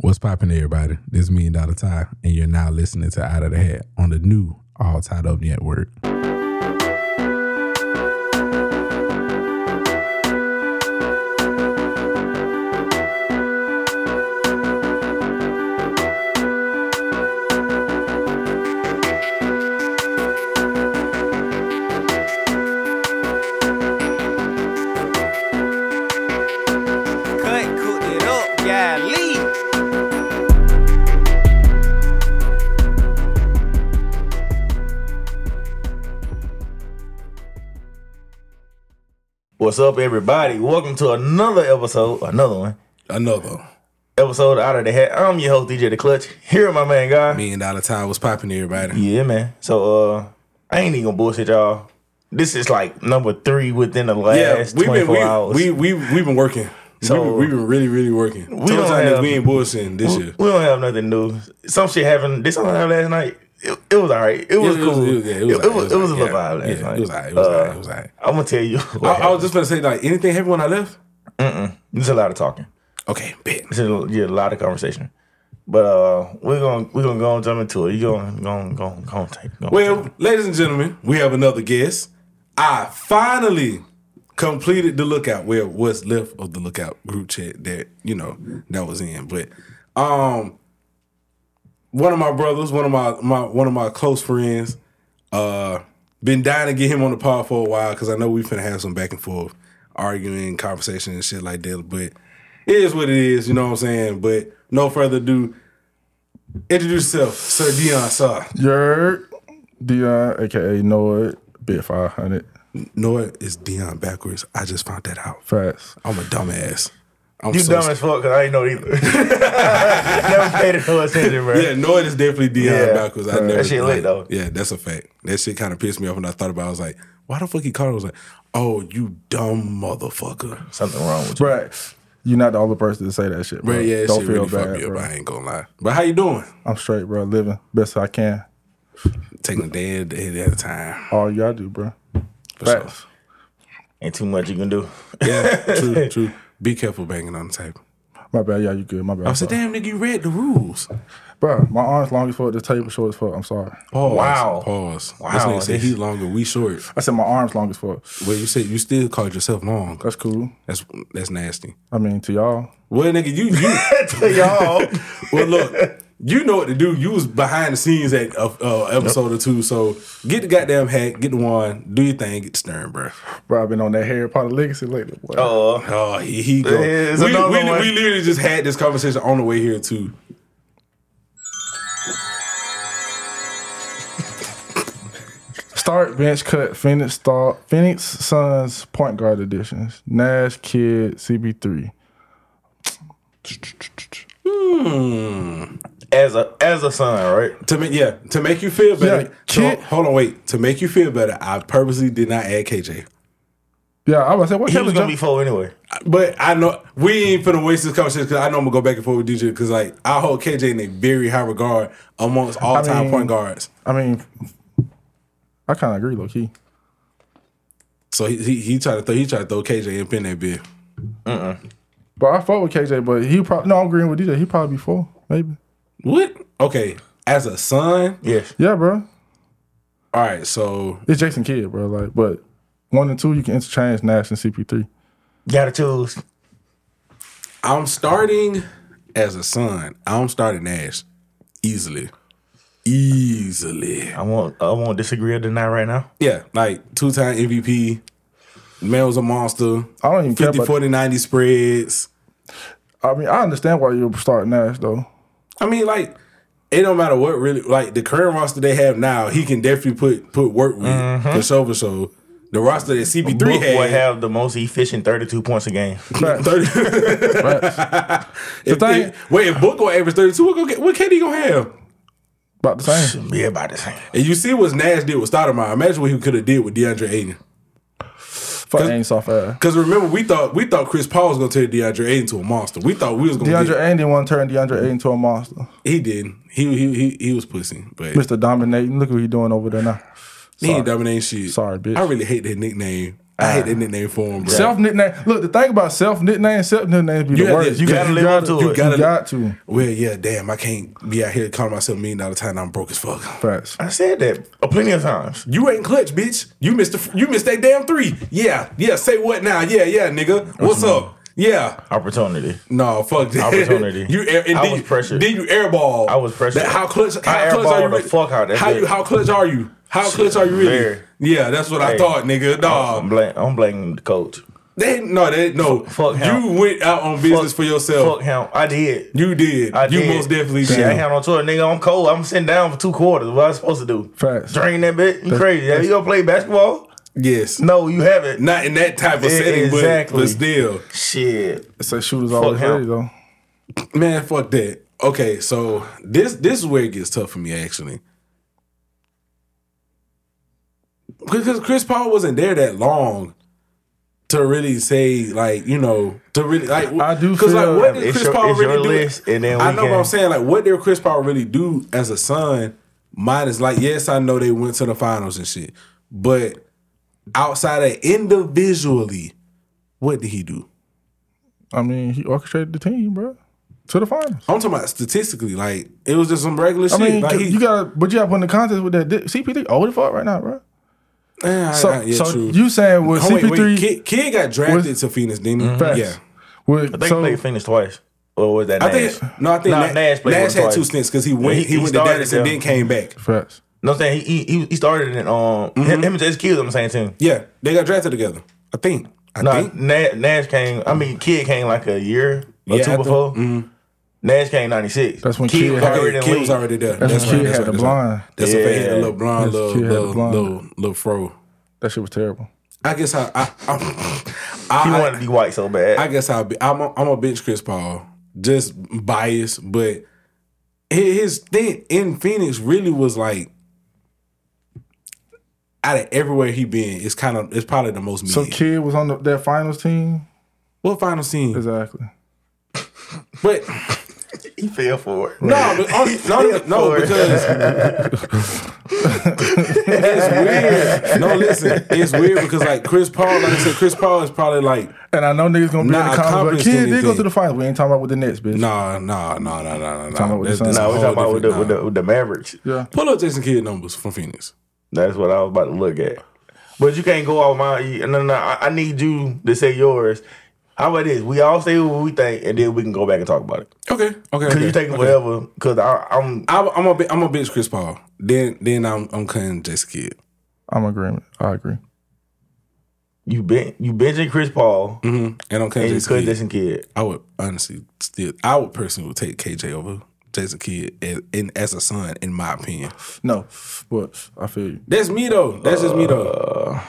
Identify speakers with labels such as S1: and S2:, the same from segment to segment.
S1: What's poppin', everybody? This is Million Dollar Tie, and you're now listening to Out of the Hat on the new All Tied Up Network.
S2: Cut, cooked it up, yeah, leave.
S3: What's up, everybody? Welcome to another episode, another one,
S1: Another
S3: episode of out of the hat. I'm your host, DJ The Clutch. Here, my man, guy.
S1: Million Dollar Tie. What's poppin', everybody?
S3: Yeah, man. So, uh, I ain't even gonna bullshit y'all. This is like number three within the
S4: Yeah,
S3: last
S4: we've
S3: 24
S4: been we,
S3: hours.
S4: we we we've been working.
S3: So-
S4: we've, been, we've been really really working. We
S3: don't have-
S4: we ain't bullshitting this year.
S3: we don't have nothing new. Some shit happened. This something happened last night. It, it was all right. It was
S4: it was-
S3: cool.
S4: it was- yeah, it was
S3: It-
S4: all right.
S3: it was- it was a little
S4: Yeah,
S3: vibe last
S4: yeah,
S3: night.
S4: it was all right. It was all right.
S3: Uh,
S4: It was all right.
S3: I'm gonna tell you.
S4: I,
S3: what
S4: I was just gonna say like anything happened when I left.
S3: happened. There's a lot of talking.
S4: Okay, bet.
S3: It's a, yeah, a lot of conversation. But uh, we're gonna we're gonna go and jump into it. You gonna gonna gonna gonna take. Go
S4: Well, ladies and gentlemen, we have another guest. I finally completed the lookout. Well, what's left of the lookout group chat that you know that was in, but um, one of my brothers, one of my my one of my close friends, uh, been dying to get him on the pod for a while because I know we finna have some back and forth arguing, conversation, and shit like that. But it is what it is, you know what I'm saying. But no further ado. Introduce yourself, Sir Dion Sar.
S5: Yerk, Dion, aka Noah, bit 500.
S4: Noah is Dion backwards. I just found that out.
S5: Facts.
S4: I'm a dumbass. I'm
S3: You
S4: so
S3: dumb as fuck because I ain't know either. Never paid it no attention, bro.
S4: Yeah, Noah is definitely Dion
S3: Yeah.
S4: backwards. I never,
S3: shit
S4: like,
S3: lit, though.
S4: Yeah, that's a fact. That shit kind of pissed me off when I thought about. it. I was like, why the fuck he called? I was like, oh, you dumb motherfucker.
S3: Something wrong with you.
S5: Bruh, you're not the only person to say that shit, bro.
S4: But yeah, that
S5: Don't
S4: shit
S5: feel
S4: really fucked
S5: bad,
S4: me up.
S5: bro.
S4: I ain't gonna lie. But how you doing?
S5: I'm straight, bro. Living best I can.
S4: Taking a day, a day at a time.
S5: All y'all do, bro.
S4: For
S5: Facts.
S4: sure.
S3: Ain't too much you can do.
S4: Yeah, true, true. Be careful banging on the table.
S5: My bad, y'all. You good? My bad.
S4: I said, damn, nigga, you read the rules.
S5: bro. My arms long as fuck. The table short as fuck. I'm sorry.
S4: Pause.
S3: Wow.
S4: Pause. Wow. This
S3: Wow,
S4: nigga said
S3: this-
S4: he longer, we short.
S5: I said my arms long as fuck.
S4: Well, you said you still called yourself long.
S5: That's cool.
S4: That's that's nasty.
S5: I mean, to y'all,
S4: Well, nigga, you you
S3: to y'all.
S4: well look. You know what to do. You was behind the scenes at uh, uh, episode or two, so get the goddamn hat, get the wand, do your thing, get the stern, bro.
S5: bro. I've been on that Harry Potter legacy lately. Boy.
S3: Uh,
S4: Oh, he, he go.
S3: There's
S4: We,
S3: another
S4: we,
S3: one.
S4: we literally just had this conversation on the way here too.
S5: Start bench cut Phoenix star Phoenix Suns point guard editions. Nash Kid CB3.
S3: as a as a son, right?
S4: To make yeah, to make you feel better.
S5: Yeah,
S4: so,
S5: kid-
S4: hold on, wait. To make you feel better, I purposely did not add KJ.
S5: Yeah, I was saying what
S3: He
S5: Kevin
S3: was gonna
S5: Johnson?
S3: be four anyway.
S4: But I know we ain't finna waste this conversation because I know I'm gonna go back and forth with DJ because like I hold KJ in a very high regard amongst all time
S5: mean-
S4: point guards.
S5: I mean, I kind of agree, low key.
S4: So he he, he tried to throw he tried to throw KJ and pin that bid.
S5: But I fought with KJ, but he probably no, I'm agreeing with DJ. He probably be four, maybe.
S4: What? Okay, as a son.
S3: Yes.
S5: Yeah, bro.
S4: All right, so
S5: It's Jason Kidd, bro. Like, but one and two, you can interchange Nash and CP3.
S3: Gotta choose.
S4: I'm starting as a son. I'm starting Nash easily, easily.
S3: I won't I won't disagree or deny right now.
S4: Yeah, like two time MVP. Man was a monster.
S5: I don't even care
S4: 50,
S5: about.
S4: 40, 90 spreads.
S5: I mean, I understand why you start Nash though.
S4: I mean, like, it don't matter what really like the current roster they have now, he can definitely put put work with for sure for sure. The roster that CP3
S3: Book would
S4: had
S3: have the most efficient thirty two points a game.
S4: 30,
S5: The
S4: if,
S5: thing
S4: if- wait, if Book gonna average 32, what, gonna get, what KD gonna have?
S5: about the same.
S3: yeah, about the same.
S4: And you see what Nash did with Stoudemire. Imagine what he could have did with DeAndre Ayton.
S5: Fuck ain't soft ass.
S4: Because remember, we thought we thought Chris Paul was gonna turn DeAndre Ayton to a monster. We thought we was gonna.
S5: DeAndre
S4: get-
S5: Ayton didn't want to turn DeAndre Ayton into a monster.
S4: he didn't. He he he, he was pussy, but
S5: Mr. Dominating. Look what he doing over there now.
S4: he ain't dominating shit.
S5: Sorry, bitch. Ah.
S4: I really hate that nickname. I hate that nickname for him, bro.
S5: Self nickname. Look, the thing about self nickname, self nickname be
S4: You
S5: the
S4: got
S5: worst.
S4: this, you gotta live
S5: gotta-
S3: up to
S5: you
S3: it.
S5: Gotta,
S4: You
S5: got to.
S4: well, yeah, damn, I can't be out here calling myself mean all the time. I'm broke as fuck.
S5: Facts.
S3: I said that uh, plenty of times.
S4: You ain't clutch, bitch. You missed the, you missed that damn three. Yeah, yeah. Say what now? Yeah, yeah, nigga. What's up? Yeah.
S3: Opportunity.
S4: No, fuck that.
S3: Opportunity.
S4: you air, and
S3: I
S4: then
S3: was
S4: you-
S3: pressured.
S4: Then you airball.
S3: I was pressured.
S4: That- how clutch? How
S3: I
S4: clutch are you?
S3: airballed the
S4: really-
S3: fuck out. That's
S4: How
S3: it.
S4: you? How clutch are you? How clutch are you really?
S3: Very.
S4: Yeah, that's what I
S3: Hey.
S4: thought, nigga. Nah,
S3: I'm blaming. I'm blaming the coach.
S4: they no, they no.
S3: fuck
S4: you
S3: him.
S4: went out on business
S3: Fuck-
S4: for yourself.
S3: Fuck him. I did.
S4: You did.
S3: I
S4: you
S3: did.
S4: most definitely
S3: Shit,
S4: did.
S3: I ain't had no choice, nigga. I'm cold. I'm sitting down for two quarters. What I supposed to do?
S5: Facts.
S3: Drain that bit. You crazy? Have you gonna play basketball?
S4: yes.
S3: No, you haven't.
S4: Not in that type of
S3: Yeah,
S4: setting, but-
S3: exactly.
S4: but still.
S3: Shit.
S5: It's a shooters always
S3: him.
S5: ready though.
S4: Man, fuck that. Okay, so this this is where it gets tough for me actually. Because Chris Paul wasn't there that long to really say like you know to really like
S5: I do
S4: because like
S5: feel-
S4: what did
S3: It's
S4: Chris
S3: your-
S4: Paul
S3: it's your
S4: really do?
S3: list, and then
S4: I
S3: we
S4: know what
S3: can-
S4: I'm saying. Like what did Chris Paul really do as a son? Minus like yes, I know they went to the finals and shit, but outside of individually, what did he do?
S5: I mean, he orchestrated the team, bro, to the finals.
S4: I'm talking about statistically. Like it was just some regular
S5: I
S4: shit.
S5: mean,
S4: like, he-
S5: you gotta, but you gotta put in the context with that. CP3 old as fuck right now, bro.
S4: Yeah,
S5: So,
S4: eh, yeah,
S5: so
S4: true.
S5: you saying with
S4: Oh, wait,
S5: CP3?
S4: wait, Kid, Kid got drafted to Phoenix, didn't he?
S5: Mm-hmm. Facts.
S4: Yeah.
S5: With,
S3: I think
S5: so,
S3: they finished twice. Or was that
S4: I
S3: Nash?
S4: think no, I think
S3: Nah,
S4: Na- Nash,
S3: Nash played one
S4: had
S3: twice.
S4: two stints because he went
S3: he-
S4: he,
S3: he
S4: went to
S3: started
S4: Dallas and
S3: them.
S4: then came back.
S5: facts.
S3: No, I'm saying he he, he started in um
S4: Mm-hmm.
S3: him and Jay Kidd on the same team.
S4: Yeah, they got drafted together. I think. I
S3: No,
S4: think.
S3: Nash, Nash came. I mean, Kid came like a year or
S4: Yeah, I
S3: two
S4: think- mm-hmm.
S3: before. Nash came '96.
S5: That's when Kidd
S3: Kid was
S5: had-
S3: already in
S4: Kid
S3: the
S4: was
S3: league.
S4: already there.
S5: That's, when
S4: right,
S5: kid
S4: that's right,
S5: had the
S4: that's right.
S5: blind.
S4: That's a fact. He had a little blonde,
S5: That's
S4: little,
S5: Kid had the
S4: little,
S5: blonde.
S4: little, little fro.
S5: That shit was terrible.
S4: I guess I, I, I,
S3: He
S4: I,
S3: wanted to be white so bad.
S4: I guess I'll be. I'm a, I'm a bench Chris Paul, just biased, but his his stint in Phoenix really was like out of everywhere he been. It's kind of it's probably the most.
S5: So
S4: Media.
S5: kid was on the, that finals team.
S4: what final scene?
S5: Exactly.
S4: But
S3: he fell for it.
S4: no, but on, no, no,
S3: for it.
S4: because it's weird. No, listen, it's weird because like Chris Paul, like I said, Chris Paul is probably like
S5: And I know niggas gonna be
S4: Nah,
S5: in the comments, but
S4: accomplished
S5: kid did go
S4: anything.
S5: to the finals. We ain't talking about with the Nets, bitch.
S4: nah, nah, nah, nah, nah, nah.
S5: Talking about
S4: nah. That's-
S5: with the
S4: that's a
S5: Suns.
S3: No, we're
S4: whole
S3: talking about with the,
S4: different-
S3: with,
S4: nah.
S3: the, with the Mavericks.
S5: Yeah.
S4: Pull up Jason Kidd numbers for Phoenix.
S3: That's what I was about to look at. But you can't go off my. you- No, no, I, I need you to say yours. How about this? We all say what we think, and then we can go back and talk about it.
S4: Okay, okay.
S3: Cause
S4: okay,
S3: you taking
S4: okay.
S3: whatever. Cause I, I'm.
S4: I'm, I'm a bi- I'm a bitch Chris Paul. Then then I'm I'm cutting Jason Kidd.
S5: I'm agreeing. I agree.
S3: You ben, you benching Chris Paul
S4: Mm-hmm. And I'm cutting
S3: and you
S4: Jason
S3: cut
S4: Kidd.
S3: Jason Kidd.
S4: I would honestly still I would personally would take KJ over Jason Kidd as, in, as a son in my opinion.
S5: No, but I feel you.
S4: That's me though. That's just me though.
S3: Uh.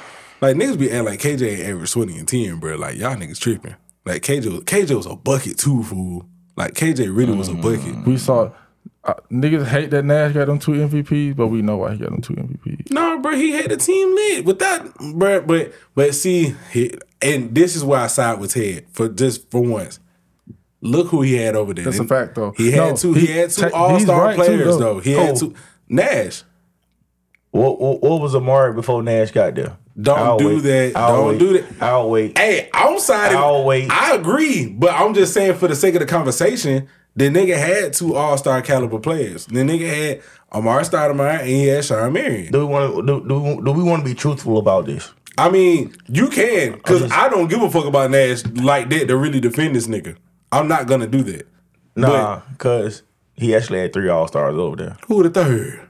S4: Like niggas be acting like KJ ain't average twenty and ten, bro. Like y'all niggas tripping. Like KJ was KJ was a bucket too, fool. Like KJ really was a
S3: Mm.
S4: bucket.
S5: We saw uh, niggas hate that Nash got them two MVPs, but we know why he got them two MVPs.
S4: No, bro, he had the team lit without, bro. But but see, he, and this is why I side with Ted for just for once. Look who he had over there.
S5: That's a fact, though.
S4: He
S5: No,
S4: had two. He,
S5: he-
S4: had two
S5: te- he's
S4: All Star
S5: right, too,
S4: players
S5: though.
S4: though. He had
S3: Who?
S4: two. Nash,
S3: What, what, what was Amari before Nash got there?
S4: Don't do that. Don't
S3: wait.
S4: do that.
S3: I'll wait.
S4: Hey, I'm siding.
S3: I'll wait.
S4: I agree, but I'm just saying for the sake of the conversation, the nigga had two All Star caliber players. The nigga had Amari Stoudemire and he had Sean Marion.
S3: Do we want to do, do, do we want to be truthful about this?
S4: I mean, you can, because I don't give a fuck about Nash like that to really defend this nigga. I'm not gonna do that.
S3: Nah, because he actually had three All Stars over there.
S4: Who the third?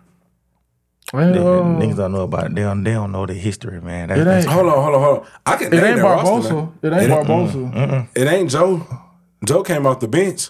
S5: Well,
S3: Niggas don't know about it. They don't, they don't know the history, man. That,
S5: Oh. it
S3: that's-
S5: ain't.
S4: Hold on, hold on, hold on. I can.
S5: It ain't
S4: Barbosa.
S5: Barbosa. It ain't Barbosa.
S4: It ain't Joe. Joe came off the bench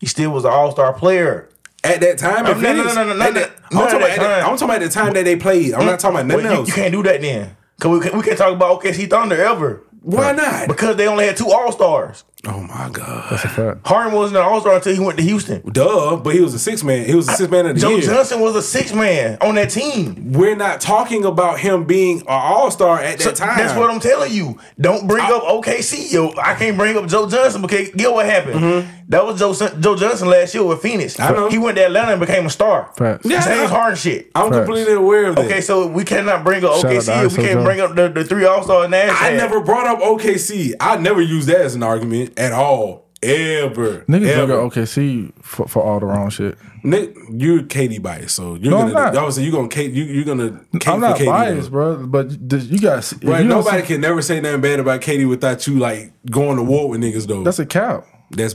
S3: He still was an All Star player.
S4: at that time. in
S3: no, no,
S4: Phoenix.
S3: no, no, no,
S4: At
S3: no,
S4: that- I'm
S3: no,
S4: talking
S3: no,
S4: about. at
S3: no,
S4: that-
S3: no.
S4: I'm talking about the time that they played. I'm not talking about
S3: Well,
S4: nothing
S3: you,
S4: else.
S3: you can't do that then. Cause we, can't- we can't talk about OKC Thunder ever
S4: Why not?
S3: because they only had two All Stars.
S4: Oh my god.
S5: That's a fact.
S3: Harden wasn't an All Star until he went to Houston.
S4: Duh, but he was a six man. He was a six man of the
S3: Joe
S4: year.
S3: Johnson was a six man on that team.
S4: We're not talking about him being an all star at that
S3: So
S4: time.
S3: That's what I'm telling you. Don't bring up OKC. Yo, I can't bring up Joe Johnson because get what happened. That was Joe Son- Joe Johnson last year with Phoenix.
S4: Mm-hmm. I know.
S3: He went to Atlanta and became a star.
S5: Facts.
S4: Yeah.
S3: James Harden shit.
S4: I'm
S5: Facts.
S4: completely aware of that.
S3: Okay, so we cannot bring up
S5: Shout out to
S3: OKC. If
S5: ISO
S3: we can't
S5: Joe.
S3: bring up the, the three All Star Nash.
S4: I
S3: had.
S4: never brought up OKC. I never used that as an argument at all. Ever.
S5: Niggas
S4: Ever.
S5: look at OKC for, for all the wrong shit.
S4: Nick, you're KD biased, so you're
S5: No, I'm
S4: gonna
S5: not.
S4: obviously you're gonna K, you, you're gonna K
S5: I'm not biased, bro, but th- you got if
S4: Right,
S5: you don't
S4: nobody
S5: see-
S4: can never say nothing bad about Katie without you like going to war with niggas though. That's,
S5: That's a cap.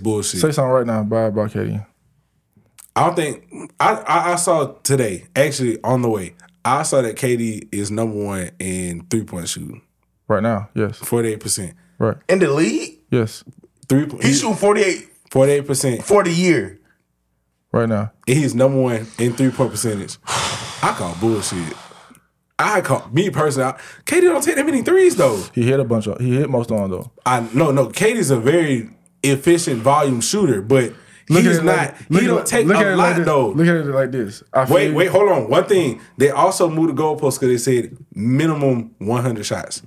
S4: bullshit.
S5: Say something right now. Bye, about Katie.
S4: I don't think I, I I saw today actually on the way. I saw that Katie is number one in three point shooting,
S5: Right now. Yes.
S4: forty eight percent.
S5: Right.
S3: in the league.
S5: Yes.
S4: Three
S3: He shooting 48
S4: forty eight percent.
S3: for the year.
S5: Right now.
S4: He's number one in three point percentage. I call bullshit. I call me personally. I, Katie don't take that many threes though.
S5: He hit a bunch of. He hit most on though.
S4: I no no. Katie's a very efficient volume shooter, but he's
S5: it
S4: not.
S5: like-
S4: he
S5: at
S4: don't
S5: it-
S4: take
S5: look at
S4: a
S5: it
S4: lot
S5: like this.
S4: though.
S5: Look at it like this. I feel
S4: Wait,
S5: you.
S4: wait, hold on. One thing they also moved the goalpost because they said minimum 100 shots.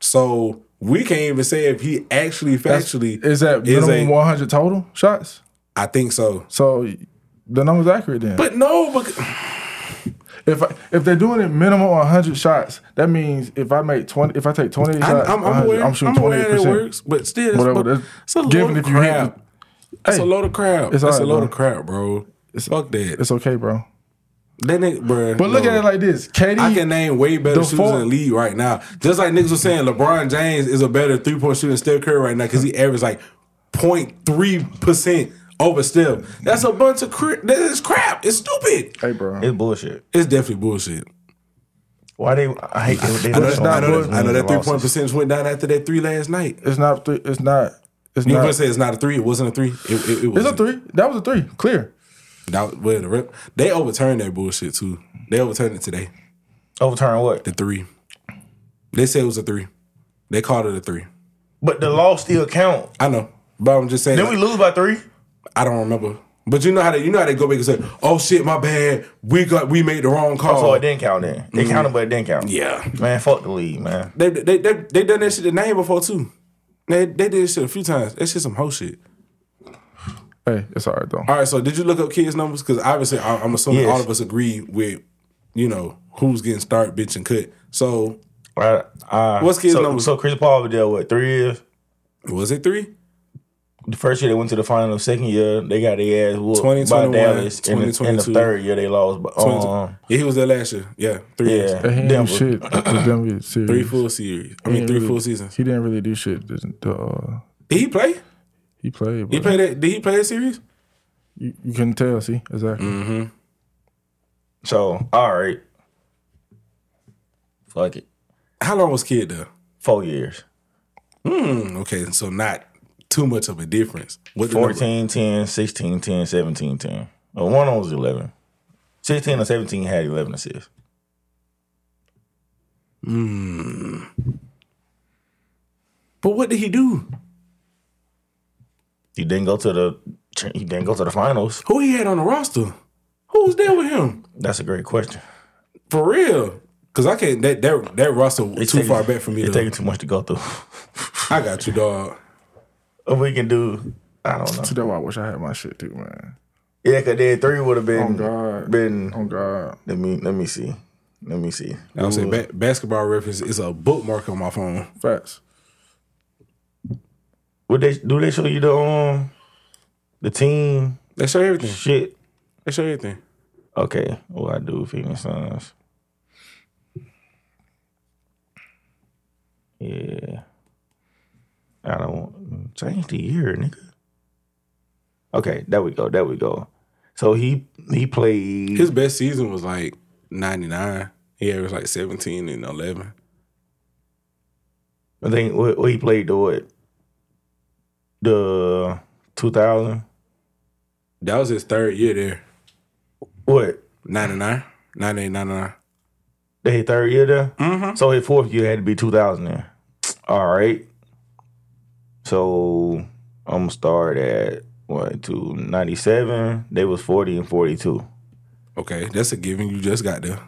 S4: So we can't even say if he actually factually
S5: Is that minimum
S4: a-
S5: 100 total shots?
S4: I think so,
S5: So the number's accurate then.
S4: but no, but
S5: If I, if they're doing it minimum 100 shots, that means if I make 20, if I take 20
S4: I,
S5: shots,
S4: am
S5: 100,
S4: aware. I'm,
S5: I'm shooting
S4: aware that
S5: 28%.
S4: works, but still, it's,
S5: Whatever,
S4: but
S5: that's-
S4: it's a
S5: given
S4: load of
S5: if you hit
S4: crap. That's
S5: Hey,
S4: a load of crap. That's
S5: it's
S4: a
S5: alright,
S4: load
S5: bro.
S4: of crap, bro. Fuck that.
S5: It's okay, bro.
S4: that nigga, bro.
S5: But look at it like this, Katie.
S4: I can name way better
S5: The
S4: shooters
S5: four-
S4: in the league right now. Just like niggas was saying, LeBron James is a better three point shooter than Steph Curry right now because he averaged like 0.3 percent over Steph. That's a bunch of cra- that is crap. It's stupid.
S5: hey, bro.
S3: It's bullshit.
S4: It's definitely bullshit.
S3: Why they? I hate that they.
S4: I know, that- I know that, I know that three point
S3: losses.
S4: percentage went down after that three last night.
S5: it's not. Three, it's not. It's
S4: You
S5: not.
S4: gonna say it's not a three? It wasn't a three. It, it, it was
S5: It's a three. That was a three. Clear.
S4: That, well, the rep, they overturned that bullshit too. They overturned it today.
S3: Overturn what?
S4: The three. They said it was a three. They called it a three.
S3: But the law still count.
S4: I know, but I'm just saying.
S3: Then we lose by three.
S4: I don't remember. But you know how they you know how they go back and say, "Oh shit, my bad. We got we made the wrong call."
S3: So it didn't count. Then they counted, but it didn't count.
S4: yeah,
S3: Man, fuck the league, man.
S4: they they they they done that shit to name before too. They they did this shit a few times. That shit some whole shit.
S5: Hey, it's all right though.
S4: All right, so did you look up kids numbers? Because obviously, I, I'm assuming
S3: Yes.
S4: all of us agree with you know who's getting started, bitch, and cut. So
S3: Right. Uh,
S4: What's kids'
S3: so,
S4: number?
S3: So Chris Paul was there what three years?
S4: was it three?
S3: The first year they went to the final. Second year they got their ass whooped by
S4: 2021,
S3: Dallas. And the, and the
S4: 2022.
S3: third year they lost. But um,
S4: yeah, he was there last year. Yeah, three.
S3: yeah,
S4: years.
S5: He didn't
S3: Denver.
S5: do shit. with Denver series.
S4: Three full series. I mean,
S5: He didn't
S4: three
S5: really-
S4: full seasons.
S5: He didn't really do shit. The, the, uh,
S4: Did he play?
S5: he played.
S4: He
S5: But
S4: played that. Did he play that series?
S5: You, you couldn't tell. See exactly.
S4: Mm.
S3: So all right, fuck it.
S4: How long was kid there? Mm,
S3: Four years.
S4: Okay, so not too much of a difference. What the number-
S3: 14, 10, 16, 10, 17, 10. Oh, one of them was 11. 16 or 17 had 11 assists.
S4: But what did he do?
S3: He didn't go to the he didn't go to the finals.
S4: Who he had on the roster? Who was there with him?
S3: That's a great question.
S4: For real? Cause I can't that that that roster was too
S3: taking-
S4: far back for me.
S3: It's
S4: To,
S3: taking too much to go through.
S4: I got you, dog.
S3: If we can do, I don't know.
S5: So that's why I wish I had my shit too, man.
S3: Yeah, cause then three would have
S5: Oh
S3: been
S5: God.
S3: been.
S5: Oh God.
S3: Let me let me see. Let me see.
S4: I would say ba- basketball reference is a bookmark on my phone.
S5: Facts.
S3: Would they do they show you the um the team
S4: They show everything.
S3: shit?
S4: They show everything.
S3: Okay, what I do Phoenix Suns. Yeah, I don't want change the year, nigga. Okay, there we go. There we go. So he he played.
S4: His best season was like ninety nine. He averaged like seventeen and eleven.
S3: I think what, what he played the what the two thousand
S4: That was his third year there.
S3: what
S4: 99, 98, 99.
S3: That his third year there? Mm-hmm. So his fourth year had to be 2000 then. All right. So I'm gonna start at one, two, 97. They was 40 and 42.
S4: Okay, that's a given. You just got there.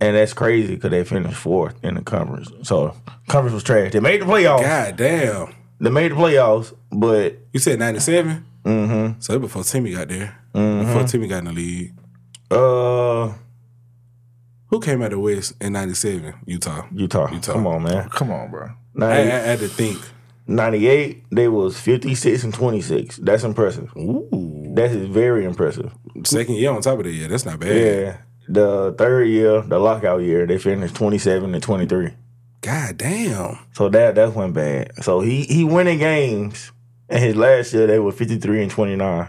S3: And that's crazy because they finished fourth in the conference. So conference was trash. They made the playoffs.
S4: God damn.
S3: They made the playoffs, but
S4: You said 97? Mm-hmm. So that before Timmy got there.
S5: Mm-hmm.
S4: Before Timmy got in the league.
S3: uh
S4: Who came out of the West in 97? Utah.
S3: Utah.
S4: Utah.
S3: Come on, man.
S5: Come on, bro.
S3: 90,
S4: I, I had to think.
S3: 98, they was 56 and 26. That's impressive.
S4: Ooh.
S3: That is very impressive.
S4: Second year on top of that year. That's not bad.
S3: Yeah. The third year, the lockout year, they finished 27 and 23.
S4: God damn.
S3: So that that went bad. So he he winning games. And his last year they were 53 and 29.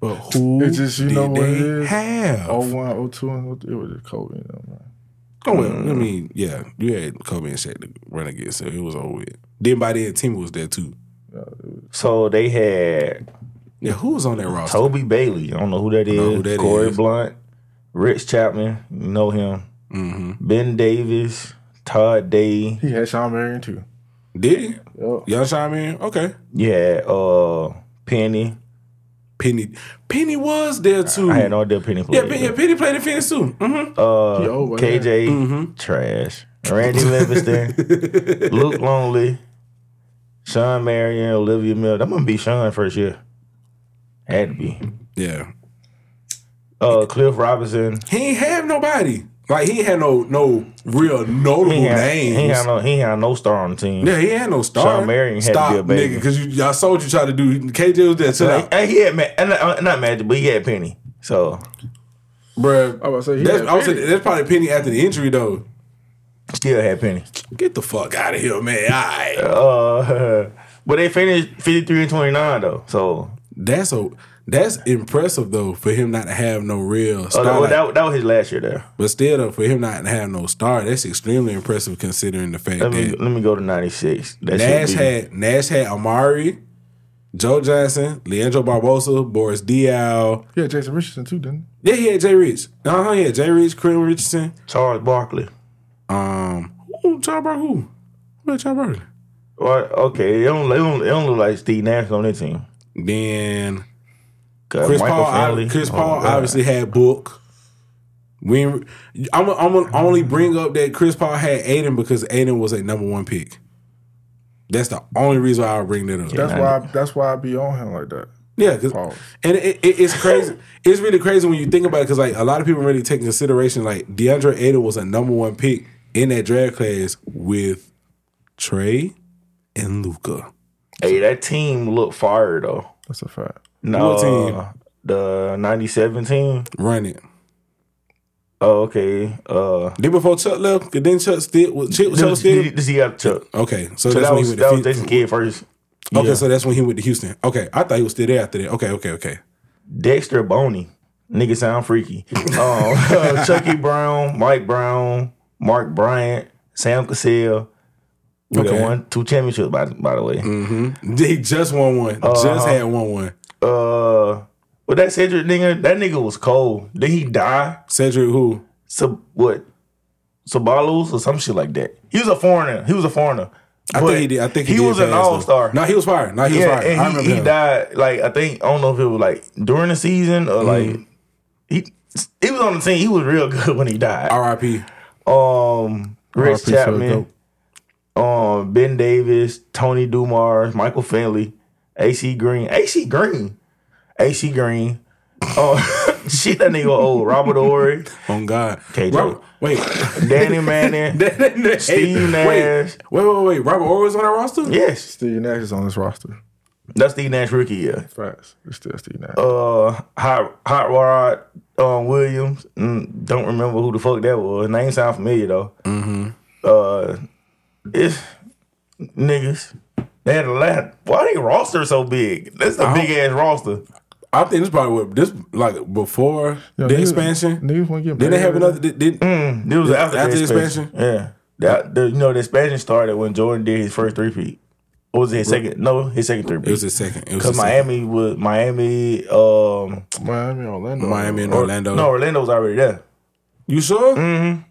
S4: But who
S5: It's just, you
S4: did
S5: know what
S4: they
S5: it is?
S4: have?
S5: Oh one, oh two, and 03. it was just COVID. You know, man.
S4: Oh, well,
S5: mm.
S4: I mean, yeah, you had Kobe and Shaq to run against, so it was over with. Then by then, Timmy was there too.
S3: So they had
S4: Yeah, who was on that roster?
S3: Toby Bailey. I don't know who that is.
S4: know who that
S3: Corey
S4: is.
S3: Blunt, Rich Chapman, you know him.
S4: Mm-hmm.
S3: Ben Davis, Todd Day.
S5: He had Sean Marion too.
S4: Did he?
S5: Yup.
S4: Y'all chime in? Okay.
S3: Yeah, uh Penny.
S4: Penny Penny was there too.
S3: I had no idea Penny
S4: yeah,
S3: played.
S4: Penny, yeah, Penny played in Phoenix too. Mm-hmm.
S3: Uh,
S5: He old, wasn't
S3: KJ, trash. Randy Livingston, Luke Longley, Sean Marion, Olivia Mill. That must be Sean first year. Had to be.
S4: Yeah.
S3: Uh, Cliff Robinson.
S4: He ain't have nobody. Like he ain't had no no real notable
S3: He ain't, had, he
S4: names.
S3: ain't had no, he ain't had no star on the team.
S4: yeah, he had no star.
S3: Sean Marion had to
S4: Stop,
S3: be a baby.
S4: nigga, because you y'all saw what you tried to do. KJ was there too.
S3: Like, and he had Ma- and not, uh, not Magic, but he had Penny. So
S4: bruh.
S3: Oh,
S5: I was about to say, he
S4: that's,
S5: had
S4: I was
S5: Penny.
S4: saying, that's probably Penny after the injury though.
S3: still had Penny.
S4: Get the fuck out of here, man. All right.
S3: Uh, but they finished fifty three and twenty nine though. So
S4: That's a that's impressive though for him not to have no real
S3: uh,
S4: star.
S3: that,
S4: like-
S3: that, that was his last year there.
S4: but still, though, for him not to have no star, that's extremely impressive considering the fact
S3: Let me
S4: that
S3: let me go to ninety six.
S4: Nash had Nash had Amari, Joe Johnson, Leandro Barbosa, Boris Diaw.
S5: He had Jason Richardson too, didn't
S4: Yeah, he had Jay Rich. Uh huh. Yeah, Jay Rich, Karen Richardson.
S3: Charles Barkley.
S4: Um, who? Charles Barkley. Who? Who had Charles Barkley?
S3: Well, okay, they don't, they don't, they don't look like Steve Nash on their team.
S4: Then
S3: 'Cause
S4: Chris
S3: Uh, Michael
S4: Paul, ob-
S3: Finley-
S4: Chris
S3: oh,
S4: Paul
S3: God.
S4: obviously had Book. We, ain't- I'm, I'm gonna only bring up that Chris Paul had Aiden because Aiden was a number one pick. That's the only reason why I bring that up.
S5: he? That's
S3: Yeah.
S5: why. I, that's why I be on him like that.
S4: Yeah, 'cause-
S5: Pause.
S4: and it, it, it's crazy. it's really crazy when you think about it because like a lot of people really take consideration like DeAndre Aiden was a number one pick in that draft class with Trey and Luca.
S3: Hey, that team looked fire though.
S5: That's a fact.
S3: No, uh,
S4: What team?
S3: the '97 team.
S4: Run it.
S3: Oh, okay. Uh,
S4: Then before Chuck left, then Chuck still was Chuck, Chuck
S3: this,
S4: still.
S3: this, this he got Chuck.
S4: Okay, so,
S3: So
S4: that's
S3: that
S4: when he
S3: was
S4: went
S3: that
S4: to
S3: was
S4: Phoenix.
S3: Jason Kidd first.
S4: Okay,
S3: Yeah.
S4: so that's when he went to Houston. Okay, I thought he was still there after that. Okay, okay, okay.
S3: Dexter Boney, nigga sound freaky. Um, Chucky Brown, Mike Brown, Mark Bryant, Sam Cassell. We done
S4: Okay.
S3: won two championships by by the way. Mm-hmm.
S4: He just won one.
S3: Uh-huh.
S4: just had one one.
S3: Uh, but that Cedric nigga, that nigga was cold. Did he die?
S4: Cedric who?
S3: Sub what? Sabalos or some shit like that. He was a foreigner. He was a foreigner.
S4: I
S3: But
S4: think he did. I think he,
S3: he
S4: did
S3: was an
S4: pass, though.
S3: all star.
S4: No, he was fire. No, he was
S3: yeah,
S4: fire. I
S3: and
S4: remember
S3: he, he
S4: him.
S3: died like I think I don't know if it was like during the season or
S4: Mm.
S3: like he he was on the team. He was real good when he died.
S4: R.I.P.
S3: Um, Rich
S5: R.I.P. so
S3: Chapman, um, Ben Davis, Tony Dumars, Michael Finley, AC Green, AC Green, AC Green. Oh shit, that nigga old. Robert Ory,
S4: On God.
S3: KJ.
S4: Robert, wait.
S3: Danny Manning, Steve Nash.
S4: Wait, wait, wait, wait. Robert Orr was on that roster?
S3: Yes,
S5: Steve Nash is on this roster.
S3: that's Steve Nash rookie year.
S5: Facts. It's still Steve Nash.
S3: Uh, Hot Hot Rod um, Williams. Mm, don't remember who the fuck that was. Name sound familiar though. Mm-hmm. Uh, it's niggas. They had a lot. Why they roster so big? That's a big ass roster.
S4: I think this probably what this like before
S5: Yo,
S4: the
S5: niggas-
S4: expansion.
S5: Niggas want to get.
S4: Then they
S5: paid
S4: have
S5: every day.
S4: another. Did, did,
S3: Hmm, This was after,
S4: after
S3: the
S4: the
S3: expansion. Yeah. That, the, you know, the expansion started when Jordan did his first three peat. Or was it his second? No, his second three
S4: It was
S3: peat.
S4: his second. It was
S3: Because
S4: his
S3: Miami was Miami. Um,
S5: Miami, Orlando, Oh,
S4: second. Miami and
S3: or-
S4: Orlando.
S3: No, Mm. Orlando was already there.
S4: You sure?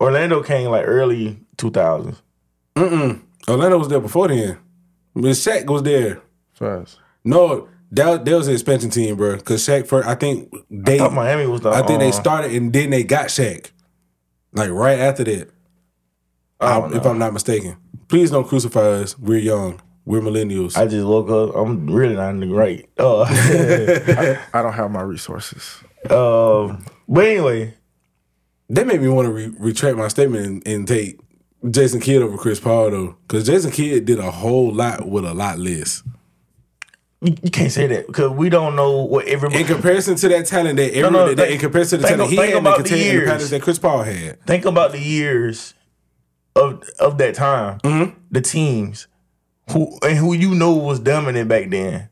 S3: Orlando came like early two thousands.
S4: Orlando was there before then. When Shaq was there,
S5: Facts.
S4: no, that, that was an expansion team, bro. Because Shaq first, I think they,
S3: thought Miami was the.
S4: I think
S3: uh,
S4: they started and then they got Shaq, like right after that.
S3: I
S4: I-
S3: don't
S4: if
S3: know.
S4: I'm not mistaken, please don't crucify us. We're young. We're millennials.
S3: I just woke up. I'm really not in the right. Uh,
S5: I don't have my resources.
S3: um, but anyway,
S4: That made me want to re- retract my statement and, and take Jason Kidd over Chris Paul though, because Jason Kidd did a whole lot with a lot less.
S3: you, you can't say that because we don't know what everybody.
S4: In comparison to that talent that every,
S3: no,
S4: that,
S3: think-
S4: in comparison to the
S3: think-
S4: talent he
S3: think
S4: had and the,
S3: about the
S4: content- and the
S3: years.
S4: patterns that Chris Paul had,
S3: think about the years of of that time,
S4: Mm-hmm.
S3: the teams who and who you know was dominant back then.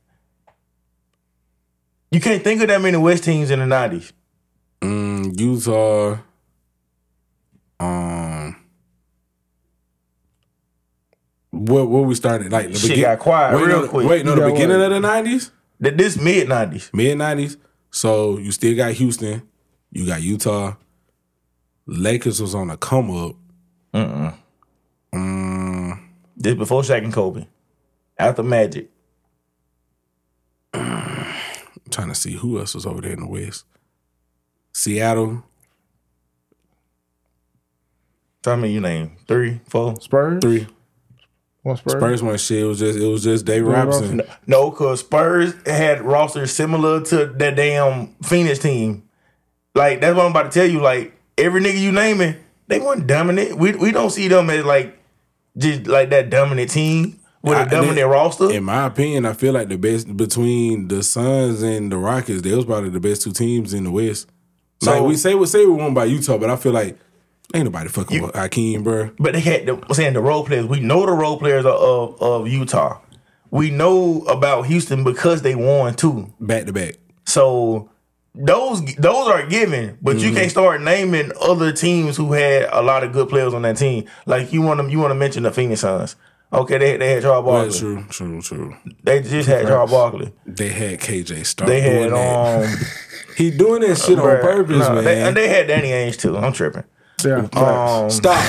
S3: You can't think of that many West teams in the nineties.
S4: mm, Utah, um, what what we started like the
S3: Shit
S4: begin-
S3: got quiet
S4: wait,
S3: real
S4: no,
S3: quick.
S4: Wait, no,
S5: You
S4: the
S5: got
S4: beginning
S5: what?
S4: of the nineties,
S3: That this mid nineties.
S4: mid nineties. So you still got Houston, you got Utah. Lakers was on a come up.
S3: Mm. This before Shaq and Kobe. After Magic.
S4: trying to see who else was over there in the West. Seattle,
S3: Tell me your name. Three, four.
S5: Spurs.
S4: three.
S5: One Spurs.
S4: Spurs one shit. It was just it was just Dave Robinson.
S3: No, cause Spurs had rosters similar to that damn Phoenix team. Like that's what I'm about to tell you. Like every nigga you naming, they weren't dominant. We we don't see them as like just like that dominant team with
S4: I-
S3: a
S4: and
S3: dominant
S4: then-
S3: roster.
S4: In my opinion, I feel like the best between the Suns and the Rockets, they was probably the best two teams in the West. like
S3: So-
S4: we say we say we won by Utah, but I feel like ain't nobody fucking with Hakeem, bro.
S3: But they had the I'm saying the role players. We know the role players of, of of Utah. We know about Houston because they won too.
S4: Back to back.
S3: So those those are given, but
S4: Mm-hmm.
S3: you can't start naming other teams who had a lot of good players on that team. Like you want to you want to mention the Phoenix Suns. Okay, they they had Charles Barkley.
S4: That's true, true, true.
S3: They just had Charles Barkley.
S4: They had KJ Star.
S3: They
S4: doing that.
S3: had um,
S4: He doing that shit on
S3: bruh,
S4: purpose,
S3: nah,
S4: man.
S3: They, and they had Danny Ainge too. I'm tripping.
S5: Yeah.
S3: Um,
S4: Stop.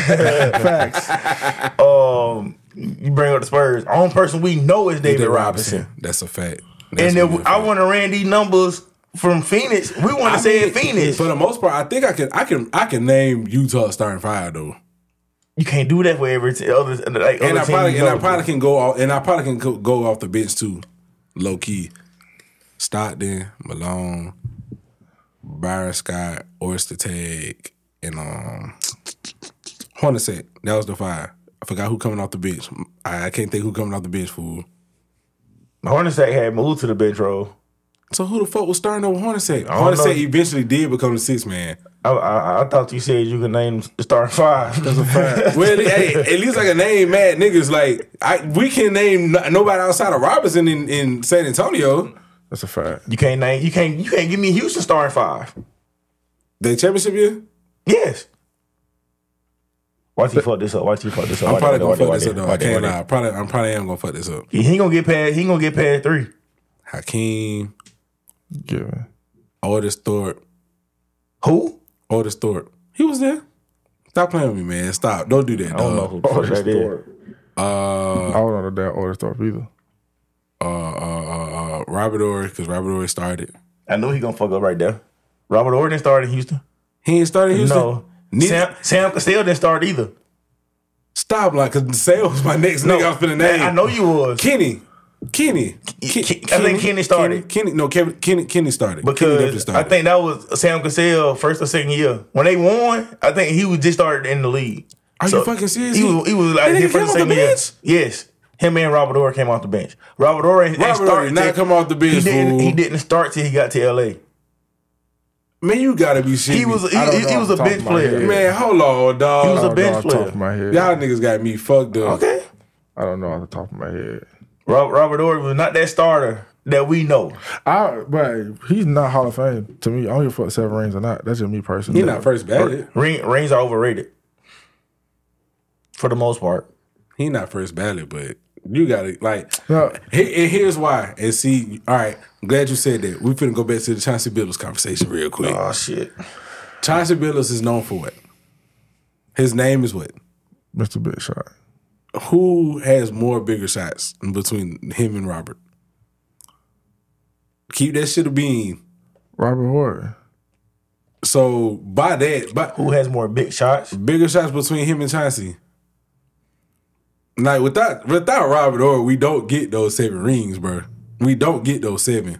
S5: Facts.
S3: um, you bring up the Spurs. Own person we know is David,
S4: David
S3: Robinson.
S4: Robinson. That's a fact. That's
S3: And if
S4: really a
S3: I
S4: fact.
S3: want to ran these numbers from Phoenix, we want to say
S4: mean,
S3: it Phoenix.
S4: For the most part, I think I can I can I can name Utah starting five though.
S3: you can't do that for every t- other like
S4: And
S3: other
S4: I
S3: team
S4: probably
S3: you
S4: and I
S3: know.
S4: probably can go off and I probably can go- go off the bench too, low key. Stockton, Malone, Byron Scott, Oyster Tag, and um Hornacek. That was the five. I forgot who coming off the bench. I, I can't think who coming off the bench fool.
S3: Hornacek had moved to the bench role.
S4: So who the fuck was starting over Hornacek?
S3: don't know.
S4: Hornacek eventually did become the sixth man.
S3: I, I, I thought you said you could name the starting five.
S4: Well, hey, at least I can name mad niggas. Like I, we can name n- nobody outside of Robinson in, in San Antonio.
S5: That's a fact.
S3: you can't name. You can't. You can't give me Houston starting five.
S4: The championship year.
S3: Yes. Watch you fuck this up. Watch you fuck this up.
S4: I'm
S3: Watch
S4: probably
S3: that,
S4: gonna
S3: watch that,
S4: fuck
S3: watch
S4: this up
S3: that,
S4: though. I
S3: watch that,
S4: can't
S3: watch
S4: lie. Probably, I'm probably am gonna fuck this up.
S3: that. He ain't gonna get past. He ain't gonna get past three.
S4: Hakeem,
S5: Given.
S4: Otis Thorpe,
S3: Who?
S4: Otis Thorpe. He was there. Stop playing with me, man. Stop. Don't do that.
S3: I don't know
S4: dog.
S3: who the fuck that is.
S5: I don't know the damn order stuff either.
S4: Uh, uh, uh, uh, Robert Ory, because Robert Ory started.
S3: I knew he gonna fuck up right there. Robert Orton started in Houston.
S4: He ain't started Houston.
S3: No.
S4: Neither-
S3: Sam Sam Castell didn't start either.
S4: Stop, like, cause Sale was my next nigga. I was finna name.
S3: I know you was.
S4: Kenny. Kenny.
S3: Ke- I think Kenny started.
S4: Kenny, Kenny- no, Kevin, Kenny, Kenny started. Kenny definitely
S3: Because I
S4: started.
S3: think that was Sam Cassell first or second year when they won. I think he was just started in the league.
S4: Are you fucking serious?
S3: He was, he was
S4: That
S3: like
S4: nigga
S3: his
S4: came
S3: first or
S4: off the
S3: second year.
S4: bench?
S3: Yes, him and Robert Ory came off the bench. Robert Ory didn't
S4: Robert Ory
S3: start
S4: did not
S3: till-
S4: come off the bench,
S3: He didn't.
S4: fool.
S3: He didn't start till he got to L.A.
S4: man, you gotta be shitting.
S3: He was he,
S5: I don't
S3: he,
S5: know
S3: he was a
S5: off the top
S3: bench
S5: of my
S3: player.
S5: head.
S4: man. Hold on, dog.
S3: He was
S5: I
S3: a
S5: don't know
S3: bench
S5: off the top
S3: player.
S5: of my head.
S4: Y'all niggas got me fucked up.
S3: Okay,
S5: I don't know off the top of my head.
S3: Rob, Robert Ory was not that starter that we know.
S5: I but he's not Hall of Fame to me. I don't give a fuck seven rings or not. That's just me personally.
S4: He not first ballot.
S3: Ring, rings are overrated for the most part.
S4: He not first ballot, but you gotta like.
S5: No.
S4: He- and here's why. And see, all right. I'm glad you said that. We finna go back to the Chauncey Billups conversation real quick.
S3: Oh shit!
S4: Chauncey Billups is known for what? His name is what?
S5: Mr. Big Shot.
S4: who has more bigger shots between him and Robert? Keep that shit a bean.
S5: Robert Horry.
S4: So by that, by
S3: Who has more big shots?
S4: bigger shots between him and Chauncey. Like without without Robert Orr, we don't get those seven rings, bro. We don't get those seven.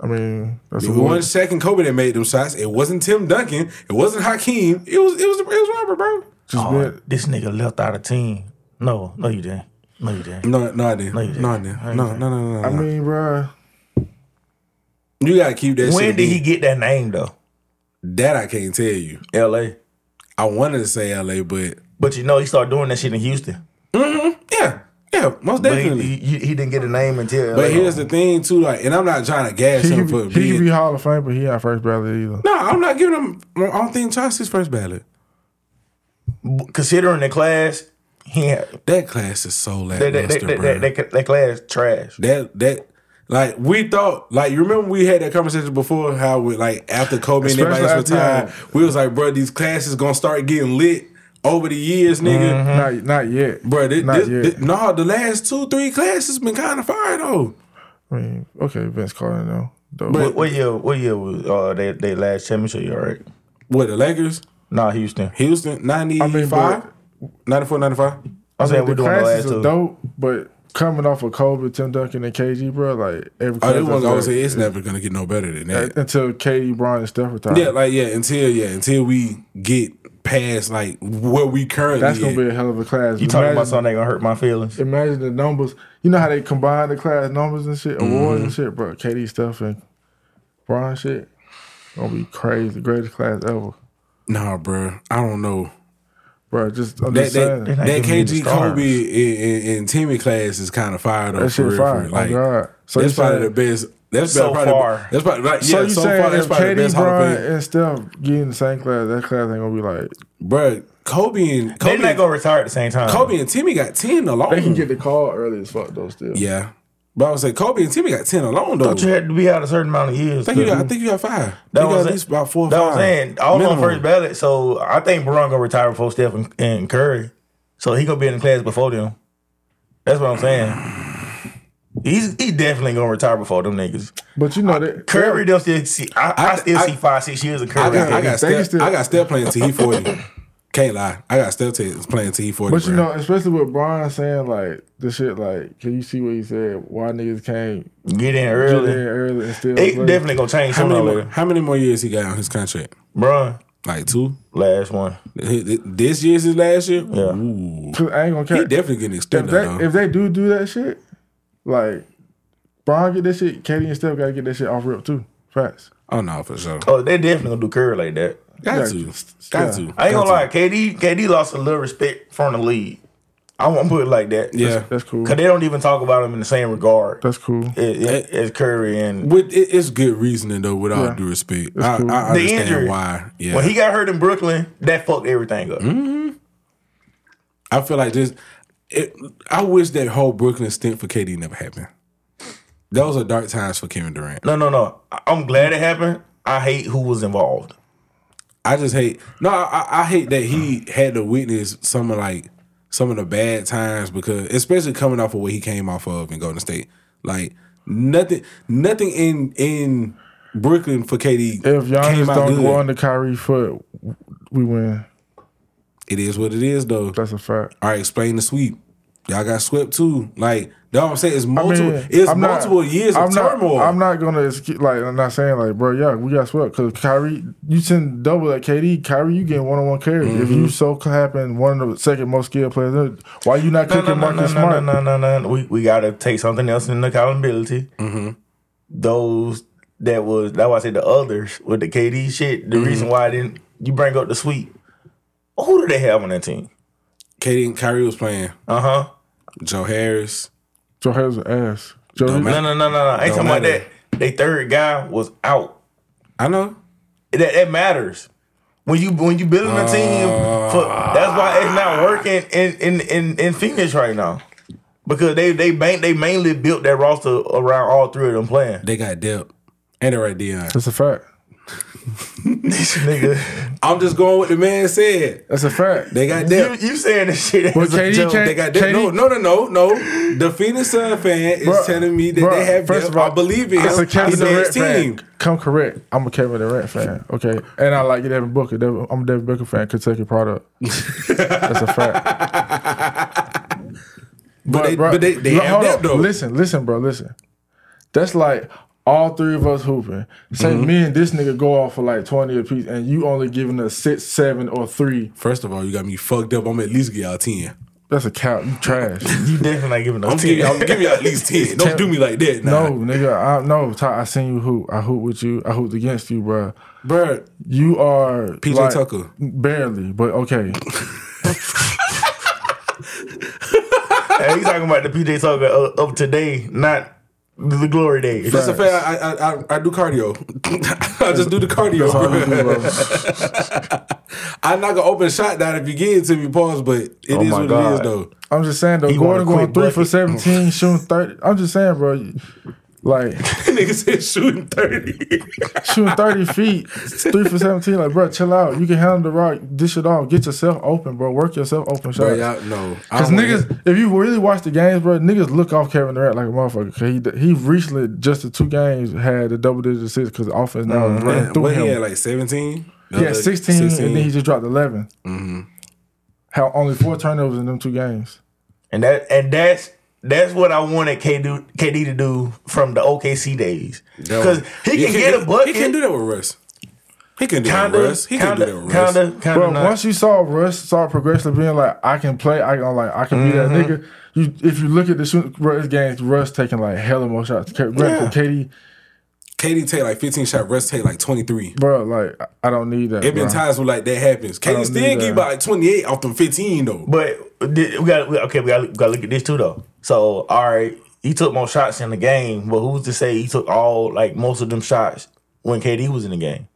S5: I mean, that's a
S4: It wasn't
S5: one.
S4: Shaq and Kobe that made them shots. It wasn't Tim Duncan. It wasn't Hakeem. It was it was it was Robert, bro.
S5: Just
S3: Oh,
S5: been-
S3: this nigga left out of team. No, no, you didn't. No, you didn't.
S4: No, no, I didn't.
S3: you didn't.
S4: No, I didn't. No, no, no, no.
S5: I
S4: no.
S5: mean, bruh.
S4: you gotta keep that.
S3: When
S4: shit
S3: did he
S4: deep.
S3: get that name though?
S4: That I can't tell you.
S3: L.A.
S4: I wanted to say L.A., but
S3: But you know he started doing that shit in Houston.
S4: yeah, yeah, most
S3: But he,
S4: definitely.
S3: he, he- he didn't get a name until.
S4: But
S3: LA.
S4: here's the thing too, like, and I'm not trying to gas
S5: He
S4: him
S5: could,
S4: for
S5: be, he
S4: being.
S5: could be Hall of Fame, but he not first ballot either.
S4: no, I'm not giving him. I don't think Chauncey's first ballot.
S3: considering the class, he had,
S4: That class is so
S3: that, that,
S4: lackluster,
S3: that,
S4: bro.
S3: that, that, that class trash.
S4: that that like we thought like you remember we had that conversation before how we like after Kobe and everybody else
S5: Especially after-
S4: retired we was like bro these classes gonna start getting lit over the years nigga
S5: Not, not yet.
S4: bro this,
S5: Mm-hmm. not
S4: Mm-hmm. this,
S5: yet.
S4: this- no the last two three classes been kind of fire though
S5: I mean, okay, Vince Carter, no. Though.
S3: What, what year? What year was uh they they last championship? You all right?
S4: what the Lakers
S3: Nah, Houston.
S4: Houston 95 94 95
S3: I'm
S5: I mean,
S3: saying we're
S5: the
S3: doing the
S5: classes
S3: last
S5: are
S3: two.
S5: dope, but coming off of Kobe, Tim Duncan, and KG, bro, like every
S4: oh
S5: class
S4: they was
S5: that's
S4: always
S5: like-
S4: say it's never gonna get no better than that
S5: until KD, Bron, and Steph retire.
S4: yeah like yeah until yeah until we get past like where we currently
S5: that's gonna
S4: at.
S5: be a hell of a class.
S3: You talking
S5: Imagine-
S3: about something that gonna hurt my feelings?
S5: Imagine the numbers. You know how they combine the class numbers and shit, awards
S4: Mm-hmm.
S5: and shit, bro. KD stuff and Bron shit. Gonna be crazy. Greatest class ever.
S4: nah bro I don't know
S5: Bro, just I'm
S4: that
S5: just
S4: that,
S5: saying.
S3: not
S4: that
S3: giving you the
S4: KG
S3: stars.
S4: Kobe and, and, and Timmy class is kind of fired up
S5: That
S4: for
S5: shit
S4: real.
S5: fire.
S4: For,
S5: Oh,
S4: like,
S5: God. So
S4: that's
S5: you
S4: probably the
S5: saying-
S4: best. That's
S3: So
S4: probably,
S3: far.
S4: That's probably like,
S5: so
S4: yeah.
S5: you
S4: So,
S5: saying
S4: far, that's
S5: if
S4: probably the
S5: KD,
S4: best Hall
S5: Bron,
S4: of Fame.
S5: and Steph get in the same class, that class ain't gonna be like
S4: Bro, Kobe and
S3: They not
S4: Kobe,
S3: gonna retire at the same time.
S4: Kobe and Timmy got ten alone.
S5: they can get the call early as fuck though. Still,
S4: yeah, but I would say Kobe and Timmy got ten alone though.
S3: Don't you had to be out a certain amount of years.
S4: I think you
S5: Mm-hmm.
S4: got, I think you got five.
S3: That
S4: you got
S3: was
S4: at least about four. Or
S3: That
S4: five
S3: was saying all on
S4: minimum.
S3: first ballot. So I think Bron gonna retire before Steph and, and Curry. So he gonna be in the class before them. That's what I'm saying. He's he definitely gonna retire before them niggas.
S5: but you know that
S3: Curry, they'll still see. I, I,
S4: I-
S3: still
S4: I-
S3: see five six years of Curry.
S4: I got, I got,
S5: They
S4: step,
S5: can still-
S4: I got step playing till he forty. Can't lie, I got step t- playing till he forty.
S5: But you
S4: bro.
S5: know, especially with Brian saying like this shit, like can you see what he said? Why niggas can't
S3: Get in
S5: get in
S3: early.
S5: early and still
S3: They
S5: play?
S3: definitely gonna change
S4: how many
S3: something
S4: more,
S3: later.
S4: how many more years he got on his contract?
S3: Bruh,
S4: Like two.
S3: last one.
S4: This year's his last year.
S3: Yeah.
S4: Ooh.
S5: 'Cause I ain't gonna
S4: He
S5: care.
S4: definitely getting
S5: if
S4: extended.
S5: they
S4: though.
S5: if they do do that shit, like Brian get that shit, Katie and Steph gotta get that shit off rip too. Facts.
S4: oh no, for sure.
S3: Oh, they definitely gonna do Curry like that.
S4: Got
S5: yeah,
S4: to, got
S5: yeah.
S4: to.
S3: I ain't
S4: got
S3: gonna
S4: to.
S3: lie, KD KD lost a little respect from the league. I won't put it like that.
S4: Yeah,
S5: That's cool.
S3: Cause they don't even talk about him in the same regard
S5: That's cool.
S3: as, as- as Curry and
S4: with it, it's good reasoning though. With all
S5: Yeah.
S4: due respect, I,
S5: cool.
S4: I
S3: the
S4: understand
S3: injury.
S4: why. Yeah,
S3: When he got hurt in Brooklyn, that fucked everything up.
S4: I feel like this. It, I wish that whole Brooklyn stint for KD never happened. Those are dark times for Kevin Durant.
S3: No, no, no. I- I'm glad it happened. I hate who was involved.
S4: I just hate. No, I, I- I hate that he had to witness some of like some of the bad times because, especially coming off of what he came off of in Golden State, like nothing, nothing in in Brooklyn for KD.
S5: If Giannis
S4: came out
S5: don't
S4: good.
S5: go under Kyrie foot, we win.
S4: it is what it is though.
S5: That's a fact.
S4: All right, explain the sweep. Y'all got swept too. Like that's what I'm saying. It's
S5: I mean,
S4: multiple. it's
S5: I'm not-
S4: multiple years of
S5: I'm not,
S4: turmoil.
S5: I'm not gonna excu- like. I'm not saying like, bro. Yeah, we got swept because Kyrie. You send double at KD. Kyrie, you get one on one carries.
S4: Mm-hmm.
S5: If you so happen one of the second most skilled players, in the- why you not
S3: No,
S5: cooking
S3: no, no, no,
S5: Marcus
S3: no,
S5: Smart?
S3: no, no, no, no. We we gotta take something else in accountability. Those that was that's why I said the others with the KD shit. The reason why I didn't you bring up the sweep. Who do they have on that team?
S4: Katie and Kyrie was playing.
S3: Uh huh.
S4: Joe Harris.
S5: Joe Harris an ass. Joe,
S4: matter.
S3: No, no, no, no, no. I ain't
S4: Don't
S3: talking about
S4: matter.
S3: that. They third guy was out.
S4: I know.
S3: That that matters. When you when you building a team, for, that's why it's not working in in in, in Phoenix right now. Because they they bank they mainly built that roster around all three of them playing.
S4: They got depth. And they're right Dion.
S5: that's a fact.
S3: This nigga.
S4: I'm just going with the man said.
S5: That's a fact.
S4: They got
S3: You,
S4: that.
S3: you saying this shit
S5: But
S3: as a
S5: KD
S3: joke.
S5: can't-
S4: They got that. No,
S5: Katie-
S4: no, no, no, no. The Phoenix Sun fan is
S5: Bruh,
S4: telling me that
S5: bruh,
S4: they have.
S5: first
S4: depth.
S5: of all,
S4: I believe in
S5: It's
S4: him.
S5: a Kevin
S4: He's on
S5: Durant
S4: his team.
S5: fan. Come correct. I'm a Kevin Durant fan. Okay, and I like Devin Booker. Devin, I'm a Devin Booker fan. Kentucky product. That's a fact.
S4: But, they, but they, they
S5: look,
S4: have
S5: hold
S4: that
S5: on.
S4: though.
S5: Listen, listen, bro. Listen. That's like all three of us hooping. Say
S4: Mm-hmm.
S5: me and this nigga go off for like twenty apiece, and you only giving us six, seven, or three.
S4: First of all, you got me fucked up. I'm at least give y'all ten.
S5: That's a count. You trash.
S3: You definitely not giving no
S4: I'm giving y'all, I'm
S3: 10.
S4: giving y'all at least ten. Don't do me like that. Nah.
S5: No, nigga. I no. Ty, I seen you hoop. I hoop with you. I hooped against you, bro.
S4: bro.
S5: You are
S4: PJ
S5: like-
S4: Tucker.
S5: Barely, but okay.
S3: hey, we talking about the PJ Tucker of, of today, not the glory days.
S4: That's a fact. I, I I I do cardio. I just do the cardio. bro. I'm not gonna open shot down if you give it to me. Pause. But it is
S3: Oh my
S4: what it is
S3: God.
S4: though.
S5: I'm just saying though,
S3: He want a
S5: Gordon going
S3: quick
S5: three for
S3: bucket.
S5: seventeen, shooting thirty. I'm just saying, bro. Like
S4: Nigga said shooting thirty.
S5: shooting thirty feet, three for seventeen. Like, bro, chill out. You can handle the rock, dish it off, get yourself open, bro. Work yourself open,
S4: Bro,
S5: shot.
S4: y'all no. I
S5: Cause
S4: don't wanna-
S5: niggas, if you really watch the games, bro, niggas look off Kevin Durant like a motherfucker. 'Cause he he recently just the two games had a double digit assist because the offense now is running
S4: Man,
S5: through
S4: what
S5: him.
S4: Mm-hmm. he had like seventeen. Uh,
S5: He had 16, and then he just dropped 11.
S4: Mm-hmm.
S5: How only four turnovers in them two games.
S3: And that and that's that's what I wanted KD, KD to do from the OKC days. Because he can get a
S4: He
S3: bucket.
S4: can do that with Russ. He can do that
S3: Kinda,
S4: with Russ. He
S3: kinda,
S4: can do that with Russ.
S3: kinda, kinda
S5: Bro,
S3: not.
S5: once you saw Russ start progressively being like, I can play, I can like, I can be
S4: Mm-hmm.
S5: that nigga. You, if you look at the shoot Russ games, Russ taking like hella more shots. K-
S4: Yeah.
S5: Granted, Katie,
S4: KD take like 15 shot. Russ take like 23.
S5: bro, like I- I don't need that.
S4: It been
S5: bro.
S4: times where like that happens. KD
S5: don't
S4: still get
S5: need that.
S4: about like 28 off them 15 though.
S3: But did- we got okay. We got to look at this too, though. So all right, he took more shots in the game, but who's to say he took all like most of them shots when KD was in the game?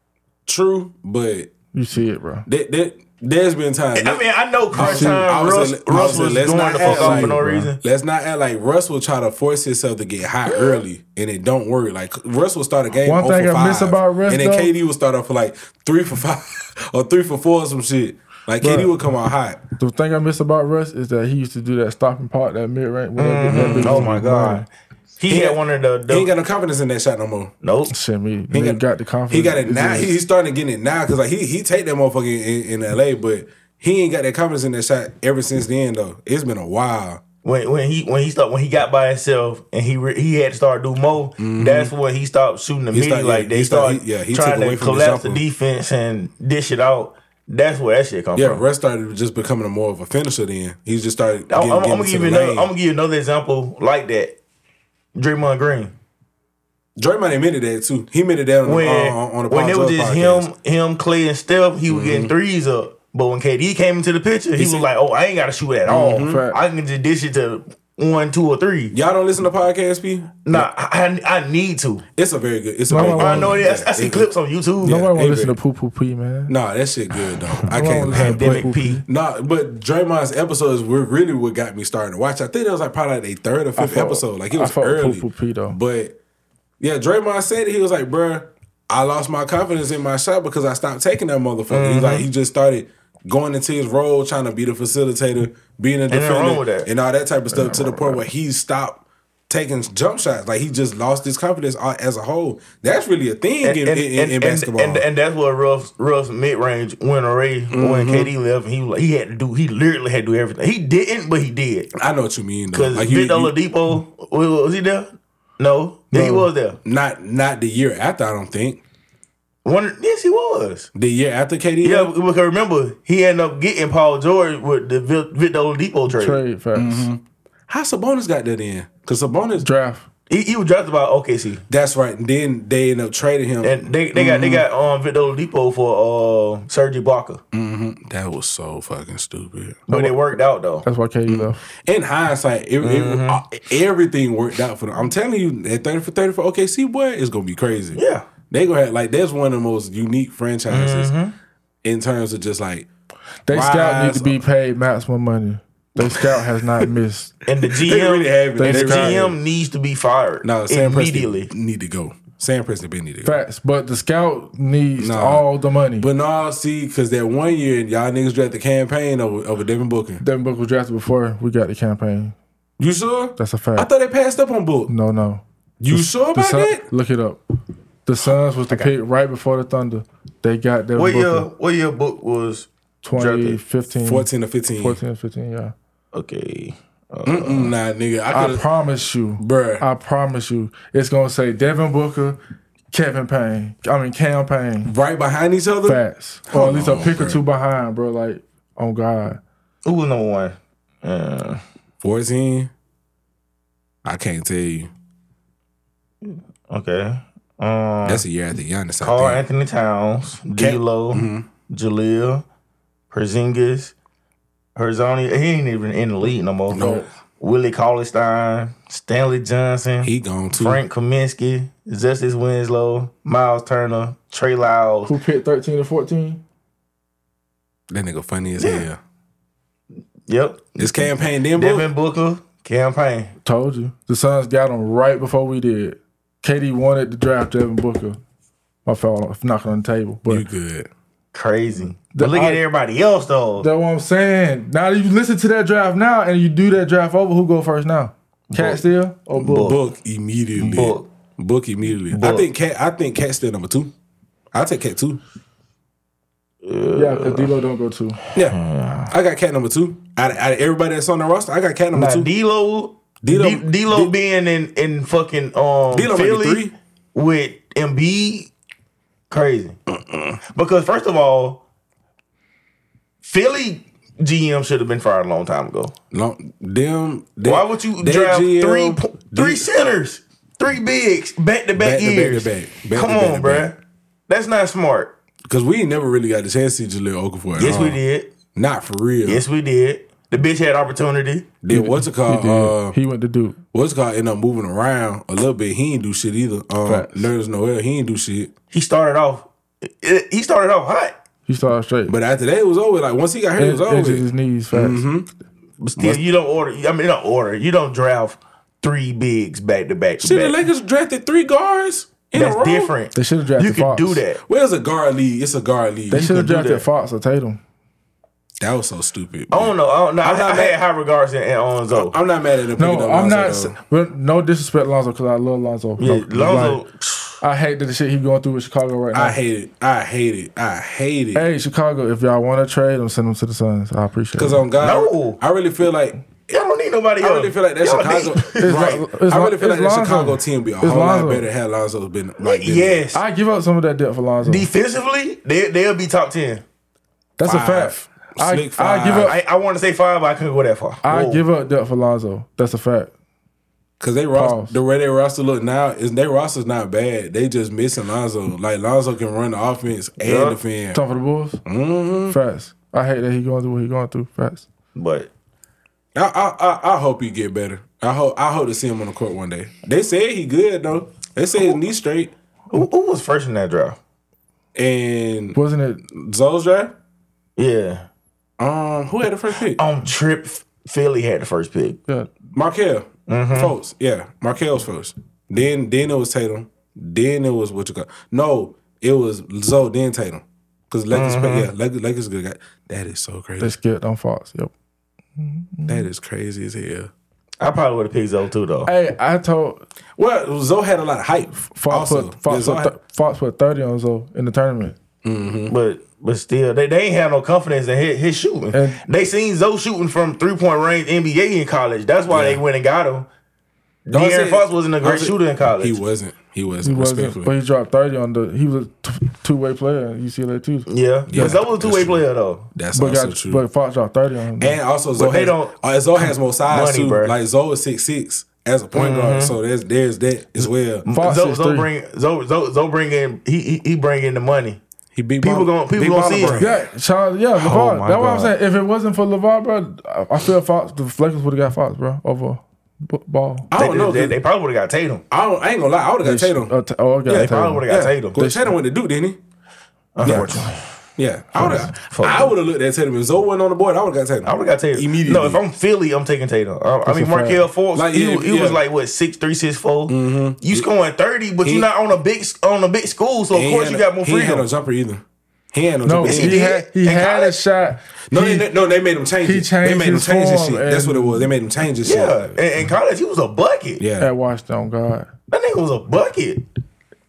S4: True, but
S5: You see it, bro.
S4: that that there's been times.
S3: I mean, I know crunch
S4: See, I
S3: time.
S4: was
S3: Russ,
S4: saying- I
S3: Russ
S4: saying,
S3: was going
S4: not
S3: the fuck
S4: act
S3: off
S4: like-
S3: for no reason.
S4: Let's not act like Russ will try to force himself to get hot early, and it don't work. Like Russ will start a game.
S5: One
S4: 0
S5: thing
S4: for
S5: I
S4: five,
S5: miss about Russ,
S4: and then
S5: though-
S4: KD will start off for like three for five or three for four or some shit. Like KD would come out hot.
S5: The thing I miss about Russ is that he used to do that stopping part, that mid range.
S4: Mm-hmm.
S3: Oh my god, he, had
S4: got-
S3: one of the. the
S4: He ain't got no confidence in that shot no more.
S3: nope.
S5: Shit, me. He got, the confidence.
S4: He got it
S5: It's
S4: now.
S5: just-
S4: He's starting to get it now because like he he take that motherfucker in, in L.A., but he ain't got that confidence in that shot ever since then though. It's been a while.
S3: When when he when he stopped when he got by himself and he re, he had to start do more. That's when he stopped shooting the media
S4: start-
S3: like
S4: yeah,
S3: they
S4: Mm-hmm. he start-
S3: started
S4: he- yeah, he took
S3: trying
S4: away
S3: to
S4: from the
S3: collapse the,
S4: jumper.
S3: defense and dish it out. That's where that shit come
S4: Yeah,
S3: from.
S4: Russ started just becoming a more of a finisher. Then he just started.
S3: I'm,
S4: Getting,
S3: I'm- I'm
S4: getting
S3: gonna
S4: to
S3: give
S4: the
S3: you another,
S4: lane.
S3: I'm gonna give you another example like that. Draymond Green
S4: Draymond admitted that too. He admitted that on,
S3: when
S4: on, on, on the
S3: when
S4: Paul
S3: it was
S4: George
S3: just
S4: podcast. Mm-hmm.
S3: him, him, Clay, and Steph, he was getting threes up. But when KD came into the picture, he, was
S4: said- Mm-hmm.
S3: like, "Oh, I ain't got to shoot at all.
S5: Fact.
S3: I can just dish it to one, two, or three.
S4: Y'all don't listen to podcasts, P.
S3: Nah, I, I I need to.
S4: It's a very good. It's a very good.
S5: no, no,
S3: I know
S4: yeah,
S3: that. I see
S4: it-
S3: clips on YouTube.
S5: Nobody want
S4: Hey,
S5: to listen
S4: man.
S5: to poo poo pee, man.
S4: Nah, that shit good though. I
S5: Nobody
S4: can't
S5: wanna listen
S4: lie.
S5: to
S4: But
S5: poo-poo
S3: Pandemic P.
S4: Nah, but Draymond's episodes were really what got me starting to watch. I think that was like probably like a third or fifth
S5: fuck-
S4: episode. Like
S5: I
S4: it was
S5: fuck with
S4: early.
S5: Poo Poo P, though.
S4: But yeah, Draymond said it. He was like, bruh, I lost my confidence in my shot because I stopped taking that motherfucker. He's
S3: Mm-hmm.
S4: like, he just started going into his role, trying to be the facilitator, being a
S3: nothing
S4: defender,
S3: wrong with that.
S4: and all that type of stuff to the point where he stopped. Taking jump shots, like he just lost his confidence a- as a whole. That's really a thing
S3: And,
S4: in,
S3: and,
S4: in- in
S3: and, and,
S4: basketball.
S3: and, and that's what Russ Russ mid range went away when KD left. He was like, he had to do. He literally had to do everything. He didn't, but he did.
S4: I know what you mean though.
S3: Because
S4: Mm-hmm. Like you,
S3: Victor
S4: you-
S3: Oladipo was, was he there? No, he was there.
S4: not not the year after. I don't think
S3: One, yes, he was.
S4: the year after KD.
S3: Yeah,
S4: left?
S3: because remember he ended up getting Paul George with the Vi- Victor Oladipo trade.
S5: Trade facts.
S4: How Sabonis got that in? Because Sabonis.
S5: Draft.
S3: He, he was drafted by OKC,
S4: That's right. And then they end up trading him.
S3: and they they got they got um Victor Oladipo for uh Serge Ibaka,
S4: that was so fucking stupid.
S3: but it worked out though.
S5: That's why KD left.
S4: In hindsight, it, it-
S3: Mm-hmm.
S4: uh, everything worked out for them. I'm telling you, that thirty for thirty for OKC boy is gonna be crazy.
S3: Yeah.
S4: they gonna have like that's one of the most unique franchises
S3: Mm-hmm.
S4: in terms of just like
S5: They scout need
S4: Rise
S5: to be paid maximum money. They scout has not missed.
S3: And the GM
S4: they really have it.
S5: They
S3: the
S5: scout.
S3: GM needs to be fired
S4: No, Sam
S3: immediately.
S4: Presti need to go. Sam Preston been needed.
S5: Facts, but the scout needs
S4: Nah.
S5: all the money.
S4: But
S5: But
S4: no, see, because that one year y'all niggas drafted the campaign over over Devin Booker.
S5: Devin Booker was drafted before we got the campaign.
S4: You sure?
S5: That's a fact.
S4: I thought they passed up on Book.
S5: no, no.
S4: You sure
S5: The
S4: about
S5: Sun-
S4: that?
S5: Look it up. The Suns was the pick right before the Thunder. They got Devin
S3: What year?
S5: Booker.
S3: What year book was? drafted?
S5: 2015. 14.
S4: Fourteen or fifteen.
S5: 14, 15, yeah.
S3: Okay.
S4: Mm-mm, nah, nigga, I
S5: I
S4: could.
S5: promise you,
S4: Bruh.
S5: I promise you, it's gonna say Devin Booker, Kevin Payne. I mean Cam Payne.
S4: Right behind each other,
S5: Fast, or at least a
S4: on,
S5: pick or
S4: bruh.
S5: two behind, bro. Like, oh God,
S3: Who was number one? Uh,
S4: fourteen. I can't tell you.
S3: okay. Um,
S4: That's a year after Giannis. I
S3: Carl
S4: think.
S3: Anthony Towns, D'Lo,
S4: Mm-hmm.
S3: Jaleel, Porzingis, Herzoni. He ain't even in the league no more.
S4: Nope.
S3: Willie Cauley-Stein, Stanley Johnson,
S4: He gone too.
S3: Frank Kaminsky, Justice Winslow, Miles Turner, Trey Lyles.
S5: who picked thirteen or fourteen?
S4: That nigga funny as hell.
S3: Yep.
S4: This campaign then Book.
S3: Devin Booker, campaign.
S5: Told you, the Suns got him right before we did. Katie wanted to draft Devin Booker. I fell off knocking on the table, but
S4: You good?
S3: Crazy. But look at
S5: I-
S3: everybody else though.
S5: that's what I'm saying. Now that you listen to that draft now, and you do that draft over, who go first now? Cat still or Book?
S4: Book immediately.
S3: Book.
S4: Book, immediately. I
S3: Book.
S4: think cat. I think cat still number two. I take cat two.
S5: Yeah, because D'Lo don't go
S4: Uh,
S5: two.
S4: Yeah,
S3: Uh.
S4: I got cat number two. Out of, out of everybody that's on the roster, I got cat number
S3: Now,
S4: two.
S3: D'Lo,
S4: D-Lo-
S3: D- D'Lo
S4: D-
S3: being in in fucking
S4: D-Lo
S3: um
S4: might be
S3: Philly
S4: three.
S3: with Embiid, crazy. Because first of all, Philly GM should have been fired a long time ago.
S4: No, them. they-
S3: Why would you
S4: that
S3: draft
S4: GM
S3: three po- three
S4: did-
S3: centers, three bigs back to
S4: Back
S3: back
S4: to back
S3: years?
S4: to back, back
S3: Come
S4: to back
S3: on,
S4: to
S3: bruh.
S4: back.
S3: That's not smart.
S4: Because we ain't never really got the chance to see Jaleel Okafor. at
S3: Yes, we
S4: all.
S3: did.
S4: Not for real.
S3: Yes, we did. The bitch had opportunity.
S4: Then what's it
S5: He
S4: called?
S5: did.
S4: Uh,
S5: he went to Duke.
S4: what's it called? End up moving around a little bit. He ain't do shit either. Um,
S5: Facts.
S4: Nerds Noel, he ain't do shit.
S3: He started off. eh, He started off hot,
S5: He started straight.
S4: But after that, it was over. Like once he got hurt, it was Mm-hmm.
S5: Injured
S4: over.
S5: his knees fast.
S3: but still, you don't order. I mean, you don't order. You don't draft three bigs back to back. to
S4: Shit, the
S3: back.
S4: Lakers drafted three guards in a
S3: That's
S4: row.
S3: different.
S5: They should have drafted
S3: You can
S5: Fox.
S3: do that.
S4: Where's a guard league? It's a guard league.
S5: They should have
S3: do
S5: drafted
S3: that.
S5: Fox or Tatum.
S4: That was so stupid.
S3: I don't know. I don't know. I,
S4: I'm not
S3: I had high regards in, in Onzo.
S4: I'm not mad at them.
S5: No,
S4: picking up
S5: I'm
S4: Lonzo,
S5: not.
S4: though.
S5: s- Well, no disrespect, Lonzo, because I love Lonzo.
S3: Yeah,
S5: No,
S3: Lonzo.
S5: like, I hate that the shit he going through with Chicago right now.
S4: I hate it. I hate it. I hate it.
S5: hey, Chicago, if y'all want to trade him, send him to the Suns. I appreciate
S4: Because
S5: it.
S4: on God,
S3: No.
S4: I really feel like
S3: Y'all don't need nobody
S4: I
S3: else.
S4: really feel like that
S3: Y'all
S4: Chicago.
S3: need-
S4: right.
S5: Lon- it's
S4: I
S5: Lon-
S4: really feel like
S5: it's
S4: that
S5: Lonzo.
S4: Chicago team be a
S5: It's
S4: whole lot
S5: Lonzo.
S4: better had Lonzo's been like this.
S3: yes.
S5: I give up some of that depth for Lonzo.
S3: Defensively, they they'll be top ten.
S5: That's
S4: five.
S5: a fact. I,
S4: Slick
S5: I give
S4: five.
S5: up. I,
S3: I, I want to say five, but I couldn't go that far. Whoa.
S5: give up depth for Lonzo. That's a fact.
S4: Because they ros-
S5: Pause.
S4: the way their roster look now is their roster's not bad. They just missing Lonzo. Like Lonzo can run the offense and
S3: Yeah.
S4: defend.
S5: Time for the Bulls.
S4: Mm-hmm.
S5: Facts. I hate that he going through what he going through. Facts.
S3: But
S4: I, I I I hope he get better. I hope I hope to see him on the court one day. They said he good though. They said his knee straight.
S3: who, who was first in that draft?
S4: And
S5: Wasn't it?
S4: Zoe's draft.
S3: Yeah,
S4: Um, who had the first pick?
S3: on trip, Philly had the first pick.
S5: Yeah.
S4: Markel.
S3: Mm-hmm.
S4: Folks, yeah. Markel's first. Then then it was Tatum. Then it was what you call No, it was Zoe, then Tatum. Because
S3: Mm-hmm.
S4: Lakers, pick- yeah, Lakers, Lakers good guy. That is so crazy.
S5: They skipped on Fox. Yep.
S4: that is crazy as hell.
S3: I probably would have picked Zoe too, though.
S5: Hey, I told
S4: Well, Zoe had a lot of hype.
S5: Fox
S4: also.
S5: put Fox,
S4: Yeah, Zoe
S5: put,
S4: had-
S5: th- Fox put thirty on Zo in the tournament.
S3: But but still, they, they ain't have no confidence in his, his shooting.
S5: And-
S3: they seen Zoe shooting from three point range NBA in college. That's why they went and got him.
S4: Don't
S3: De'Aaron
S4: say-
S3: Fox wasn't a
S4: don't
S3: great
S4: say-
S3: shooter in college.
S4: He wasn't. He wasn't.
S5: He wasn't,
S4: respectfully.
S5: but he dropped thirty on the. He was a t- two way player at UCLA too.
S3: Yeah,
S4: Yeah,
S3: but Zoe was a two way
S4: that's true.
S3: player though.
S4: That's
S5: But
S4: also
S5: got,
S4: true.
S5: but Fox dropped thirty on him.
S4: and also Zoe
S3: they
S4: has,
S3: don't-
S4: uh, Zoe has more size
S3: Money,
S4: too.
S3: bruh. Mm-hmm.
S4: Like Zoe is six six as a point guard. So there's there's that as well.
S5: Fox
S3: Zoe,
S5: is
S3: Zoe
S5: three.
S3: bring Zoe, Zoe, Zoe bring in he, he he bring in the money.
S4: He beat
S3: People
S4: Ball-
S3: gonna- people
S4: beat
S3: gonna
S4: Baller
S3: see it.
S4: Brand.
S5: yeah, Charles, yeah,
S3: Oh,
S5: LeVar.
S3: my
S5: That's what I'm
S3: God.
S5: saying. If it wasn't for LeVar, bro, I, I feel Fox. The Lakers would have got Fox, bro, over B- Ball.
S4: I
S3: They,
S4: don't know.
S3: they,
S4: Oh, dude.
S3: they probably would have got Tatum.
S4: I, don't, I ain't gonna lie. I would have got Tatum.
S5: Uh, t- oh, I got
S4: Yeah,
S5: yeah,
S4: they
S3: Probably would have
S4: yeah,
S3: got Tatum.
S4: Tatum. Tatum went to Duke, didn't he?
S3: Unfortunately,
S4: Yeah, I would have.
S3: Fuck.
S4: I would have looked at Tatum. If Zoe wasn't on the board, I would have got Tatum.
S3: I would have got Tatum
S4: immediately.
S3: No, if I'm Philly, I'm taking Tatum. I, I mean,
S5: a fact.
S3: Markel Fultz,
S4: Like,
S3: he,
S4: yeah,
S3: he was
S4: yeah. Mm-hmm.
S3: like what six three six four. You scoring thirty, but you're not on a big on a big school, so
S4: He
S3: of
S4: ain't
S3: course
S4: had
S3: you
S4: no-
S3: got more
S4: He ain't had no
S3: freedom.
S4: jumper either. He ain't no,
S5: No,
S4: jumper.
S3: Yes, he
S5: he
S3: did.
S5: had he
S3: In
S5: had a
S3: college?
S5: shot.
S4: No,
S5: He-
S4: they, no, they made him change
S5: he
S4: it. They
S5: changed
S4: made him
S5: his
S4: change his
S5: form
S4: shit. That's
S5: and-
S4: what it was. They made him change his
S3: Yeah,
S4: shit.
S3: in, in college he was a bucket.
S4: Yeah.
S5: At Washington, God.
S3: that nigga was a bucket.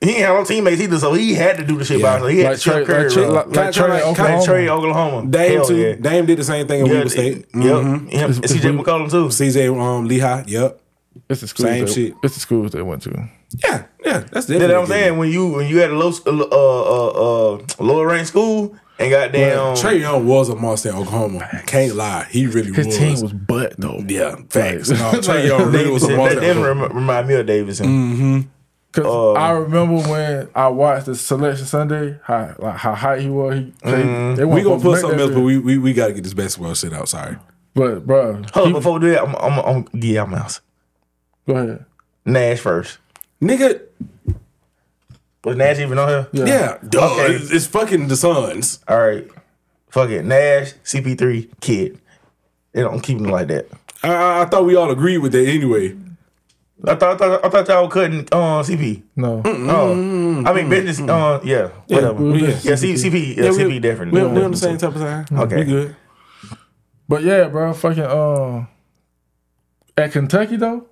S3: He ain't had no teammates either, so he had to do the shit
S4: Yeah.
S3: by himself. He had
S5: Like
S3: to Steph
S5: Trey,
S3: Curry.
S5: like Trey,
S3: bro.
S5: like, like
S4: Kinda-
S5: Trey,
S4: kinda-
S3: Like
S5: Oklahoma.
S3: Trey, Oklahoma.
S4: Dame
S3: Hell
S4: too.
S3: yeah.
S4: Dame did the same thing in
S3: Yeah,
S4: Weber State.
S3: Yep. Him,
S5: It's- it's
S3: CJ
S5: Weber-
S3: McCollum too.
S4: CJ um, Lehigh. Yep.
S5: It's the schools.
S4: Same
S5: they,
S4: shit.
S5: It's the schools they went to.
S4: Yeah. Yeah. That's
S3: That's
S4: definitely
S3: what I'm saying. When you when you had a low uh, uh, uh, lower ranked school and goddamn
S4: Trey Young was a monster in Oklahoma. Can't lie. He really
S5: His
S4: was.
S5: team was butt though.
S4: yeah, facts. No, Trey Young really was a
S3: That-
S4: monster.
S3: that
S4: in
S3: didn't
S4: Oklahoma.
S3: rem- remind me of Davidson.
S5: Cause
S4: Uh,
S5: I remember when I watched the selection Sunday, how like how hot he was. He, they, they
S4: Mm-hmm. We
S5: weren't
S4: gonna
S5: supposed
S4: put
S5: to
S4: something
S5: make
S4: else,
S5: that
S4: but we we, we gotta get this basketball shit out. Sorry.
S5: bid. but bro,
S3: Hold up, before we do that, I'm I'm, I'm yeah, I'm out.
S5: go ahead.
S3: Nash first.
S4: Nigga,
S3: Was Nash even on here?
S5: Yeah.
S4: yeah, duh.
S3: Okay.
S4: It's, it's fucking the Suns.
S3: All right, fuck it. Nash, CP3, kid. They don't keep him like that.
S4: I- I, I thought we all agreed with that anyway.
S3: I thought I thought, I thought y'all were cutting uh, CP.
S5: No,
S3: Oh, I mean business. Uh, yeah, whatever.
S4: we-
S3: Yeah,
S4: Mm-hmm. yeah.
S3: C- CP, yeah, CP, definitely.
S4: We're, on the same type of side.
S3: Okay.
S4: We good.
S5: but yeah, bro, fucking um, at Kentucky though,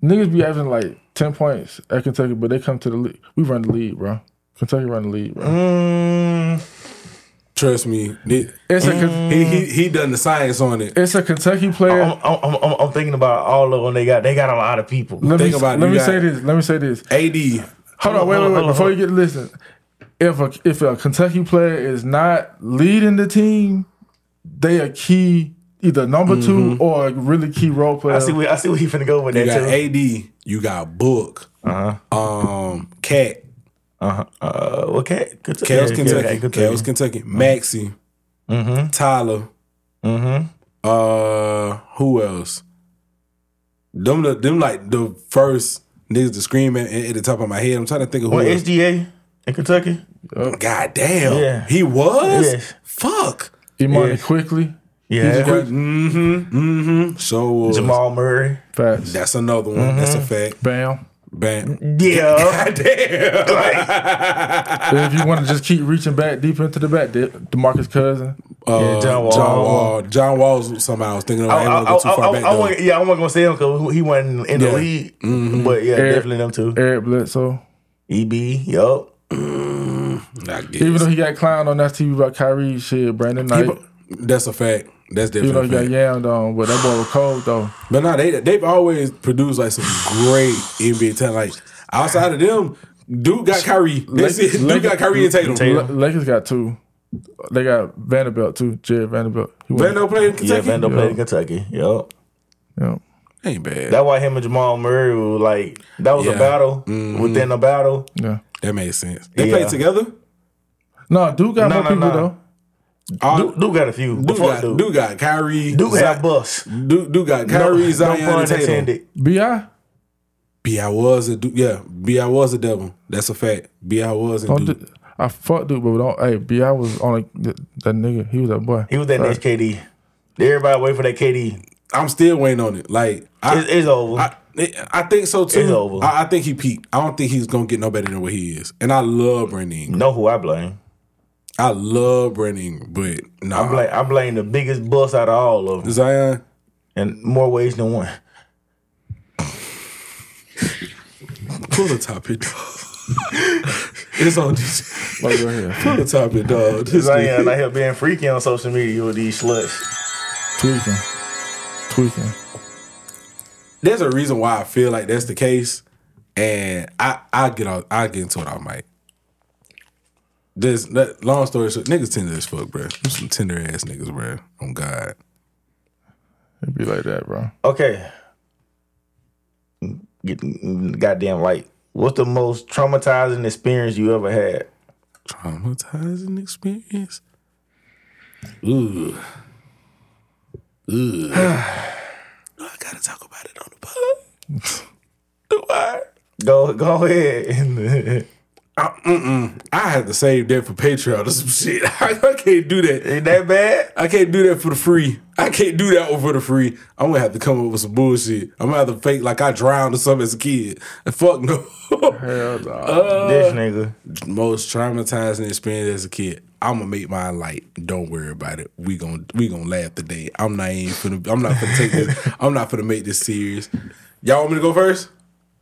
S5: niggas be averaging like ten points at Kentucky, but they come to the league. We run the lead, bro. Kentucky run the lead, bro.
S3: Mm,
S4: Trust me. It-
S5: It's a Ken-
S4: Mm. He, he he done the science on it.
S5: it's a Kentucky player.
S3: I'm, I'm, I'm, I'm thinking about all of them. They got they got a lot of people.
S5: let me
S4: think about it,
S5: let
S4: you
S5: me
S4: got-
S5: say this. Let me say this.
S4: AD.
S3: Hold
S5: Hold on, wait, wait,
S3: on,
S5: wait.
S3: hold on,
S5: Before
S3: hold
S5: you get to listen, if a if a Kentucky player is not leading the team, they a key either number two or a really key role player.
S3: Mm-hmm. I see where I see where he finna go with
S4: You
S3: that
S4: got
S3: too.
S4: AD. You got Book.
S3: Uh-huh.
S4: Um, Cat.
S3: Uh, what cat? Kentucky.
S4: Cal's
S3: Yeah,
S4: Kentucky.
S3: yeah, Kentucky.
S4: Cal's Kentucky. Maxie.
S3: Mm-hmm.
S4: Tyler. Uh, who else? Them the them like the first niggas to scream at, at the top of my head. I'm trying to think of who.
S3: Well,
S4: else.
S3: SGA in Kentucky.
S4: God damn.
S3: Yeah.
S4: He was.
S3: Yes.
S4: Fuck.
S5: Imani quickly.
S3: Yeah,
S4: Mm-hmm. Mm-hmm. So was.
S3: Jamal Mm-hmm. Murray.
S5: Facts.
S4: That's another one. That's a fact.
S5: Bam.
S3: Mm-hmm.
S4: Bam.
S3: Yeah,
S4: Damn.
S3: like,
S5: if you want to just keep reaching back deep into the back, De- Demarcus Cousin.
S4: Uh,
S3: John Wall.
S4: John Wall. John Wall's somebody I was thinking of. I,
S3: I,
S4: ain't
S3: I,
S4: gonna
S3: I,
S4: go too far
S3: I,
S4: back
S3: I,
S4: though.
S3: wasn't- yeah, I wasn't gonna say him because he wasn't in the
S4: Yeah. Mm-hmm.
S3: league. But yeah, definitely them two.
S5: Eric Bledsoe.
S3: EB, yup.
S4: I guess.
S5: Even though he got clowned on that TV about Kyrie shit, Brandon Knight.
S4: That's a fact. That's
S5: even though he
S4: definitely a
S5: got
S4: fact.
S5: yammed on, but that boy was cold though.
S4: But no, they they've always produced like some great NBA talent. Like outside of them, dude got Kyrie. That's
S5: Lake-
S4: it. Dude
S5: Lake-
S4: got Kyrie and Tatum.
S3: Tatum.
S5: La- Lakers got two. They got Vanderbilt too. Jared Vanderbilt. He won-
S4: Vando played in Kentucky.
S3: Yeah, Vando played in Kentucky. Yup.
S5: Yeah.
S4: Ain't bad. That,
S3: That's why him and Jamal Murray were like that was
S4: Yeah. Mm-hmm.
S3: a battle within a battle.
S5: Yeah.
S4: makes sense. They
S3: Yeah.
S4: played together.
S5: No, Duke got
S3: No,
S5: more
S3: no,
S5: people
S3: no.
S5: though.
S4: All,
S3: Duke, Duke got a few.
S4: Duke
S3: Duke,
S4: got,
S3: fuck Duke. Duke,
S4: Duke got Kyrie.
S3: had bus.
S4: Duke, Duke got Kyrie, Zion, and Tatum.
S5: Bi.
S4: B I was a dude. Yeah, B I was a devil. That's a fact. B I was a
S5: Don't
S4: dude.
S5: do, I fuck Duke, but don't. Hey, Bi was on a, that, that nigga. He was that boy.
S3: He was that next KD. Everybody wait for that KD.
S4: I'm still waiting on it. Like I,
S3: It's, it's over.
S4: I, I think so too.
S3: It's over.
S4: I, I think he peaked. I don't think he's gonna get no better than what he is. And I love Brandon. Ingram.
S3: know who I blame?
S4: I love Brandon, Ingram, but
S3: I
S4: nah,
S3: blame I blame the biggest bust out of all of them,
S4: Zion.
S3: in more ways than one.
S4: Pull a topic. it's on. this-
S5: Like right here,
S4: Pull a topic, dog. This
S3: Zion
S4: nigga-
S3: out here being freaky on social media with these sluts.
S5: tweaking, tweaking.
S4: There's a reason why I feel like that's the case, and I I get out. I get into it. I might. This that, long story short, niggas tender as fuck, bro. Some tender ass niggas, bro. On God.
S5: It'd be like that, bro.
S3: Okay. Get- Goddamn light. What's the most traumatizing experience you ever had?
S4: traumatizing experience. Ooh. Ooh. no, I gotta talk about it on the pod. Do I?
S3: Go go ahead.
S4: I, mm-mm. I have to save that for Patreon or some shit. I, can't do that.
S3: Ain't that bad?
S4: I can't do that for the free. I can't do that one for the free. I'm gonna have to come up with some bullshit. I'm gonna have to fake like I drowned or something as a kid. And fuck no.
S5: Hell no.
S3: this nigga.
S4: Most traumatizing experience as a kid. I'm gonna make mine light. Don't worry about it. We gonna we gonna laugh today. I'm not even finna. I'm not gonna take this. I'm not gonna make this serious. Y'all want me to go first?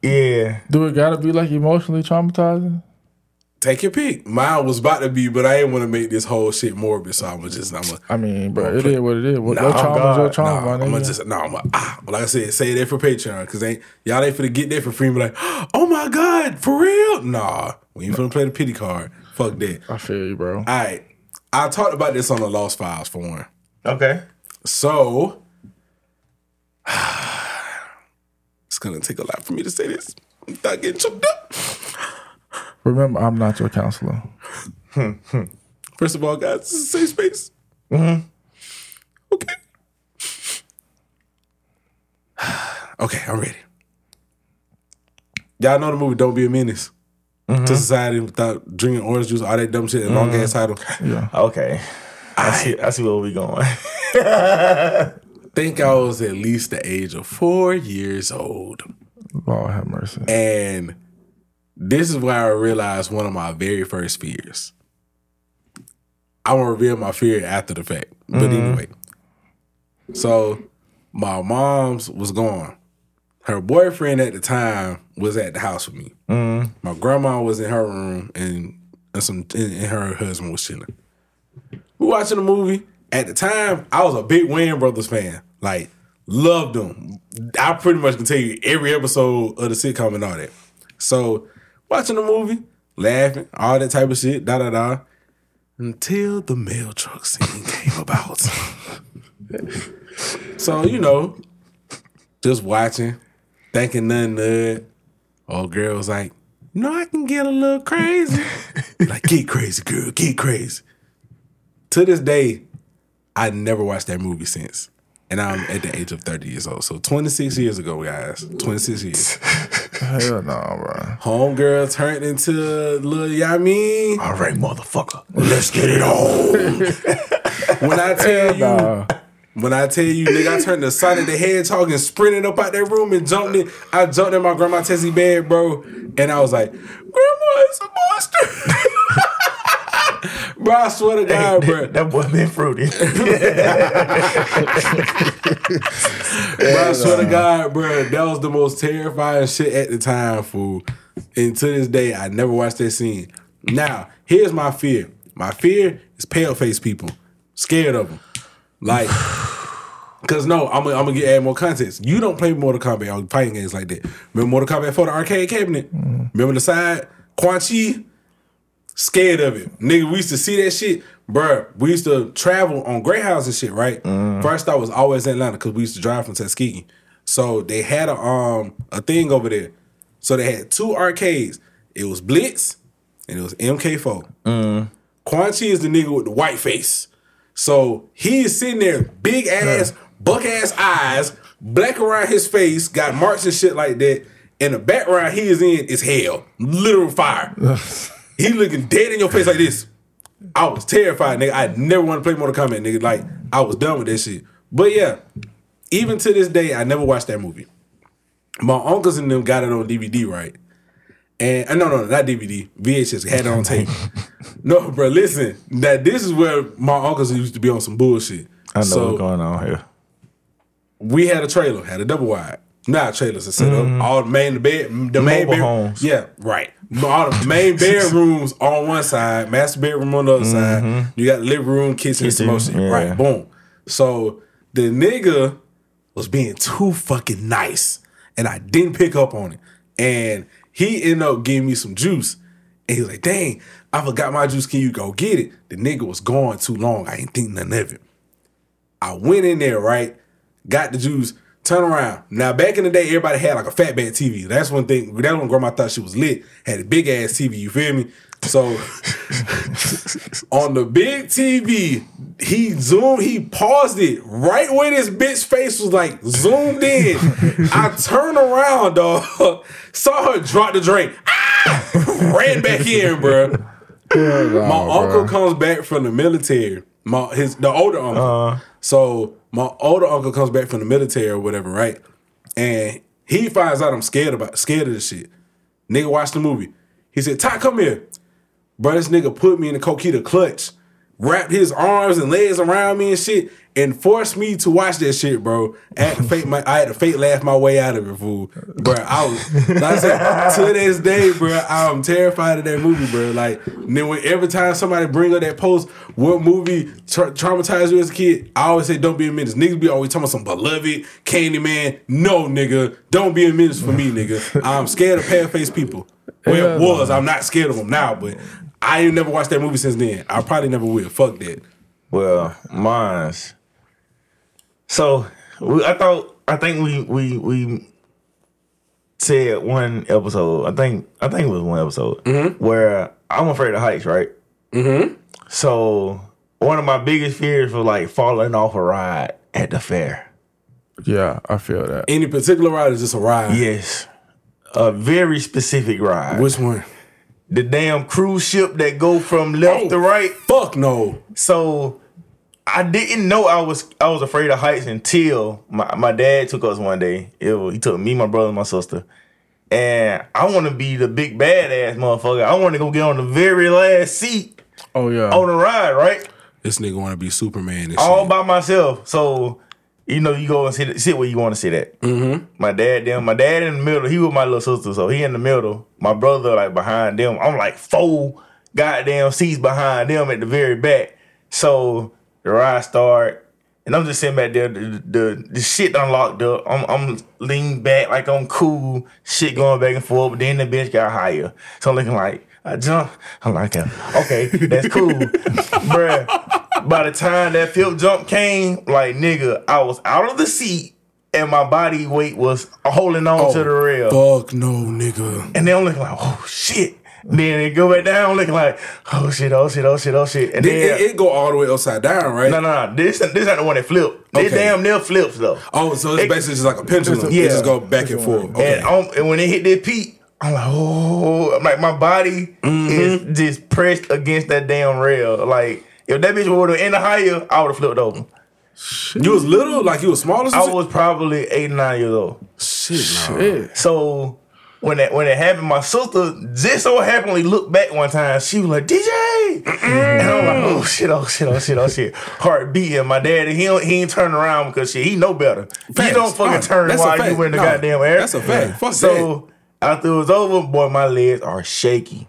S3: Yeah.
S5: Do it gotta be like emotionally traumatizing?
S4: Take your pick. Mine was about to be, but I didn't want to make this whole shit morbid, so I'm gonna just I'm gonna.
S5: I mean, bro, it is what it is. What
S4: Nah,
S5: your
S4: I'm
S5: trauma's your
S3: God.
S5: trauma, my
S4: Nah, I'm
S5: nigga.
S4: gonna just no. I'm gonna, ah, like I said, say that for Patreon because ain't y'all ain't finna get that for free. and Be like, oh my god, for real? Nah, we ain't finna play the pity card. Fuck that.
S5: I feel you, bro.
S4: All right, I talked about this on the Lost Files for one.
S3: Okay.
S4: So it's gonna take a lot for me to say this. Without getting choked up.
S5: Remember, I'm not your counselor.
S4: First of all, guys, this is a safe space. Okay. okay, I'm ready. Y'all know the movie Don't Be a Menace to Society without drinking orange juice, all that dumb shit, and long ass title.
S3: Okay. I see. I see where we going.
S4: think I was at least the age of four years old.
S5: Lord have mercy.
S4: And this is where I realized one of my very first fears. I won't reveal my fear after the fact. But anyway. So my mom's was gone. Her boyfriend at the time was at the house with me. My grandma was in her room and, and some and, and her husband was chilling. We watching the movie. At the time, I was a big Wayne Brothers fan. Like, loved them. I pretty much can tell you every episode of the sitcom and all that. So, watching the movie, laughing, all that type of shit, da da da. Until the mail truck scene came about. so, you know, just watching, thinking nothing of it. Old girl was like, you know, I can get a little crazy. like, get crazy, girl, get crazy to this day, I never watched that movie since. And I'm at the age of 30 years old. So 26 years ago, guys. 26 years.
S5: Hell no, bro.
S4: Homegirl turned into Lil Yami.
S3: All right, motherfucker. Uh, Let's get it on.
S4: When I tell you,
S5: Nah,
S4: when I tell you, nigga, I turned the Sonic the Hedgehog and sprinted up out that room and jumped in. I jumped in my grandma Tessie's bed, bro. And I was like, Grandma, it's a monster. bro, I swear to God, bro.
S3: that boy been fruity.
S4: Bro, I swear to God, bro, that was the most terrifying shit at the time, fool. And to this day, I never watched that scene. Now, here's my fear. My fear is pale face people. Scared of them. Like, cause no, I'm gonna I'm gonna get add more context. You don't play Mortal Kombat or fighting games like that. Remember Mortal Kombat for the arcade cabinet? Remember the side Quan Chi? scared of it. Nigga, we used to see that shit. Bruh, we used to travel on Greyhounds and shit, right? First, I was always in Atlanta because we used to drive from Tuskegee. So they had a um a thing over there. So they had two arcades. It was Blitz and it was MK4. Quan Chi is the nigga with the white face. So he is sitting there, big ass, buck ass eyes, black around his face, got marks and shit like that. And the background he is in is hell, literal fire. He looking dead in your face like this. I was terrified, nigga. I never want to play Mortal Kombat, nigga. Like I was done with that shit. But yeah, even to this day, I never watched that movie. My uncles and them got it on DVD, right? And uh, no, no, not DVD. VHS had it on tape. no, bro, listen. That this is where my uncles used to be on some bullshit.
S3: I know
S4: So-
S3: what's going on here.
S4: we had a trailer, had a double wide. Not trailers to set up. All the main the bed, the main
S3: Mm-hmm. Mobile
S4: bed,
S3: homes.
S4: yeah, right. All the main bedrooms on one side, master bedroom on the other side. You got living room, kitchen, and some
S3: Mm-hmm. Kitchen,
S4: more shit.
S3: yeah.
S4: right? Boom. So the nigga was being too fucking nice, and I didn't pick up on it. And he ended up giving me some juice, and he was like, "Dang, I forgot my juice. Can you go get it?" The nigga was gone too long. I ain't think nothing of it. I went in there, right? Got the juice, turn around. Now back in the day, everybody had like a fat bad TV. That's one thing. That's when grandma thought she was lit. Had a big ass TV, you feel me? So on the big TV, he zoomed, he paused it right where this bitch face was like zoomed in. I turned around, dog, saw her drop the drink. Ah! ran back in, bro. My uncle comes back from the military. My his the older uncle. So my older uncle comes back from the military or whatever, right? And he finds out I'm scared about scared of this shit. Nigga watch the movie. He said, Ty, come here. Bro, this nigga put me in the Coquita clutch, wrapped his arms and legs around me and shit, and forced me to watch that shit, bro. I had to fake my I had to fake laugh my way out of it, fool. Bro, I was like I said, to this day, bro, I'm terrified of that movie, bro. Like, and then when every time somebody bring up that post, what movie tra- traumatized you as a kid? I always say, don't be a menace. Niggas be always talking about some beloved Candyman. No, nigga, don't be a menace for me, nigga. I'm scared of pale faced people. Well, it
S5: Yeah.
S4: was. I'm not scared of them now, but I ain't never watched that movie since then. I probably never will. Fuck that.
S3: Well, mine's. So we, I thought I think we we we said one episode. I think I think it was one episode where I'm afraid of heights, right? Mm-hmm. So one of my biggest fears was like falling off a ride at the fair.
S5: Yeah, I feel that.
S4: Any particular ride is just a ride.
S3: Yes, a very specific ride.
S4: Which one?
S3: the damn cruise ship that go from left
S4: Oh.
S3: to right.
S4: Fuck no.
S3: So I didn't know I was I was afraid of heights until my, my dad took us one day. It was, he took me, my brother, and my sister. And I want to be the big badass motherfucker. I want to go get on the very last seat
S5: Oh yeah.
S3: on the ride, right?
S4: This nigga want to be Superman and
S3: All
S4: shit.
S3: by myself. So you know, you go and sit sit where you want to sit at. Mm-hmm. My dad, them, my dad in the middle. He with my little sister, so he in the middle. My brother like behind them. I'm like four goddamn seats behind them at the very back. So the ride start, and I'm just sitting back there. The the, the shit unlocked up. I'm I'm leaning back like I'm cool. Shit going back and forth. But then the bitch got higher, so I'm looking like. I jump. I'm like, okay, that's cool, bruh. By the time that fifth jump came, like nigga, I was out of the seat and my body weight was holding on to the rail.
S4: Oh, Fuck no, nigga.
S3: And then I'm looking like, oh shit. Then it go back down, looking like, oh shit, oh shit, oh shit, oh shit. And
S4: It,
S3: then
S4: it, it go all the way upside down, right?
S3: no, no, no, this this not the one that flipped. This
S4: Okay.
S3: damn near flips though.
S4: Oh, so it's
S3: It-
S4: basically just like a pendulum.
S3: Yeah.
S4: It just go back and forth. Okay.
S3: And, um, and when it hit that peak, I'm like, oh, I'm like my body
S4: Mm-hmm.
S3: is just pressed against that damn rail. Like if that bitch would have ended higher, I would have flipped over.
S4: you was little, like you was small or
S3: I
S4: something?
S3: was probably eight, nine years old.
S4: Shit, no.
S5: Yeah.
S3: So when it when it happened, my sister just so happenly looked back one time. She was like, DJ, and I'm like, oh shit, oh shit, oh shit, oh shit. Heart beating. My daddy, he don't- he ain't turn around because shit, he know better.
S4: Facts.
S3: He don't fucking
S4: No,
S3: turn
S4: that's a
S3: while
S4: fact.
S3: you in the
S4: No,
S3: goddamn air.
S4: that's a fact. Fuck
S3: so after it was over, boy, my legs are shaky.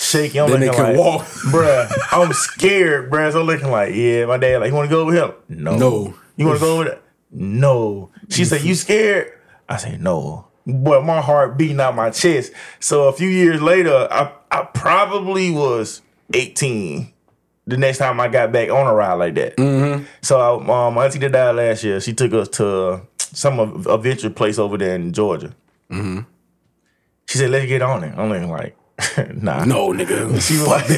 S3: Shaky. I'm
S4: Then they
S3: looking
S4: can
S3: like,
S4: walk.
S3: bruh. I'm scared, bruh. So I'm looking like, yeah, my dad, like, you want to go over here? No.
S4: No.
S3: You want to go over there? No. She said, You scared? I said, No. But my heart beating out my chest. So a few years later, I, I probably was 18 the next time I got back on a ride like that.
S4: Mm-hmm.
S3: So I, um, my auntie that died last year, she took us to some av- adventure place over there in Georgia.
S4: Mm-hmm.
S3: She said, Let's get on it. I'm looking like, Nah.
S4: No, nigga.
S3: She was like,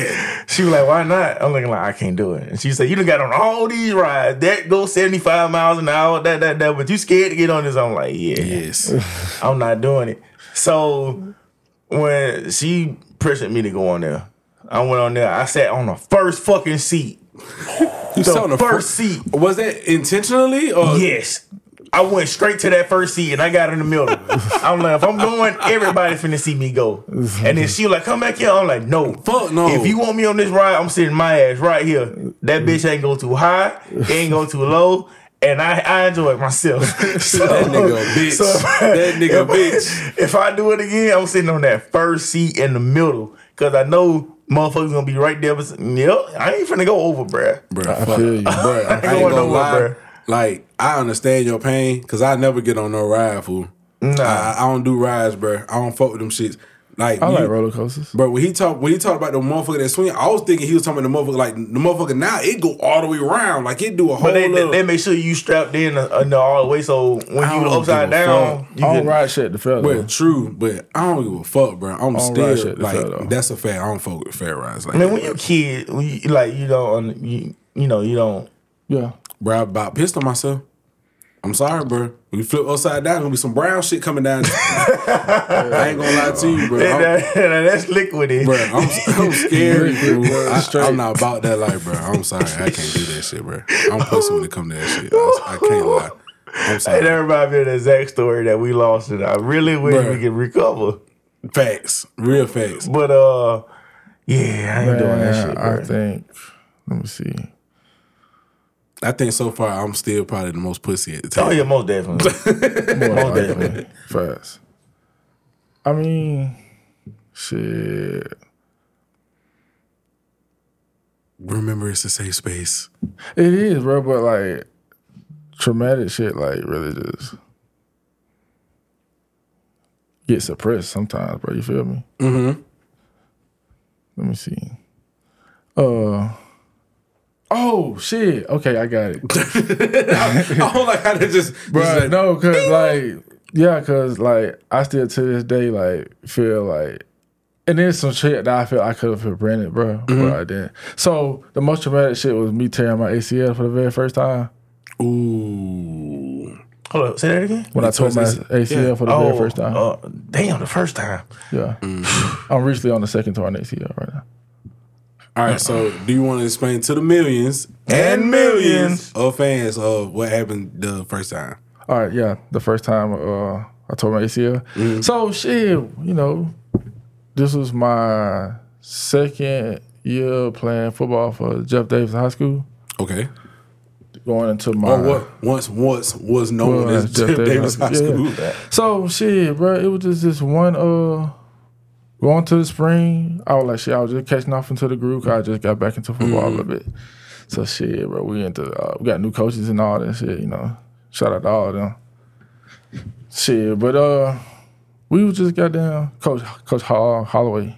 S3: she was like, why not? I'm looking like I can't do it. And she said, you done got on all these rides that go 75 miles an hour, that that that. But you scared to get on this? I'm like, yeah,
S4: Yes.
S3: I'm not doing it. So when she pressured me to go on there, I went on there. I sat on the first fucking seat.
S4: You
S3: The
S4: sat on
S3: first
S4: fir-
S3: seat.
S4: Was that intentionally or
S3: Yes. I went straight to that first seat and I got in the middle. I'm like, if I'm going, everybody finna see me go. And then she like, come back here. I'm like, no.
S4: Fuck no.
S3: If you want me on this ride, I'm sitting my ass right here. That bitch ain't go too high, ain't go too low, and I, I enjoy myself. So-
S4: That nigga a bitch. That nigga a
S3: if,
S4: bitch.
S3: If I do it again, I'm sitting on that first seat in the middle because I know motherfuckers gonna be right there. But yep, I ain't finna go over, bruh.
S4: Bruh,
S5: I
S4: fuck.
S5: feel you, bro.
S4: I ain't
S3: going
S4: gonna
S3: nowhere,
S4: lie.
S3: bruh.
S4: Like, I understand your pain because I never get on no ride, fool.
S3: Nah.
S4: I, I don't do rides, bruh. I don't fuck with them shits. Like,
S5: I
S4: you-
S5: like roller coasters.
S4: But when he talked when he talked about the motherfucker that swing, I was thinking he was talking about the motherfucker like the motherfucker now it go all the way around like it do a whole
S3: But they, they,
S4: little.
S3: they make sure you strapped in uh, uh, all the way, so when
S4: I
S3: you
S4: don't
S3: upside
S4: give a
S3: down, you
S5: I
S3: can,
S5: don't ride shit at the fair.
S4: Well,
S5: though.
S4: true, but I don't give a fuck, bro. I'm
S5: don't ride
S4: still
S5: shit to fair, though.
S4: like that's a fair. I don't fuck with fair rides like
S3: I mean,
S4: that.
S3: when you kid, when you, like you don't, you, you know, you don't.
S5: Yeah.
S4: bro. I about pissed on myself. I'm sorry, bro. We flip upside down, gonna be some brown shit coming down. I ain't gonna lie to you, bro. I'm,
S3: That- that- that's liquidy.
S4: bro, I'm, I'm scared. bro. I,
S5: Straight.
S4: am not about that life, bro. I'm sorry. I can't do that shit, bro. I'm pussy when it comes to that shit. I, I can't lie. I'm
S3: Hey,
S4: sorry.
S3: that reminds me of that Zach story that we lost, and I really wish
S4: Bruh.
S3: we could recover.
S4: Facts. Real facts.
S3: But uh, yeah, I ain't doing that shit,
S5: I
S3: bro.
S5: think. Let me see.
S4: I think so far I'm still probably the most pussy at the time.
S3: Oh yeah, most definitely.
S5: More
S3: definitely.
S5: likely. Fast. I mean, shit.
S4: Remember it's a safe space.
S5: It is, bro, but like traumatic shit, like really just get suppressed sometimes, bro. You feel me? Mm-hmm. Let me see. Uh oh shit. Okay, I got it.
S4: I don't like how they just,
S5: Bruh,
S4: just like,
S5: no, cause like, yeah, cause like, I still to this day like feel like, and there's some shit that I feel I could have prevented, bro, but I didn't. So the most traumatic shit was me tearing my ACL for the very first time
S4: ooh.
S3: Hold up, say that again.
S5: when I tore my ACL for the very first time.
S3: uh, damn, the first time.
S5: Yeah, I'm recently on the second torn ACL right now.
S4: All right, so do you want to explain to the millions
S3: And millions.
S4: of fans of what happened the first time?
S5: All right, yeah, the first time uh, I tore my ACL. So shit, you know, this was my second year playing football for Jeff Davis High School.
S4: Okay.
S5: Going into my
S4: Or Oh, what once once was known
S5: Well,
S4: as
S5: Jeff
S4: Jeff Davis
S5: Davis.
S4: High
S5: Yeah,
S4: School.
S5: So shit, bro, it was just this one uh going to the spring. I was like, shit, I was just catching off into the groove. 'cause I just got back into football
S4: Mm-hmm.
S5: a little bit. So shit, bro, we into uh, we got new coaches and all that shit. You know, shout out to all of them. Shit, but uh, we was just goddamn coach Coach Hall Holloway.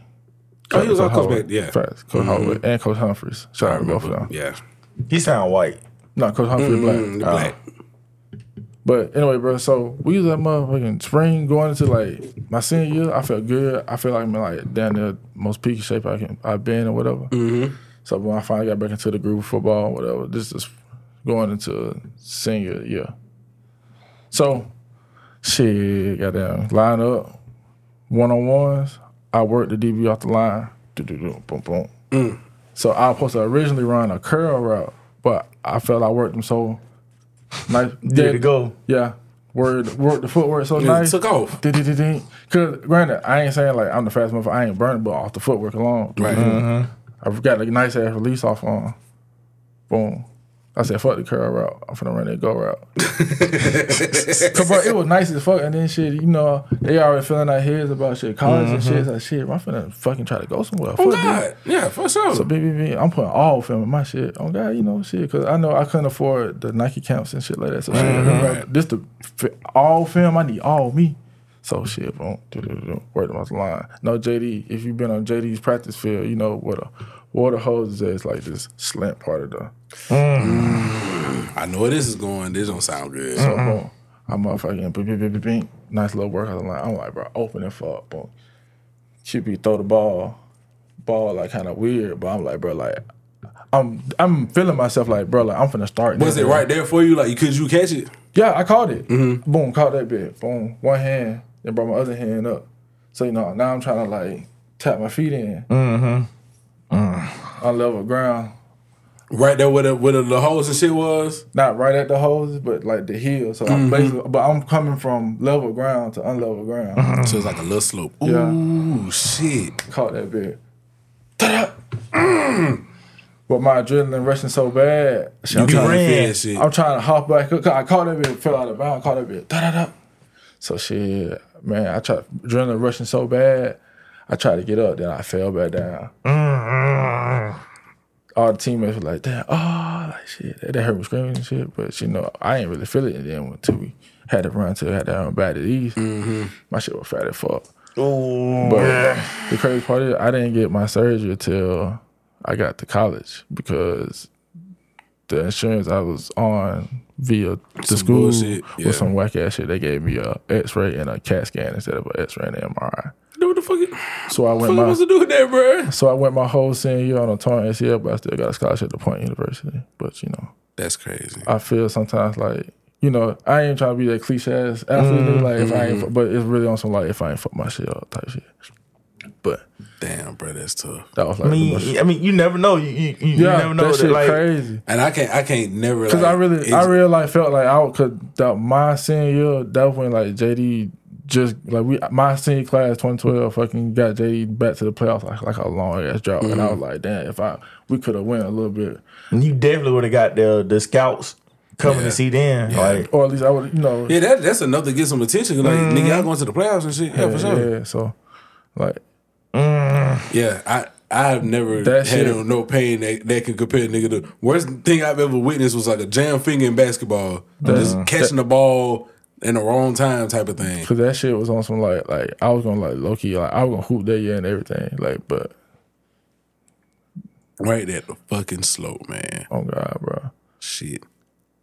S4: Oh, he was our coach
S5: Holloway.
S4: back. Yeah. Mm-hmm.
S5: Facts. Coach Holloway and Coach Humphries. Shout out to both of them.
S4: Yeah.
S3: He sound white.
S5: No, Coach Humphries black.
S4: Mm, the black.
S5: Oh. But anyway, bro, so we was at motherfucking spring going into like my senior year. I felt good. I feel like I'm in, like down there most peak shape I can I've been or whatever. So when I finally got back into the groove of football, whatever, this is going into senior year. So shit, goddamn, line up, one on ones. I worked the DB off the line. Do-do-do, boom, boom. So I was supposed to originally run a curl route, but I felt I worked them so nice.
S3: There to go.
S5: Yeah. Word, word, the footwork so
S4: Yeah,
S5: nice.
S4: Took off.
S5: Ding, ding, ding, ding. Cause granted, I ain't saying like I'm the fast motherfucker. I ain't burning, but off the footwork alone,
S4: Right.
S5: I've got a nice ass release off on. Boom. I said, fuck the curl route. I'm finna run that go route. Cause bro, it was nice as fuck. And then shit, you know, they already feeling their heads about shit, college and shit. It's like shit, I'm finna fucking try to go somewhere.
S4: Mm-hmm. Oh
S5: fuck this.
S4: God. Yeah, for sure.
S5: So BBB, I'm putting all film in my shit. Oh God, you know shit, cause I know I couldn't afford the Nike camps and shit like that. So shit,
S4: right.
S5: this the fi- all film. I need all me. So shit, boom, do-do-do-do, word of my line. No JD, if you've been on JD's practice field, you know what a water hose is. It's like this slant part of the.
S4: I know where this is going. This don't sound good.
S5: So boom, I'm motherfucking bing, bing, bing, bing, bing. Nice little workout line. I'm like, bro, open and fuck, boom. QB throw the ball, ball like kind of weird, but I'm like, bro, like. I'm I'm feeling myself like bro, like I'm finna start.
S4: was it
S5: nigga.
S4: right Mm-hmm. there for you? Like, could you catch it?
S5: Yeah, I caught it. Boom, caught that bit. Boom, one hand, then brought my other hand up. So you know, now I'm trying to like tap my feet in. Mm-hmm. On level ground,
S4: Right there where the where the, the holes and shit was.
S5: not right at the hoses, but like the heel. So
S4: Mm-hmm.
S5: I'm basically, but I'm coming from level ground to unlevel ground.
S4: So it's like a little slope. Ooh
S5: Yeah.
S4: shit.
S5: Caught that bit. Ta-da! Mm. But my adrenaline rushing so bad, shit,
S4: You
S5: I'm
S4: can
S5: trying to
S4: feel that shit.
S5: I'm trying to hop back up. 'cause I caught that bit, fell out of bounds, caught that bit. Da da da. So shit, man, I tried adrenaline rushing so bad. I tried to get up, then I fell back down. All the teammates were like, damn, oh, like shit. They, they heard me screaming and shit, but you know, I ain't really feel it. And then until we had to run to, had to run back to the east, my shit was fat as fuck.
S3: Ooh,
S5: But the crazy part is, I didn't get my surgery till I got to college because the insurance I was on via the school
S4: bullshit, yeah.
S5: was some whack ass shit. They gave me a X ray and a CAT scan instead of an X ray and an MRI.
S4: What the fuck? You,
S5: So I went
S4: fuck
S5: my
S4: supposed to do with that, bro?
S5: so I went my whole senior year on a torn ACL, but I still got a scholarship to Point University. But you know,
S4: That's crazy.
S5: I feel sometimes like you know, I ain't trying to be that cliche ass athlete.
S4: Mm-hmm.
S5: nigga, Like if I ain't, fu- but it's really on some like if I ain't fuck my shit up type shit. But
S4: Damn, bro, that's tough.
S5: that was like
S3: I
S5: the most.
S3: mean, I mean, you never know. You you, you, you
S5: yeah,
S3: never know
S5: that
S3: that,
S5: shit
S3: like
S5: crazy.
S4: And I can't, I can't never.
S5: Cause I really, I
S4: it's-
S5: really like felt like I cause that my senior year, that when like JD just like we my senior class 2012 fucking got JD back to the playoffs like like a long ass drought, and I was like, damn, if I we could have went a little bit,
S3: you definitely would have got the the scouts coming
S4: Yeah.
S3: to see them. Like
S5: or at least I would, you know,
S4: Yeah, that, that's enough to get some attention. 'cause, Like, nigga, y'all going to the playoffs and shit. Yeah, for sure.
S5: Mm-hmm. yeah, so like
S4: Yeah, I I've never
S5: That
S4: had
S5: shit-
S4: no pain that, that can compare nigga. The worst thing I've ever witnessed was like a jam finger in basketball, just catching the ball in the wrong time type of thing.
S5: Cause that shit was on some like like I was gonna like low key like I was gonna hoop that year and everything like but
S4: Right at the fucking slope, man.
S5: oh god bro
S4: Shit.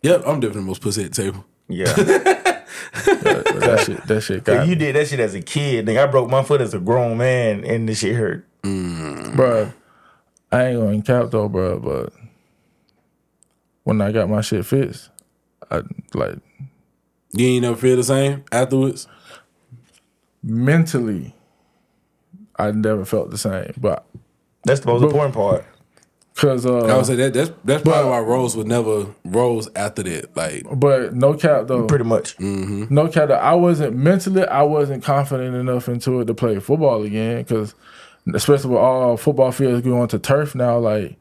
S4: Yep, I'm definitely the most pussy at the table.
S3: yeah,
S5: But that shit that shit got
S3: if you
S5: me.
S3: did that shit as a kid. Nigga, I broke my foot as a grown man, and the shit hurt.
S5: bro I ain't gonna cap though bro but when I got my shit fixed I like
S4: You ain't never feel the same afterwards.
S5: mentally I never felt the same but
S3: That's the most important part.
S5: cause uh
S4: I would say that that's that's probably why Rose would never Rose after that. Like
S5: but no cap though
S3: Pretty much.
S5: no cap though, I wasn't mentally I wasn't confident enough into it to play football again cause especially with all football fields going to turf now like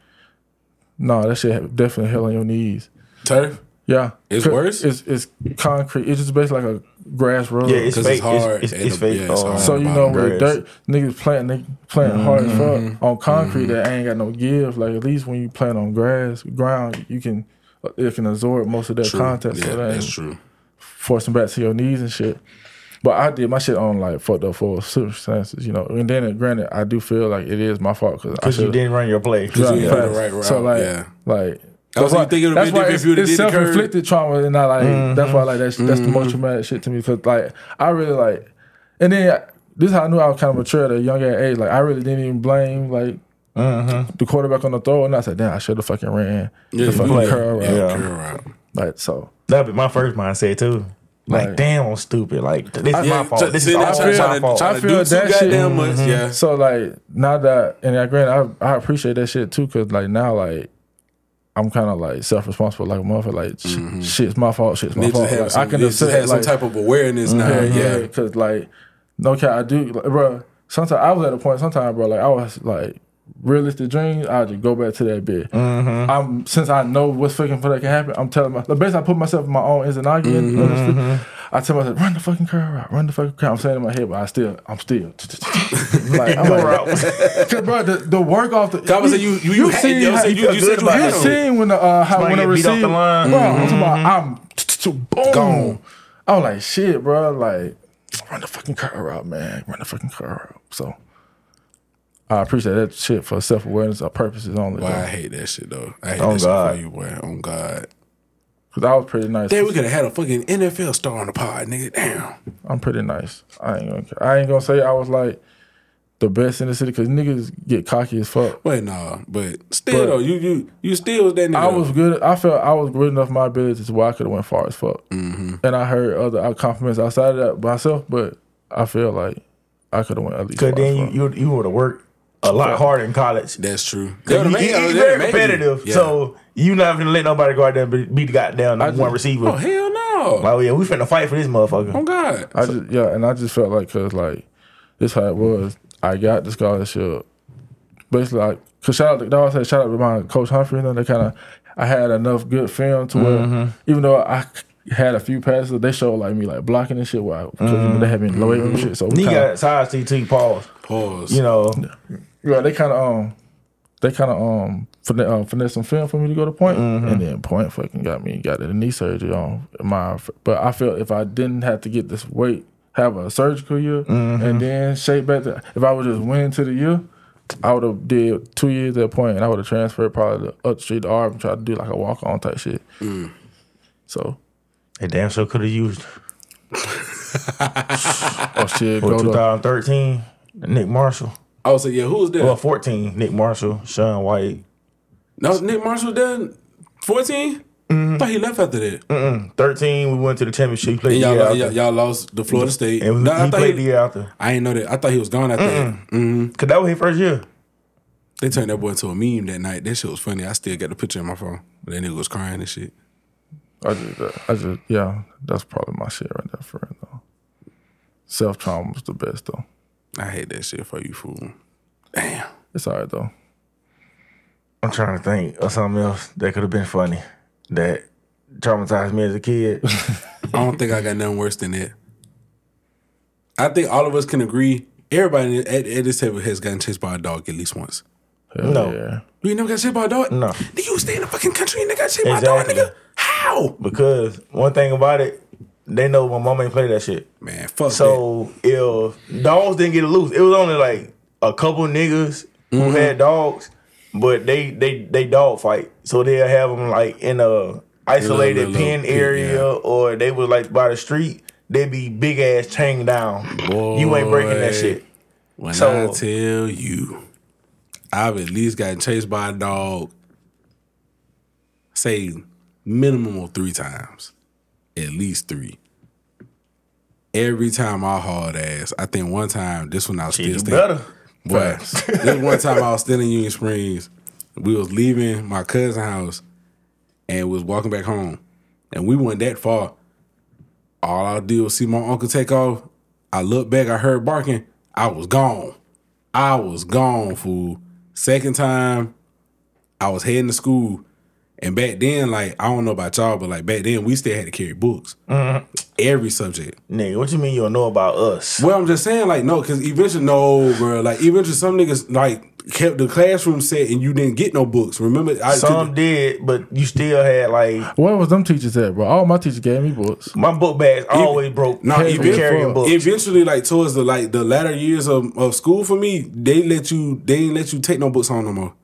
S5: No, that shit definitely hell on your knees.
S4: turf.
S5: Yeah,
S4: It's
S5: 'Cause
S4: worse?
S5: It's it's concrete. It's just basically like a grass road.
S3: Yeah, it's
S4: 'Cause
S3: fake.
S4: it's hard
S3: It's, it's,
S4: and
S3: it's
S4: the-
S3: fake.
S4: yeah, it's
S3: um,
S4: hard.
S5: so you know with the
S3: grass.
S5: dirt niggas playing they playing hard as
S4: Mm-hmm.
S5: fuck on concrete that ain't got no give. Like at least when you playing on grass ground, you can uh, it can absorb most of that
S4: True.
S5: contact.
S4: yeah,
S5: so that
S4: that's
S5: ain't
S4: true.
S5: forcing back to your knees and shit. But I did my shit on like fucked up for circumstances, you know. And then granted, I do feel like it is my fault because I
S3: Because you
S5: should.
S3: didn't run your play.
S5: Yeah,
S4: you
S5: yeah.
S4: had the right
S5: So
S4: route,
S5: like,
S4: yeah.
S5: like
S4: I was
S5: that's why-
S4: thinking it would've
S5: that's
S4: been
S5: why
S4: different if you would've
S5: it's,
S4: did
S5: it's
S4: the curve.
S5: self-inflicted trauma, and I like that's why like that's that's the most traumatic shit to me because like I really like, and then this is how I knew I was kind of mature at a young age. Like I really didn't even blame like
S3: Mm-hmm.
S5: the quarterback on the throw, and I said, damn, I should have fucking ran
S4: Yeah,
S5: the fucking
S4: yeah,
S5: curl route.
S4: yeah,
S3: route.
S4: curl route.
S5: Like so,
S3: That'd be my first mindset too. Like,
S5: Right.
S3: damn, I'm stupid. Like, this is
S4: Yeah,
S3: my fault.
S4: so-
S3: This
S4: see,
S3: is all
S4: that's
S5: I
S4: trying
S5: feel-
S3: my
S4: to-
S3: fault.
S4: trying to
S5: I feel
S4: do too
S5: that shit-
S4: goddamn much. Yeah,
S5: so like now that and I granted I, I appreciate that shit too because like now like. I'm kind of like self-responsible, like a motherfucker. Like sh- shit's my fault. Shit's my
S4: They just
S5: fault.
S4: Mm-hmm. have
S5: Like,
S4: some,
S5: I can
S4: they just
S5: accept,
S4: have some
S5: like,
S4: type of awareness now.
S5: Yeah,
S4: Yeah,
S5: yeah. Cause like, no cap, I do, like, bro. Sometimes I was at a point, sometimes, bro, like I was like, realistic dreams. I just go back to that bit.
S4: Mm-hmm.
S5: I'm since I know what's fucking for that can happen. I'm telling my, like, basically, I put myself in my own Izanagi.
S4: Mm-hmm.
S5: I tell myself, run the fucking curl route, run the fucking curl. I'm saying in my head, but I still, I'm still, like, I'm like, cause bro, the, the work off the.
S4: I would say you you you, had-
S5: seen
S4: you,
S5: how-
S4: said you, you said you
S3: about
S4: had
S5: you
S4: them.
S5: seen when the uh, how,
S3: Somebody
S5: when
S3: get
S5: I
S3: beat off the
S5: received,
S3: line.
S5: bro, I'm, talking
S3: Mm-hmm.
S5: about, I'm t- t- t- boom. I was like, shit, bro, like run the fucking car route, man, run the fucking car route. So I appreciate that shit for self awareness or purposes only.
S4: Boy, I
S5: Because
S4: hate that shit though. I hate
S3: Oh,
S4: that
S3: God.
S4: shit for you, boy. On God.
S5: I was pretty nice.
S4: Damn, we could have had a fucking NFL star on the pod, nigga. Damn.
S5: I'm pretty nice. I ain't gonna. care. I ain't gonna say I was like the best in the city because niggas get cocky as fuck.
S4: Wait, nah. But still though, you you you still was that nigga.
S5: I was good. I felt I was good enough. My abilities where I could have went far as fuck.
S3: Mm-hmm.
S5: And I heard other out- compliments outside of that myself, but I feel like I could have went at least.
S3: Because
S5: far as
S3: then you,
S5: fuck.
S3: you, you would have worked a lot harder in college.
S4: That's true.
S3: You,
S4: That would've made-
S3: you-
S4: that
S3: you
S4: would've
S3: very
S4: made you.
S3: competitive.
S4: Yeah.
S3: So, you not going to let nobody go out there and be- beat the goddamn number one receiver.
S4: oh hell no.
S3: Oh, yeah, we finna fight for this motherfucker.
S4: on God.
S5: I just yeah, and I just felt like because like this how it was. I got the scholarship. Basically, like cause shout out, to, that was say shout out to my coach Humphrey. And they kind of I had enough good film to where
S3: Mm-hmm.
S5: even though I had a few passes, they showed like me like blocking and shit. Where I, cause you know, they had me in low weight room and shit. So we
S3: Mm-hmm. He
S5: kinda,
S3: got size CT pause.
S4: Pause.
S3: You know,
S5: yeah, they kind of um. They kind of um fin- uh, finesse some film for me to go to point, and then point fucking got me got the knee surgery on my. But I felt if I didn't have to get this weight, have a surgical year, and then shape back to if I would just went to the year, I would have did two years at point, and I would have transferred probably to up the street to Arb and tried to do like a walk on type shit. So
S3: they damn sure could have used
S5: oh shit,
S3: for
S5: go to
S3: 2013. Nick Marshall.
S4: I was like, yeah, who was there?
S3: Well, 14. Nick Marshall, Sean White.
S4: no, Nick Marshall done fourteen.
S3: Mm-hmm.
S4: I thought he left after that.
S3: Thirteen, we went to the championship. He
S4: And
S3: played the
S4: y'all,
S3: year
S4: y'all,
S3: Mm-hmm. after.
S4: y'all lost the Florida State.
S3: And
S4: No,
S3: he
S4: I, thought
S3: played the
S4: he,
S3: year after.
S4: I didn't know that. I thought he was gone after that.
S3: Cause that was his first year.
S4: They turned that boy into a meme that night. That shit was funny. I still got the picture in my phone. That nigga was crying and shit.
S5: I just, I just, yeah, that's probably my shit right there for it though. Self trauma was the best though.
S4: I hate that shit for you, fool. Damn.
S5: It's alright though.
S3: I'm trying to think of something else that could have been funny that traumatized me as a kid.
S4: I don't think I got nothing worse than that. I think all of us can agree. Everybody at, at this table has gotten chased by a dog at least once.
S5: Hell
S3: No.
S5: yeah.
S4: You ain't never got chased by a dog?
S3: No.
S4: Nigga, you stay in the fucking country and they got chased by a
S3: Exactly.
S4: dog, nigga. How?
S3: because one thing about it, they know my mom ain't play that shit.
S4: Man, fuck
S3: So if dogs didn't get it loose, it was only like a couple niggas
S4: Mm-hmm.
S3: who had dogs, but they they they dog fight. So they'll have them like in a isolated
S4: little
S3: pen
S4: pit,
S3: area,
S4: yeah.
S3: or they was like by the street. They be big ass chain down. You ain't breaking that
S4: Boy.
S3: shit.
S4: that. When
S3: so-
S4: I tell you, I've at least gotten chased by a dog, say, minimum of three times. At least three. Every time I hauled ass, I think one time, this one I was still
S3: You
S4: standing.
S3: better.
S4: But this one time I was still in Union Springs. We was leaving my cousin's house and was walking back home. And we went that far. All I did was see my uncle take off. I looked back, I heard barking. I was gone. I was gone, fool. Second time, I was heading to school. And back then, like, I don't know about y'all, but like back then, we still had to carry books. Every subject.
S3: Nigga, what you mean you don't know about us?
S4: Well, I'm just saying, like, no, because eventually, no, bro. Like, eventually, some niggas like kept the classroom set, and you didn't get no books. Remember, I
S3: Some did, but you still had like
S5: Where was them teachers at, bro? All my teachers gave me books.
S3: my book bags always broke.
S4: Nah,
S3: from
S4: even-
S3: carrying books.
S4: eventually, like towards the like the latter years of, of school for me, they let you they didn't let you take no books home no more.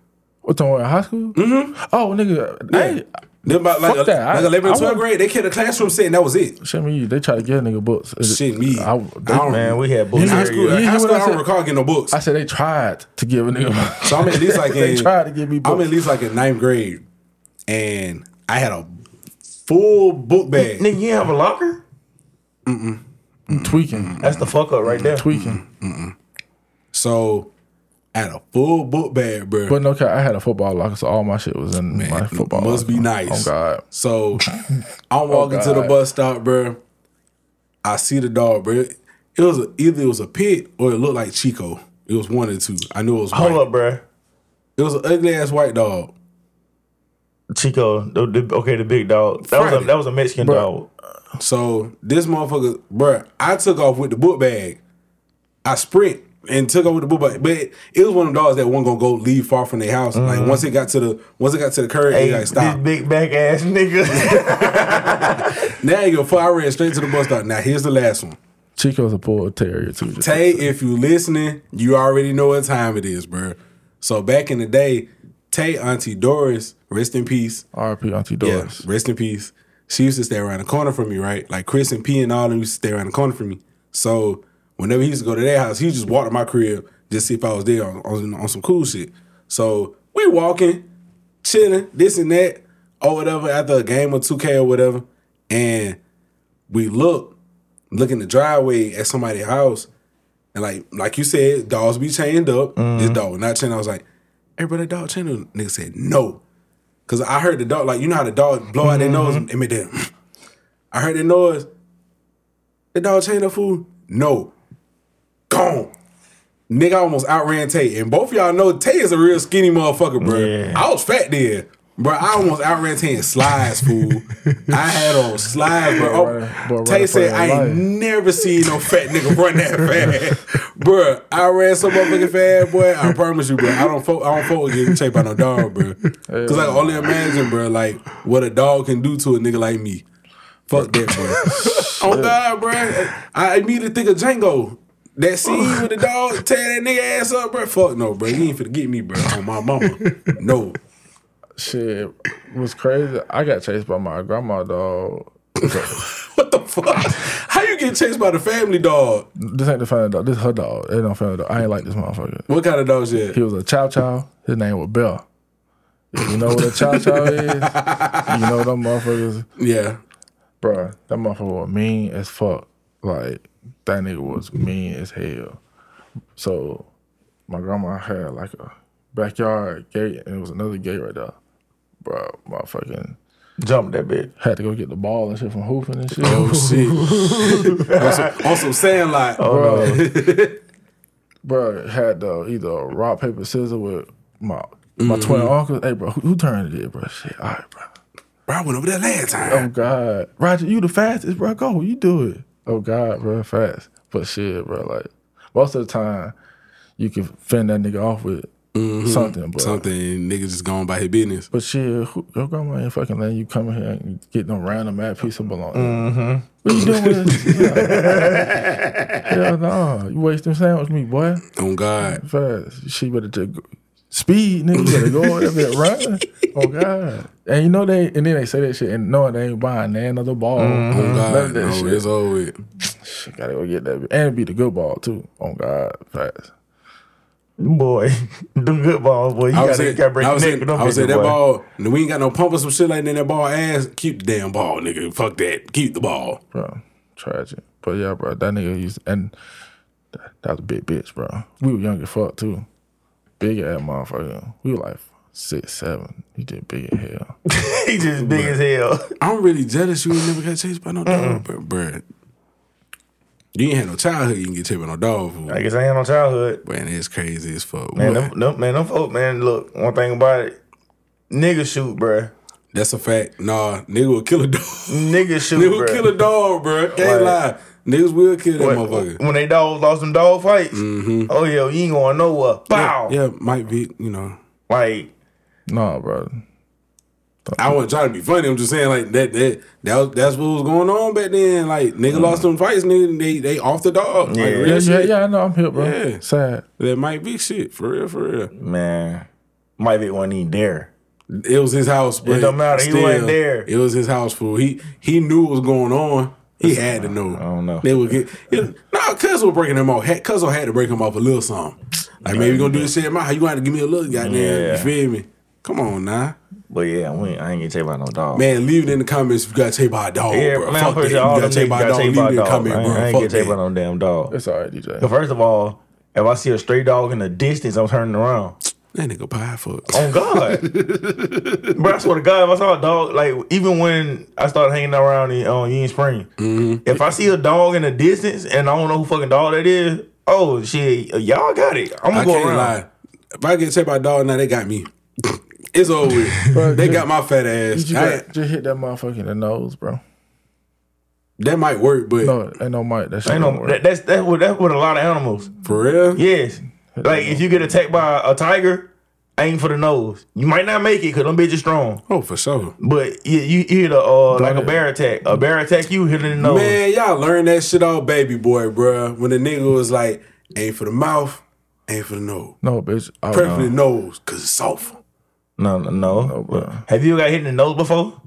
S5: What time in high school? Mm-hmm. Oh nigga,
S4: Yeah.
S5: hey,
S4: Then about like,
S5: Fuck
S4: a,
S5: that. I-
S4: like 11
S5: I
S4: 12th
S5: want-
S4: grade, they kept the classroom set, and that was it.
S5: shit me, they try to get a nigga books.
S4: Shit, me.
S5: I,
S4: I,
S5: they-
S4: don't,
S3: Man, we had books.
S4: in high
S3: every
S4: school,
S3: year.
S4: in
S5: you
S4: high
S5: hear
S4: school
S5: what I
S4: I don't
S5: said?
S4: recall getting no books.
S5: I said they tried to give a nigga.
S4: So I'm at least like in,
S5: They tried to give me
S4: I'm
S5: books.
S4: at least like in ninth grade, and I had a full book bag.
S3: Nigga, you have a locker?
S4: Mm.
S5: tweaking,
S3: That's the fuck up right there.
S5: tweaking.
S4: So I had a full book bag, bro.
S5: But no, cap, I had a football locker, so all my shit was in my football.
S4: must be
S5: locker.
S4: nice.
S5: Oh God,
S4: So I'm walking to the
S5: God.
S4: bus stop, bro. I see the dog, bro. It was a, either it was a pit or it looked like Chico. It was one or two. I knew it was white.
S3: Hold up, bruh.
S4: It was an ugly ass white dog.
S3: Chico, the, the, okay, the big dog. That was
S4: Friday.
S3: a that was a Mexican
S5: Bruh.
S3: dog.
S4: So this motherfucker, bruh, I took off with the book bag. I sprint and took off with the book bag, but it was one of the dogs that wasn't gonna go leave far from their house. Like once it got to the once it got to the curb,
S3: Hey,
S4: it like
S3: this
S4: stop.
S3: big back ass nigga.
S4: Now you go. I ran straight to the bus stop. Now here's the last one.
S5: Chico's a bull terrier too. just-
S4: Tay, if you listening, you already know what time it is, bruh. So back in the day, Tay Auntie Doris, rest in peace.
S5: R.P. Auntie
S4: Yeah,
S5: Doris.
S4: rest in peace. She used to stay around the corner from me, right? Like Chris and P and all them used to stay around the corner from me. So whenever he used to go to their house, he would just walk to my crib just see if I was there on, on, on some cool shit. So we walking, chilling, this and that, or whatever, after a game of 2K or whatever. And we look, look in the driveway at somebody's house. And like like you said, dogs be chained up. This dog was not chained. I was like, hey, brother, dog chained up. Nigga said, no. Cause I heard the dog, like you know how the dog blow out their nose and made that. I heard the noise. The dog chained up food. No. Gone. Nigga I almost outran Tay. And both of y'all know Tay is a real skinny motherfucker, bro.
S3: Yeah.
S4: I was fat then. Bro, I almost outran Tay in slides, fool. I had on slides, bro.
S5: Boy,
S4: Oh,
S5: boy,
S4: Tay
S5: running for
S4: said,
S5: your
S4: I ain't
S5: life."
S4: never seen no fat nigga run that fast. bruh, I ran so motherfucking fast, boy. I promise you, bro. I don't fo- I don't fuck with getting chased by no dog, bro. Cause like only imagine, bro, like what a dog can do to a nigga like me. Fuck that, bro. On God, bro. I immediately think of Django. That scene with the dog tearing that nigga ass up, bro. Fuck no, bro. You ain't finna get me, bro. On my mama. No.
S5: Shit was crazy. I got chased by my grandma dog.
S4: What the fuck? How you get chased by the family dog?
S5: This ain't the family dog. This her dog. It ain't no family dog. I ain't like this motherfucker.
S4: What kind of dog shit?
S5: He was a chow chow. His name was Bell. If you know what a cha cha is, you know them motherfuckers.
S4: Yeah.
S5: Bruh, that motherfucker was mean as fuck. Like, that nigga was mean as hell. So, my grandma had like a backyard gate, and it was another gate right there. Bruh, motherfucking
S3: Jump that bitch.
S5: had to go get the ball and shit from hooping and shit.
S4: Oh shit. also, also Sandlot.
S5: bro, bro had uh, either a rock paper scissors with my my twin uncle. Hey, bro, who, who turned it, in, bro? Shit, all right, bro.
S4: Bro, I went over there last time.
S5: Oh God, Roger, you the fastest, bro. Go, you do it. Oh God, bro, fast. But shit, bro, like most of the time, you can fend that nigga off with something, bro.
S4: Something niggas just gone by his business.
S5: But shit, who, your grandma ain't fucking letting you come in here and get no random ass piece of bologna. What you doing with this? yeah. Hell no, you wasting sandwich meat, boy.
S4: On God.
S5: fast. She better just go- speed, nigga. You better go over there running. Oh God! And you know they, and then they say that shit, and no, they ain't buying they another ball.
S4: On
S3: Mm-hmm.
S5: None of
S4: Mm-hmm. God.
S5: that
S4: No,
S5: shit.
S4: it's over with.
S5: Shit, Gotta go get that, and it'd be the good ball too. Oh God, fast.
S3: Boy, them good balls, boy. You
S4: I
S3: gotta,
S4: was
S3: you
S4: saying,
S3: gotta break
S4: I
S3: your
S4: was
S3: neck with
S4: saying,
S3: them
S4: I was saying
S3: bitches,
S4: that
S3: boy.
S4: ball. We ain't got no pump or some shit like that. That ball ass. Keep the damn ball, nigga. Fuck that. Keep the ball.
S5: bro. Tragic. But yeah, bro, that nigga used and that, that was a big bitch, bro. We were young as fuck too. Big ass motherfucker. We were like six, seven. He just big as hell.
S3: He just big as hell.
S4: I'm really jealous you ain't never got chased by no dog, bro. bruh. You ain't had no childhood. You can get chased by no dog. Fool.
S3: I guess I ain't on childhood.
S4: Man, it's crazy as fuck.
S3: Man,
S4: What?
S3: them, them, man, them folk, man, look, one thing about it, niggas shoot, bruh.
S4: That's a fact. Nah, nigga will kill a dog.
S3: Niggas shoot,
S4: Nigga will
S3: bruh.
S4: kill a dog, bro. Can't
S3: Like-
S4: lie. Niggas will kill that
S3: when,
S4: motherfucker. Mm-hmm.
S3: when they dogs lost them dog fights, oh, yeah, you ain't going nowhere. Bow!
S4: Yeah, might be, you know.
S3: Like,
S5: Nah, bro.
S4: I wasn't trying to be funny. I'm just saying like that that that was, that's what was going on back then. Like nigga lost them fights, nigga. They they off the dog.
S3: Mm-hmm. Yeah.
S4: Like, real
S5: Yeah, yeah,
S4: shit.
S5: yeah. I know I'm here, bro.
S4: Yeah.
S5: Sad.
S4: That might be shit for real, for real.
S3: man, might be one even there.
S4: It was his house, but
S3: don't matter. He
S4: still,
S3: wasn't there.
S4: It was his house, fool. He he knew what was going on. He had to know. I
S3: don't know.
S4: They would get it, nah. Cuz was breaking him off. Cuz had to break him off a little something. Like man, you gonna do this shit in my house? You gonna have to give me a look, goddamn.
S3: Yeah.
S4: You feel me? Come on, now.
S3: But yeah, we ain't, I ain't getting chased by no dog.
S4: Man, leave it in the comments if you got chased by a dog,
S3: yeah,
S4: bro.
S3: man, I'm
S4: Fuck that.
S3: pretty
S4: You
S3: sure all
S4: got
S3: them
S4: chased
S3: niggas
S4: by a
S3: got
S4: dog.
S3: chased
S4: Leave
S3: by
S4: it
S3: a
S4: in the
S3: dog.
S4: comment,
S3: man. I
S4: bro.
S3: ain't
S4: Fuck
S3: getting chased by
S4: that.
S3: no damn dog.
S5: It's all right, DJ.
S3: But first of all, if I see a stray dog in the distance, I'm turning around.
S4: That nigga pie fuck.
S3: On God. Bro, I swear to God, if I saw a dog, like, even when I started hanging around in um, Union Spring,
S4: Mm-hmm.
S3: if I see a dog in the distance and I don't know who fucking dog that is, oh, shit, y'all got it. I'm
S4: I
S3: going to
S4: can't
S3: go around.
S4: lie. If I get chased by a dog now, they got me. it's over.
S5: Bro,
S4: with. they
S5: just-
S4: got my fat ass.
S5: Did you
S4: I-
S5: got, just hit that motherfucker in the nose, bro.
S4: that might work, but
S5: No, ain't no mic. That shit
S3: Ain't
S5: don't
S3: no,
S5: work.
S3: that, that's, that's, what, that's what a lot of animals.
S4: for real,
S3: Yes. Like, if you get attacked by a tiger, aim for the nose. You might not make it because them bitches strong.
S4: oh for sure.
S3: But you, you hit a uh, like a
S5: ahead.
S3: bear attack. A bear attack you hit it in the nose.
S4: Man, y'all learned that shit all baby boy, bruh. When the nigga was like, aim for the mouth, aim for the nose,
S5: no, bitch. I don't
S4: preferably
S5: know.
S4: nose, cause it's soft.
S3: No, no, no.
S5: bro.
S3: Have you got hit in the nose before?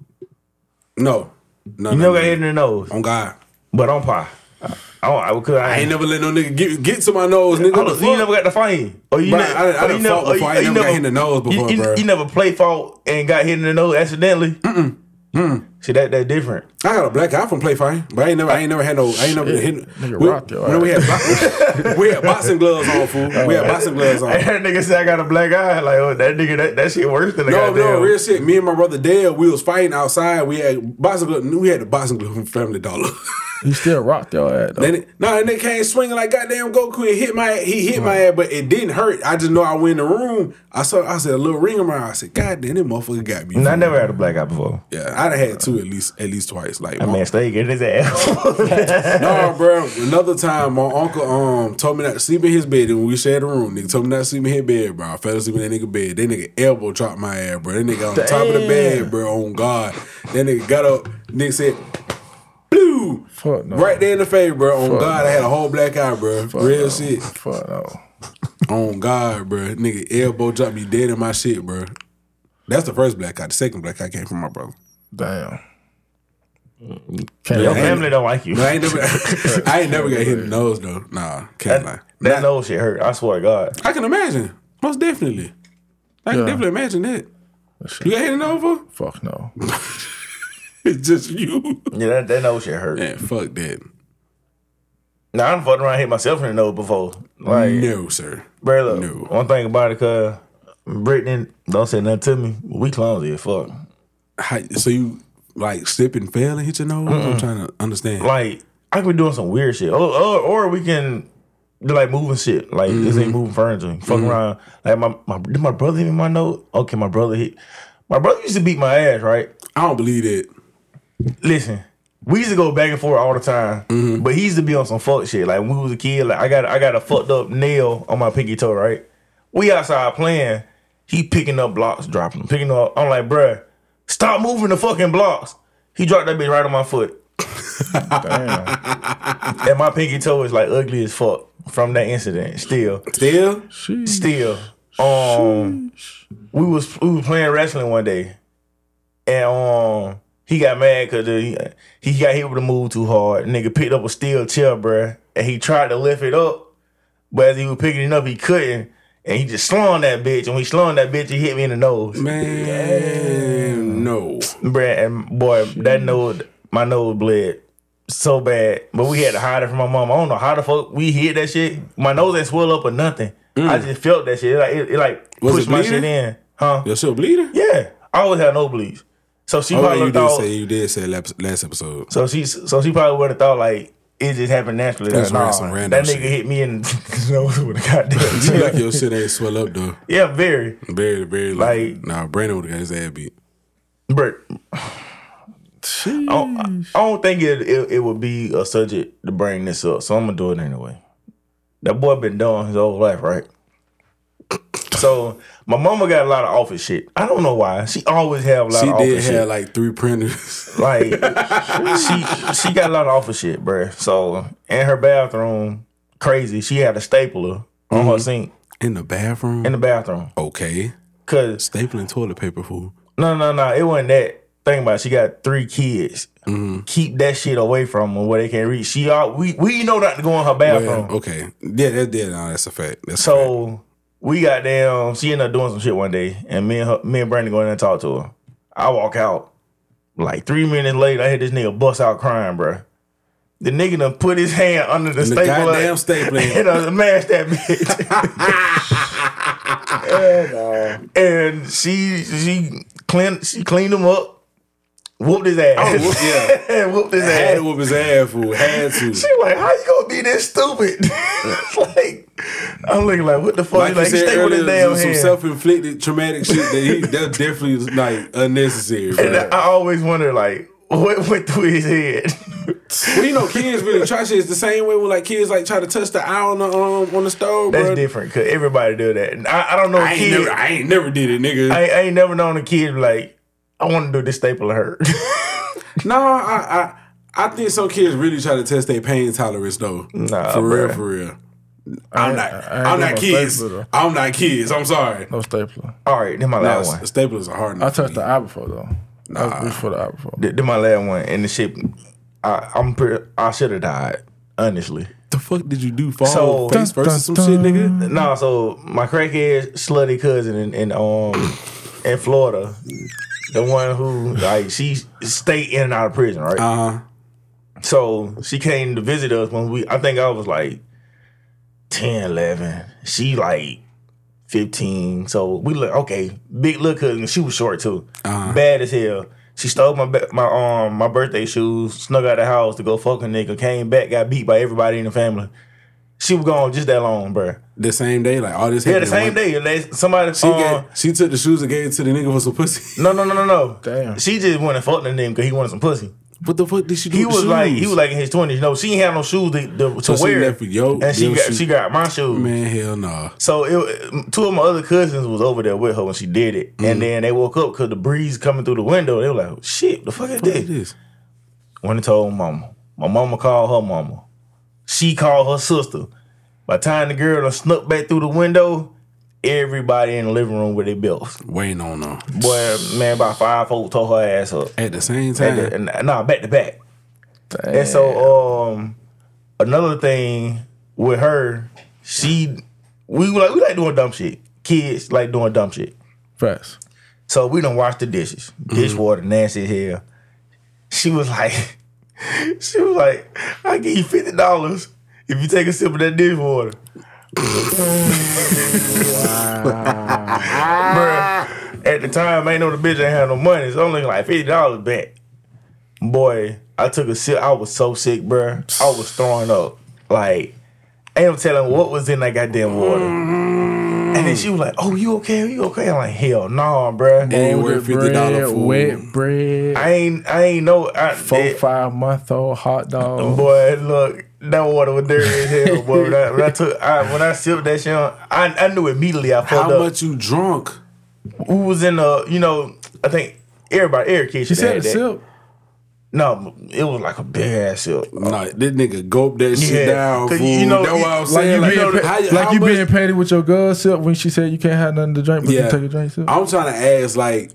S4: No, no,
S3: You
S4: no,
S3: never
S4: no.
S3: got hit in the nose,
S4: on God.
S3: but on pie. I don't, I would, cause I,
S4: I ain't
S3: ain't
S4: never let no nigga get get to my nose, nigga.
S3: I
S4: What the
S3: don't, you
S4: fuck?
S3: never got to fight. Or you
S4: Bruh,
S3: never,
S4: I done- I
S3: or
S4: done
S3: you never,
S4: fought
S3: or you,
S4: before. I
S3: or
S4: ain't
S3: you
S4: never got hit in the nose before,
S3: you, you,
S4: bruh.
S3: you never play fault and got hit in the nose accidentally. See that that different.
S4: I got a black eye from play fighting, but I ain't never, I ain't never had no, I ain't never hit.
S5: Nigga
S4: we,
S5: rocked your
S4: you know, we had, bo- we had boxing gloves on, fool. We had boxing gloves on.
S3: that nigga said I got a black eye. Like oh, that nigga, that, that shit worse than the
S4: No,
S3: goddamn.
S4: no, real shit. Me and my brother Dale, we was fighting outside. We had boxing glove. We had the boxing glove from Family Dollar.
S5: He still rocked your ass. Though.
S4: then it, no, and they came swinging like goddamn Goku and hit my. He hit my ass, but it didn't hurt. I just know I went in the room. I saw. I said a little ring around. I said, God damn, that motherfucker got me.
S3: And I never had a black eye before.
S4: Yeah, I'd have had two at least, at least twice. Like
S3: That
S4: my-
S3: man stayed getting his ass.
S4: No, bro. Another time, my uncle um told me not to sleep in his bed, and we shared a room. Nigga told me not to sleep in his bed, bro. I fell asleep in that nigga bed. That nigga elbow dropped my ass, bro. That nigga on top of the bed, bro. On God, that nigga got up. Nigga said, "Blue."
S5: Fuck no.
S4: Right there in the face, bro. On
S5: Fuck
S4: God, I had a whole black eye, bro.
S5: Fuck
S4: Real
S5: no.
S4: shit.
S5: Fuck no.
S4: On God, bro. Nigga elbow dropped me dead in my shit, bro. That's the first black eye. The second black eye came from my brother.
S5: Damn.
S3: Your Mm-hmm.
S5: Can't
S3: family don't like you.
S4: But I ain't never, I ain't never got hit in the nose though. Nah, can't lie.
S3: That, that nose shit hurt. I swear to God.
S4: I can imagine. Most definitely. I can
S5: Yeah.
S4: definitely imagine that. You got hit over?
S5: Fuck no.
S4: It's just you.
S3: Yeah, that, that nose shit hurt.
S4: Man, fuck that.
S3: Now I'm fucking around hit myself in the nose before. Like,
S4: No, sir.
S3: bro, look,
S4: No.
S3: one thing about it, cause Brittany don't say nothing to me. We clowns as fuck.
S4: How, so you like slip and fail and hit your nose? I'm trying to understand.
S3: Like, I can be doing some weird shit, or or, or we can do like moving shit. Like, this
S4: Mm-hmm.
S3: ain't moving furniture. Fuck around. Like my my did my brother hit me in my nose? Okay, my brother hit. My brother used to beat my ass, right?
S4: I don't believe that.
S3: Listen, we used to go back and forth all the time, but he used to be on some fuck shit. Like when we was a kid, like I got I got a fucked up nail on my pinky toe, right? We outside playing, he picking up blocks, dropping them, picking up. I'm like, bruh, stop moving the fucking blocks. He dropped that bitch right on my foot,
S5: Damn.
S3: and my pinky toe is like ugly as fuck from that incident. Still,
S4: Still,
S5: Sheesh.
S3: still. Um, we was we was playing wrestling one day, and um, he got mad because he, he got hit with a move too hard. Nigga picked up a steel chair, bruh, and he tried to lift it up, but as he was picking it up, he couldn't, and he just slung that bitch. And when he slung that bitch, he hit me in the nose,
S4: man, no.
S3: bruh. And boy, that nose, my nose bled. So bad, but we had to hide it from my mom. I don't know how the fuck we hid that shit. My nose didn't swell up or nothing. I just felt that shit. It like it, it like
S4: Mm. Was it
S3: pushed my shit
S4: bleeding?
S3: in, huh?
S4: You're still bleeding.
S3: Yeah, I always had nosebleeds. So she
S4: Oh, yeah,
S3: probably
S4: you did
S3: thought.
S4: say you did say lap- last episode.
S3: so she so she probably would have thought like it just happened naturally.
S4: That's
S3: Like, nah,
S4: some random
S3: that nigga
S4: shit.
S3: hit me in the nose with a goddamn
S4: You like
S3: chair.
S4: your shit ain't swell up though.
S3: yeah, very.
S4: Very, very like.
S3: Like-
S4: nah, Brandon would have got his ass beat.
S3: But I don't, I don't think it, it it would be a subject to bring this up, so I'm gonna do it anyway. That boy been doing his whole life, right? So my mama got a lot of office shit. I don't know why. She always have a lot
S4: She
S3: of office
S4: did
S3: shit.
S4: have like three printers.
S3: Like she she got a lot of office shit, bruh. So in her bathroom, crazy. She had a stapler on
S4: Mm-hmm.
S3: her sink
S4: in the bathroom.
S3: in the bathroom.
S4: okay,
S3: Cause
S4: stapling toilet paper. Fool.
S3: no no no, it wasn't that. Think about it. She got three kids.
S4: Mm-hmm.
S3: Keep that shit away from them where they can't reach. She all we we know not to go in her
S4: Yeah,
S3: bathroom.
S4: okay, yeah, that did. Nah, that's a fact. That's so.
S3: So we got down. She ended up doing some shit one day, and me and her, me and Brandon go in there and talk to her. I walk out. Like three minutes later, I hear this nigga bust out crying, bruh. The nigga done put his hand under the,
S4: the
S3: stapler
S4: goddamn stapler.
S3: and uh, mashed that bitch. and, uh, and she she cleaned she cleaned him up, whooped his ass,
S4: Oh, whoop- yeah.
S3: and whooped his
S4: Had
S3: ass.
S4: to whoop his ass. Fool. Had
S3: She
S4: to.
S3: like, how you gonna be this stupid? It's like, I'm looking like, what the fuck?
S4: Like
S3: Like,
S4: you said
S3: stay with
S4: earlier,
S3: his damn
S4: some
S3: hand.
S4: self-inflicted traumatic shit that he that definitely is like unnecessary.
S3: and uh,
S4: bruh.
S3: I always wonder, like, what went through his head?
S4: Well, you know, kids really try shit. It's the same way when like kids like try to touch the eye on the um, on the stove,
S3: That's
S4: bro.
S3: different, cause everybody do that. And I, I don't know a
S4: I ain't
S3: kid.
S4: never, I ain't never did it, nigga.
S3: I, I ain't never known a kid like, I want to do this staple hurt.
S4: no, I, I, I think some kids really try to test their pain tolerance though.
S3: Nah,
S4: for real,
S3: bruh.
S4: for real. I'm not,
S5: I
S4: I,
S5: ain't
S4: am not
S5: doing no
S4: kids.
S5: stapler, though.
S4: I'm not kids. I'm sorry.
S5: No stapler.
S3: All right, then my
S4: Nah,
S3: last one.
S4: s- staplers are hard.
S5: I
S4: enough for me.
S5: touched the eye before though. I was before the eye before.
S3: Th- Then my last one, and the shit, I, I'm pretty. I should have died, honestly.
S4: The fuck did you do? Fall
S3: So-
S4: face
S5: Dun,
S4: versus some
S5: dun,
S4: shit,
S5: dun.
S4: nigga.
S3: No, so my crackhead slutty cousin in, in um in Florida, the one who like she stayed in and out of prison, right?
S4: Uh huh.
S3: So she came to visit us when we, I think I was like 10, 11. She like 15. So we look, okay, big little cousin. She was short too.
S4: Uh-huh.
S3: Bad as hell. She stole my ba- my um my birthday shoes, snug out of the house to go fuck a nigga, came back, got beat by everybody in the family. She was gone just that long, bruh.
S4: The same day, like all this.
S3: Yeah, the
S4: happened in one-
S3: same day. unless Somebody
S4: She,
S3: um,
S4: gave- she took the shoes and gave it to the nigga for some pussy.
S3: No, no, no, no, no.
S5: Damn.
S3: She just went and fucked the nigga because he wanted some pussy.
S4: what the fuck did she do?
S3: He
S4: with
S3: was
S4: the
S3: like
S4: shoes?
S3: he was like in his twenties. No, she ain't had no shoes to, to,
S4: So
S3: to
S4: she
S3: wear.
S4: left with your-
S3: and she
S4: your
S3: got
S4: shoe-
S3: she got my shoes.
S4: man, hell no.
S3: So it, two of my other cousins was over there with her when she did it, and then they woke up because the breeze coming through the window. They were like, "Shit, the fuck is
S4: What it
S3: this?"
S4: is?
S3: Went and told mama. My mama called her mama. She called her sister. By the time the girl done snuck back through the window, everybody in the living room with their belts.
S4: Waiting on her.
S3: Boy, man, about five folks tore her ass up.
S4: At the same
S3: Back
S4: time,
S3: to- and- nah, back to back.
S5: Damn.
S3: And so um another thing with her, she we like we like doing dumb shit. Kids like doing dumb shit.
S5: Facts.
S3: So we done washed the dishes. Dishwater, nasty as hell. She was like, she was like, I give you fifty dollars if you take a sip of that dishwater. Bruh, at the time, ain't know the bitch ain't had no money. It's only like fifty dollars back. Boy, I took a sip. I was so sick, bruh. I was throwing up. Like, ain't no telling what was in that goddamn water. And then she was like, "Oh, you okay? you okay?" I'm like, "Hell no, bruh.
S4: It ain't worth fifty dollars for
S5: wet bread.
S3: I ain't, I ain't know." I,
S5: Four,
S3: that-
S5: five month old hot dog.
S3: Boy, look, that water was dirty as hell. Boy, when I, when I took, I, when I sipped that shit, on, I, I knew immediately I fucked
S4: How
S3: up.
S4: much you drunk?
S3: Who was in the, you know, I think everybody, Eric Kidd,
S5: She
S3: should have
S5: said
S3: had
S5: a
S3: that.
S5: sip.
S3: No, it was like a big ass sip.
S4: Nah, this nigga gulp that
S3: Yeah.
S4: shit down.
S3: Cause
S4: Fool.
S3: you know,
S4: That's what I'm
S3: like
S4: saying.
S3: you
S4: Like,
S3: being
S4: how,
S5: Like
S4: how
S5: you
S4: much-
S5: being petty with your girl sip when she said you can't have nothing to drink, but
S4: yeah.
S5: you take a drink sip.
S4: I'm trying to ask, like,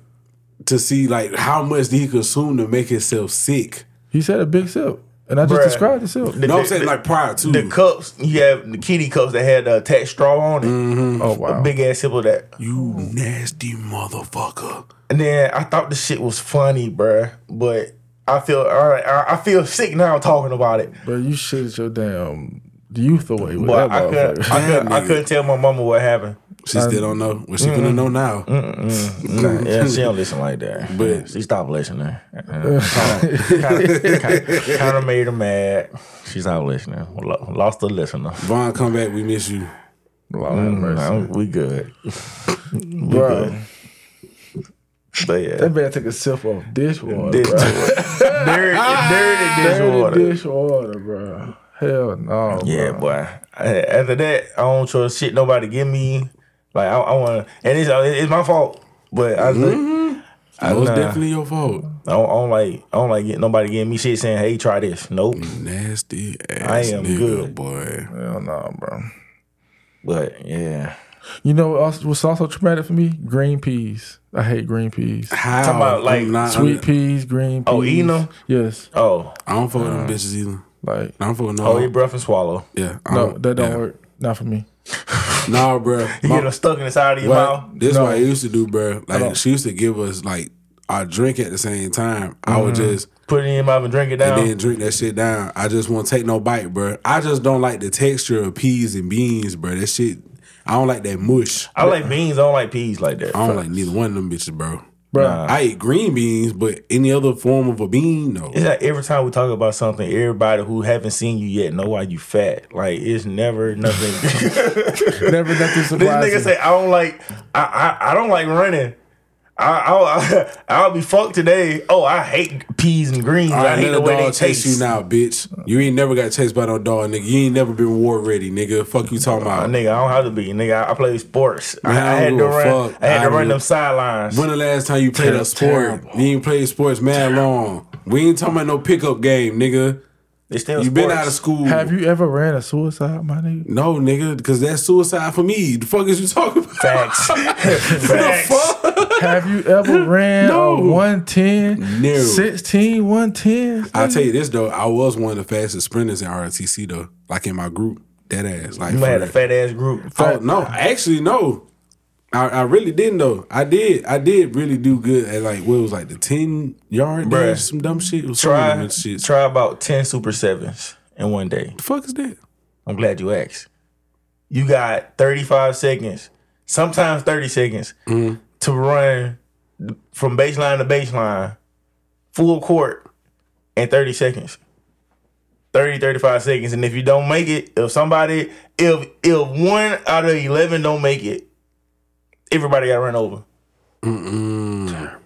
S4: to see like how much did he consume to make himself sick?
S5: He said a big sip, and I just
S3: Bruh.
S5: described the sip.
S4: You know what I'm
S3: The-
S4: saying?
S3: the-
S4: Like prior to
S3: The cups, you have the kitty cups that had the attached straw on it.
S4: Mm-hmm.
S5: Oh wow!
S3: Big ass sip of that.
S4: you nasty motherfucker.
S3: And then I thought the shit was funny, bruh, but I feel, I, I- I feel sick now talking about it.
S5: But you shit your damn youth away with
S3: But
S5: that
S3: I couldn't,
S5: motherfucker.
S3: I couldn't, I couldn't tell my mama what happened.
S4: She still don't know. Well, she gonna know now.
S3: Yeah, she don't listen like that.
S4: But-
S3: But she stopped listening. kind of made her mad. She stopped listening. Lo- Lost the listener.
S4: Vaughn, come back. We miss you.
S5: Lord have mercy.
S3: No, Mm, we good.
S5: Bro,
S3: But yeah.
S5: that man took a sip of dishwater.
S3: This
S5: bro.
S3: dirty, Ah, dirty
S5: Dirty
S3: dishwater.
S5: dishwater, bro. Hell no.
S3: Yeah,
S5: bro.
S3: boy. I- After that, I don't trust shit nobody give me. Like I, I want, and it's uh, it's my fault. But I, look,
S4: That was
S3: nah.
S4: definitely your fault.
S3: I, don't, I don't like I don't like get nobody giving me shit saying, "Hey, try this." Nope.
S4: Nasty ass
S3: I am
S4: nigga,
S3: good.
S4: boy.
S5: Hell no, bro.
S3: But yeah,
S5: You know what else was also traumatic for me? Green peas. I hate green peas.
S4: How?
S3: Talking about, like,
S4: I'm not-
S5: Sweet peas, green peas.
S3: Oh, eating 'em?
S5: Yes.
S3: oh,
S4: I don't fuck with them bitches either.
S5: Like,
S4: I don't fuck with no.
S3: oh, your breath and swallow.
S4: yeah. I
S5: no, that don't
S4: yeah.
S5: work. Not for me.
S4: Nah, bro.
S3: You get them stuck in the side of your
S4: Well,
S3: mouth.
S4: this is what I used to do, bro. Like she used to give us like our drink at the same time. I would
S3: Mm-hmm.
S4: just
S3: put it in your mouth and drink it down.
S4: and then drink that shit down. I just won't take no bite, bro. I just don't like the texture of peas and beans, bro. That shit. I don't like that mush.
S3: I like beans. I don't like peas like that.
S4: I don't like neither one of them bitches, bro.
S5: Bro,
S4: I eat green beans, but any other form of a bean, no.
S3: It's like every time we talk about something, everybody who haven't seen you yet know why you fat. Like it's never nothing. this
S5: never nothing surprising.
S3: nigga say I don't like. I I, I don't like running. I, I I'll be fucked today. Oh, I hate peas and greens.
S4: All
S3: I
S4: right,
S3: hate
S4: let
S3: the
S4: a
S3: way they
S4: dog chase
S3: taste.
S4: you now, bitch. You ain't never got chased by no dog, nigga. You ain't never been war ready, nigga. Fuck you talking
S3: Uh,
S4: about.
S3: nigga, I don't have to be. Nigga, I, I play sports. I, I
S4: Man, I
S3: had
S4: don't
S3: to
S4: give a
S3: run.
S4: fuck.
S3: I had
S4: I
S3: to run
S4: do.
S3: them sidelines.
S4: When the last time you played a
S5: Terrible,
S4: sport? You ain't played sports mad long. We ain't talking about no pickup game, nigga.
S3: It's still
S4: You
S3: sports.
S4: been out of school.
S5: Have you ever ran a suicide, my nigga?
S4: No, nigga, because that's suicide for me. The fuck is you talking about?
S3: Facts. Facts.
S5: Have you ever ran
S4: No.
S5: a 110,
S4: No.
S5: 16, 110?
S4: I'll tell you this though, I was one of the fastest sprinters in ROTC though. Like in my group. Dead ass. Like
S3: You
S4: for
S3: had a
S4: real.
S3: fat ass group.
S4: Oh no, actually no. I, I really didn't though. I did. I did really do good at like what was like the ten yard
S3: Bruh.
S4: dash, some dumb shit. It was some
S3: Try
S4: dumb shit.
S3: try about ten super sevens in one day.
S4: the fuck is that?
S3: I'm glad you asked. You got 35 seconds, sometimes 30 seconds,
S4: Mm-hmm.
S3: to run from baseline to baseline, full court, in 30 seconds. 30, 35 seconds. And if you don't make it, if somebody, if if one out of 11 don't make it, everybody got run over. Terrible.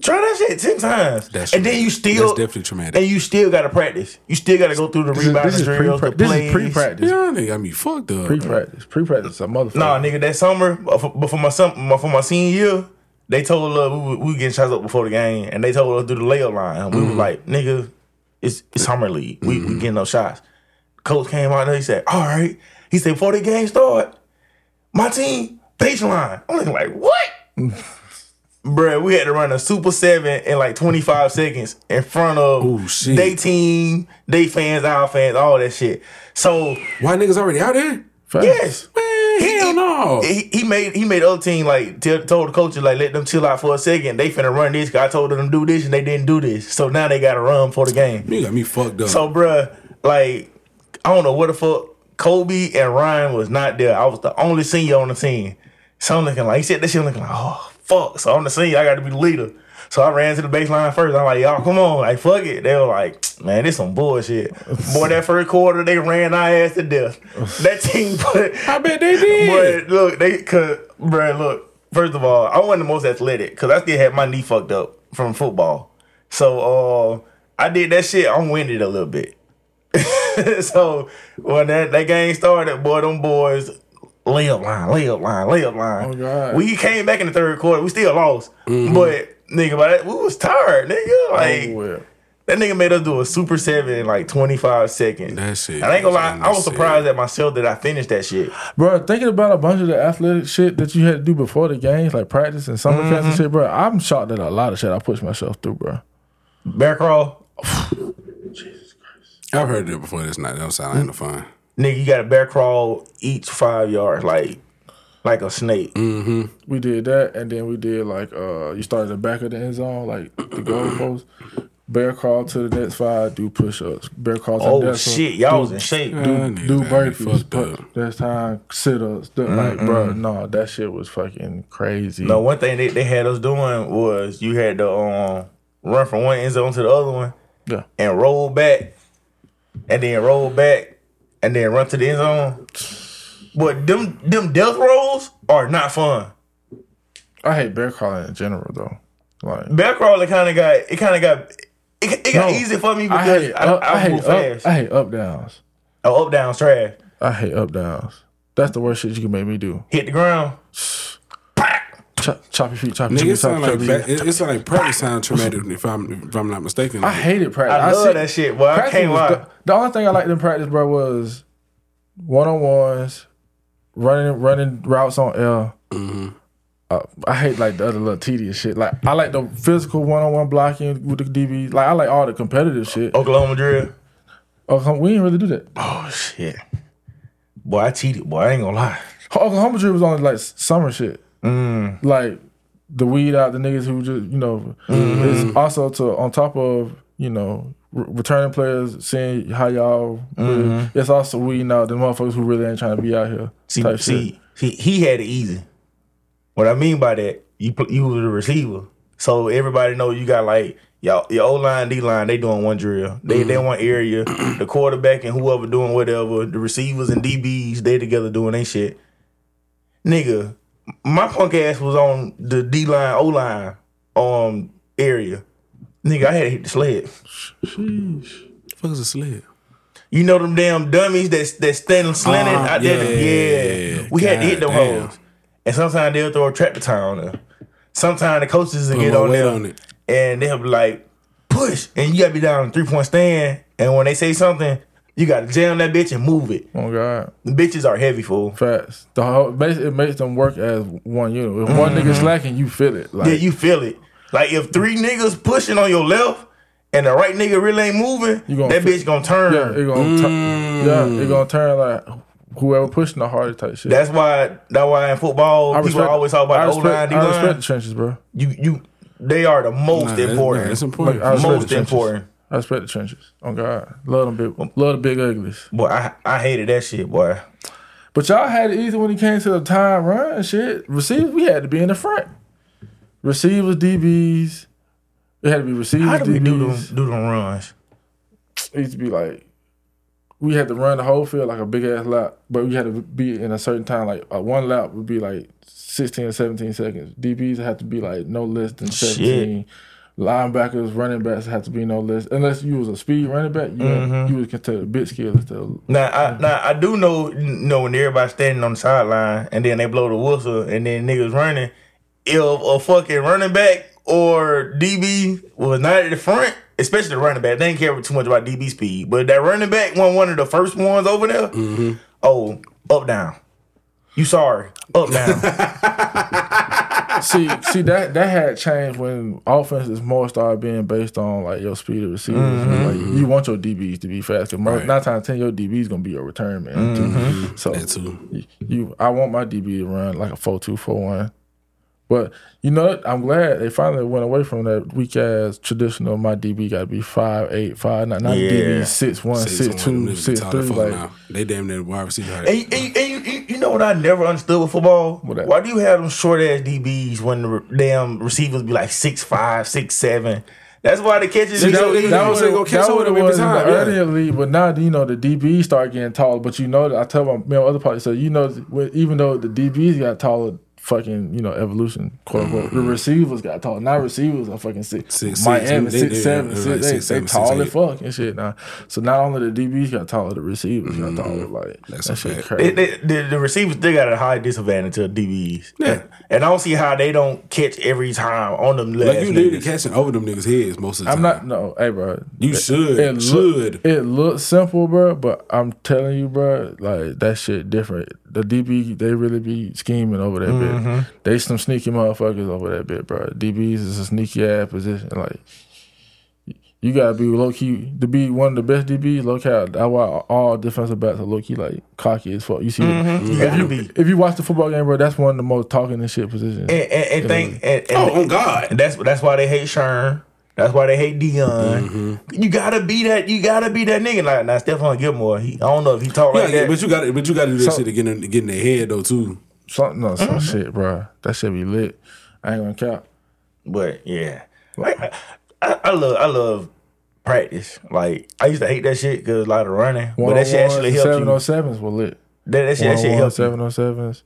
S3: Try that shit 10 times.
S4: That's
S3: and then you still.
S4: That's definitely traumatic.
S3: And you still gotta practice. You still gotta go through the
S5: This is-
S3: rebound
S5: This is
S3: drills, the
S5: pre-practice. This
S3: plays.
S5: is pre-practice.
S4: yeah, nigga, got me fucked up.
S5: Pre-practice. Pre-practice. A motherfucker.
S3: Nah, nigga, that summer, but for, but for my, sum, my for my senior year, they told us we, were- we were getting shots up before the game, and they told us to do the layup line. And we
S4: Mm-hmm.
S3: was like, nigga, it's it's summer league. We we getting no shots. Coach came out there. He said, all right. He said before the game start, my team baseline. I'm looking like what? Bruh, we had to run a super seven in like 25 seconds in front of
S4: Ooh, shit.
S3: they team, they fans, our fans, all that shit. So
S4: Why niggas already out there?
S5: Facts.
S3: yes,
S4: Man,
S3: he
S4: Hell no.
S3: He, he made he made the other team like tell told the coaches like let them chill out for a second. They finna run this. 'cause I told them to do this and they didn't do this. So now they got to run for the game.
S4: You got me fucked up.
S3: So, bruh, like, I don't know what the fuck. Kobe and Ryan was not there. I was the only senior on the team. So I'm looking like, he said that shit, I'm looking like, oh, fuck. So I'm the senior, I got to be the leader. So I ran to the baseline first. I'm like, y'all, come on. Like, fuck it. They were like, man, this some bullshit. Boy, that first quarter, they ran our ass to death. That team put.
S4: I bet they did.
S3: But look, they could, bruh, look. First of all, I wasn't the most athletic because I still had my knee fucked up from football. So uh, I did that shit. I'm winded a little bit. so when that, that game started, boy, them boys layup line, layup line, layup line.
S5: Oh, God. Mm-hmm.
S3: We came back in the third quarter. We still lost, but nigga, by that, we was tired, nigga. Like
S5: Oh, well.
S3: that nigga made us do a super seven in like 25 seconds.
S4: That shit
S3: I ain't
S4: was
S3: gonna lie, I was
S4: unnecessary.
S3: surprised at myself that I finished that shit.
S5: Bro, thinking about a bunch of the athletic shit that you had to do before the games, like practice and summer camps
S3: Mm-hmm.
S5: and shit, bro, I'm shocked at a lot of shit I pushed myself through, bro.
S3: Bear crawl,
S4: I've heard that before. That's not. That don't sound like no fun.
S3: nigga, you got to bear crawl each five yards, like like a snake.
S5: Mm. We did that, and then we did like uh you started the back of the end zone, like the goal post. Bear crawl to the next five, do push ups. Bear crawl to the
S3: Oh
S5: next one,
S3: shit, y'all was
S5: do-
S3: in shape.
S4: That nigga
S5: do
S4: had me
S5: burpees,
S4: fucked
S5: pu-
S4: up.
S5: that's time sit ups. Like, bro, no, that shit was fucking crazy.
S3: No, one thing they, they had us doing was you had to um, run from one end zone to the other one
S5: Yeah.
S3: and roll back, and then roll back, and then run to the end zone. But them them death rolls are not fun.
S5: I hate bear crawling in general though. Like
S3: Back crawler kind of got it. Kind of got it. It got
S5: No,
S3: easy for me
S5: I
S3: because
S5: hate
S3: I,
S5: up,
S3: I,
S5: I hate
S3: move
S5: up,
S3: fast.
S5: I hate up downs.
S3: oh, up down trash.
S5: I hate up downs. That's the worst shit you can make me do.
S3: Hit the ground.
S5: Chop, choppy feet, choppy
S4: Nigga,
S5: feet,
S4: it sound
S5: choppy
S4: like
S5: choppy
S4: ba-
S5: feet.
S4: it, it sound like practice sound traumatic if I'm if I'm not mistaken.
S3: Ah.
S5: I hated practice.
S3: I, love
S5: see-
S3: that shit, boy. I
S5: practice
S3: can't
S5: was
S3: lie.
S5: The, the only thing I liked in practice, bro, was one on ones, running running routes on L. I I hate like the other little tedious shit. Like I like the physical one on one blocking with the DB. Like I like all the competitive shit.
S3: Oklahoma drill.
S5: Oklahoma, we didn't really do that.
S3: Oh shit. Boy, I cheated. Boy, I ain't gonna lie.
S5: Oklahoma drill was only like summer shit.
S3: Mm.
S5: Like the weed out the niggas who just you know
S3: Mm-hmm.
S5: is also to on top of you know re- returning players seeing how y'all. really- it's also weeding out the motherfuckers who really ain't trying to be out here.
S3: Mm-hmm. See,
S5: type shit.
S3: see, see, he had it easy. What I mean by that, you pl- you was the receiver, so everybody know you got like y'all your O line, D line. They doing one drill. They they
S5: Mm-hmm.
S3: one area. the quarterback and whoever doing whatever. The receivers and DBs they together doing they shit. Nigga, my punk ass was on the D line, O line, um area. Nigga, I had to hit the sled.
S4: fuck is a sled.
S3: You know them damn dummies that that standing slanted
S4: Ah,
S3: out there.
S4: yeah.
S3: Yeah, we had to hit them
S4: Goddamn.
S3: hoes. And sometimes they'll throw a tractor tire on them. Sometimes the coaches will get
S4: more
S3: on
S4: weight
S3: there
S4: on it.
S3: and they'll be like, push. And you gotta be down in three point stand. And when they say something, you gotta jam that bitch and move it.
S5: Oh God,
S3: The bitches are heavy, fool.
S5: facts. The whole basically it makes them work as one unit. If one nigga slacking, you feel it. Like
S3: Mm-hmm. Yeah, you feel it. Like if three niggas pushing on your left and the right nigga really ain't moving,
S5: You gonna
S3: that
S5: feel-
S3: bitch gonna turn. Mm.
S5: yeah, it gonna turn. Yeah, it gonna turn like whoever pushing the hardest type shit.
S3: that's why that's why in football people always talk
S5: I
S3: about the O
S5: respect,
S3: line, D
S5: I respect
S3: line.
S5: the trenches, bro.
S3: you you they are the most
S4: Nah,
S3: important.
S4: That's, nah, that's important.
S5: Like, I was-
S3: most
S5: Trenches.
S3: important.
S5: I respect the trenches. Oh God, love them big, love the big uglies.
S3: Boy, I, I hated that shit, boy.
S5: But y'all had it easy when it came to the time run and shit. Receivers, we had to be in the front. Receivers, DBs, it had to be receivers,
S3: How do we do them
S5: DBs.
S3: do them runs?
S5: It used to be like we had to run the whole field like a big ass lap, but we had to be in a certain time. Like uh, one lap would be like sixteen or seventeen seconds. DBs had to be like no less than
S3: Shit.
S5: seventeen. Linebackers, running backs had to be no less unless you was a speed running back. You
S3: Mm-hmm.
S5: you was considered a bit skill instead of
S3: Now I now I do know you know when everybody standing on the sideline and then they blow the whistle and then niggas running. If a fucking running back or DB was not at the front, especially the running back, they didn't care too much about DB speed. But that running back one one of the first ones over there.
S4: Mm-hmm.
S3: Oh, up down. You sorry. Up down.
S5: see, see that that had changed when offenses more started being based on like your speed of receivers. Like you want your DBs to be fast. 'cause mo-
S4: Right.
S5: Nine times ten, your DB's gonna be your return man. too. So
S4: That too.
S5: you, I want my DB to run like a four two four one. But you know, what? I'm glad they finally went away from that weak ass traditional. My DB got to be five eight five nine. Not
S3: Yeah.
S5: DB six one
S4: Say
S5: six
S4: someone
S5: two
S4: who's
S5: six
S4: taller
S5: three.
S4: folk
S5: Like
S4: now. they damn near wide receiver. height.
S3: And, and, and you, you- you know what I never understood with football?
S5: that?
S3: Why do you have them short ass DBs when the re- damn receivers be like six five, six seven? That's why the catches.
S4: See,
S3: be so
S4: that-
S3: easy.
S4: that was- they gonna catch up with
S5: what
S4: him
S5: it
S4: every
S5: was in the
S4: time, yeah.
S5: earlier league, but now you know the DBs start getting taller. But you know, that I tell my you know, other parties, so you know, with- even though the DBs got taller, fucking you know, evolution, quote unquote, the receivers got taller. Now receivers are fucking six,
S4: Mm-hmm. Six,
S5: six
S4: six,
S5: Miami
S4: they-
S5: six
S4: they-
S5: seven,
S4: they're
S5: six
S4: like
S5: eight.
S4: six,
S5: they
S4: seven, six,
S5: tall
S4: eight.
S5: and fuck and shit now. So not only the DBs got taller, the receivers got taller. Like
S4: Mm-hmm. That's
S5: that
S4: a
S5: shit
S4: fact.
S5: crazy.
S3: They- they- the, the receivers they got a high disadvantage to DBs.
S4: Yeah.
S3: and I don't see how they don't catch every time on them last.
S4: Like you literally
S3: niggas.
S4: catching over them niggas' heads most of the time.
S5: I'm not no, hey bro.
S4: You should,
S5: look-
S4: should.
S5: it looks simple, bro. But I'm telling you, bro, like that shit different. The DB they really be scheming over
S4: Mm-hmm.
S5: that bit. They some sneaky motherfuckers over that bit, bro. DBs is a sneaky ass position. Like you gotta be low key to be one of the best DBs. Low key, that's why all defensive backs are low key like cocky as fuck. You see,
S4: Mm-hmm.
S3: You
S5: if
S3: gotta
S5: you
S3: be.
S5: if you watch the football game, bro, that's one of the most talking and shit positions.
S3: And, and, and think and, and-
S4: Oh, on God.
S3: And that's that's why they hate Shern. That's why they hate Dion.
S4: Mm-hmm.
S3: You gotta be that. You gotta be that nigga. Like now, Stephon Gilmore. He, I don't know if he talk
S4: Yeah,
S3: like
S4: yeah,
S3: that.
S4: but you got to, but you got to do that
S5: So-
S4: shit to get in, get in their head though too.
S5: Some no,
S4: Mm-hmm.
S5: some shit, bro. That shit be lit. I ain't gonna cap.
S3: But yeah, I, I, I love I love practice. Like I used to hate that shit because a lot of running, but that shit actually helped you. That,
S5: 707s were lit.
S3: that shit, that shit
S5: 101,
S3: helped. you.
S5: 707s,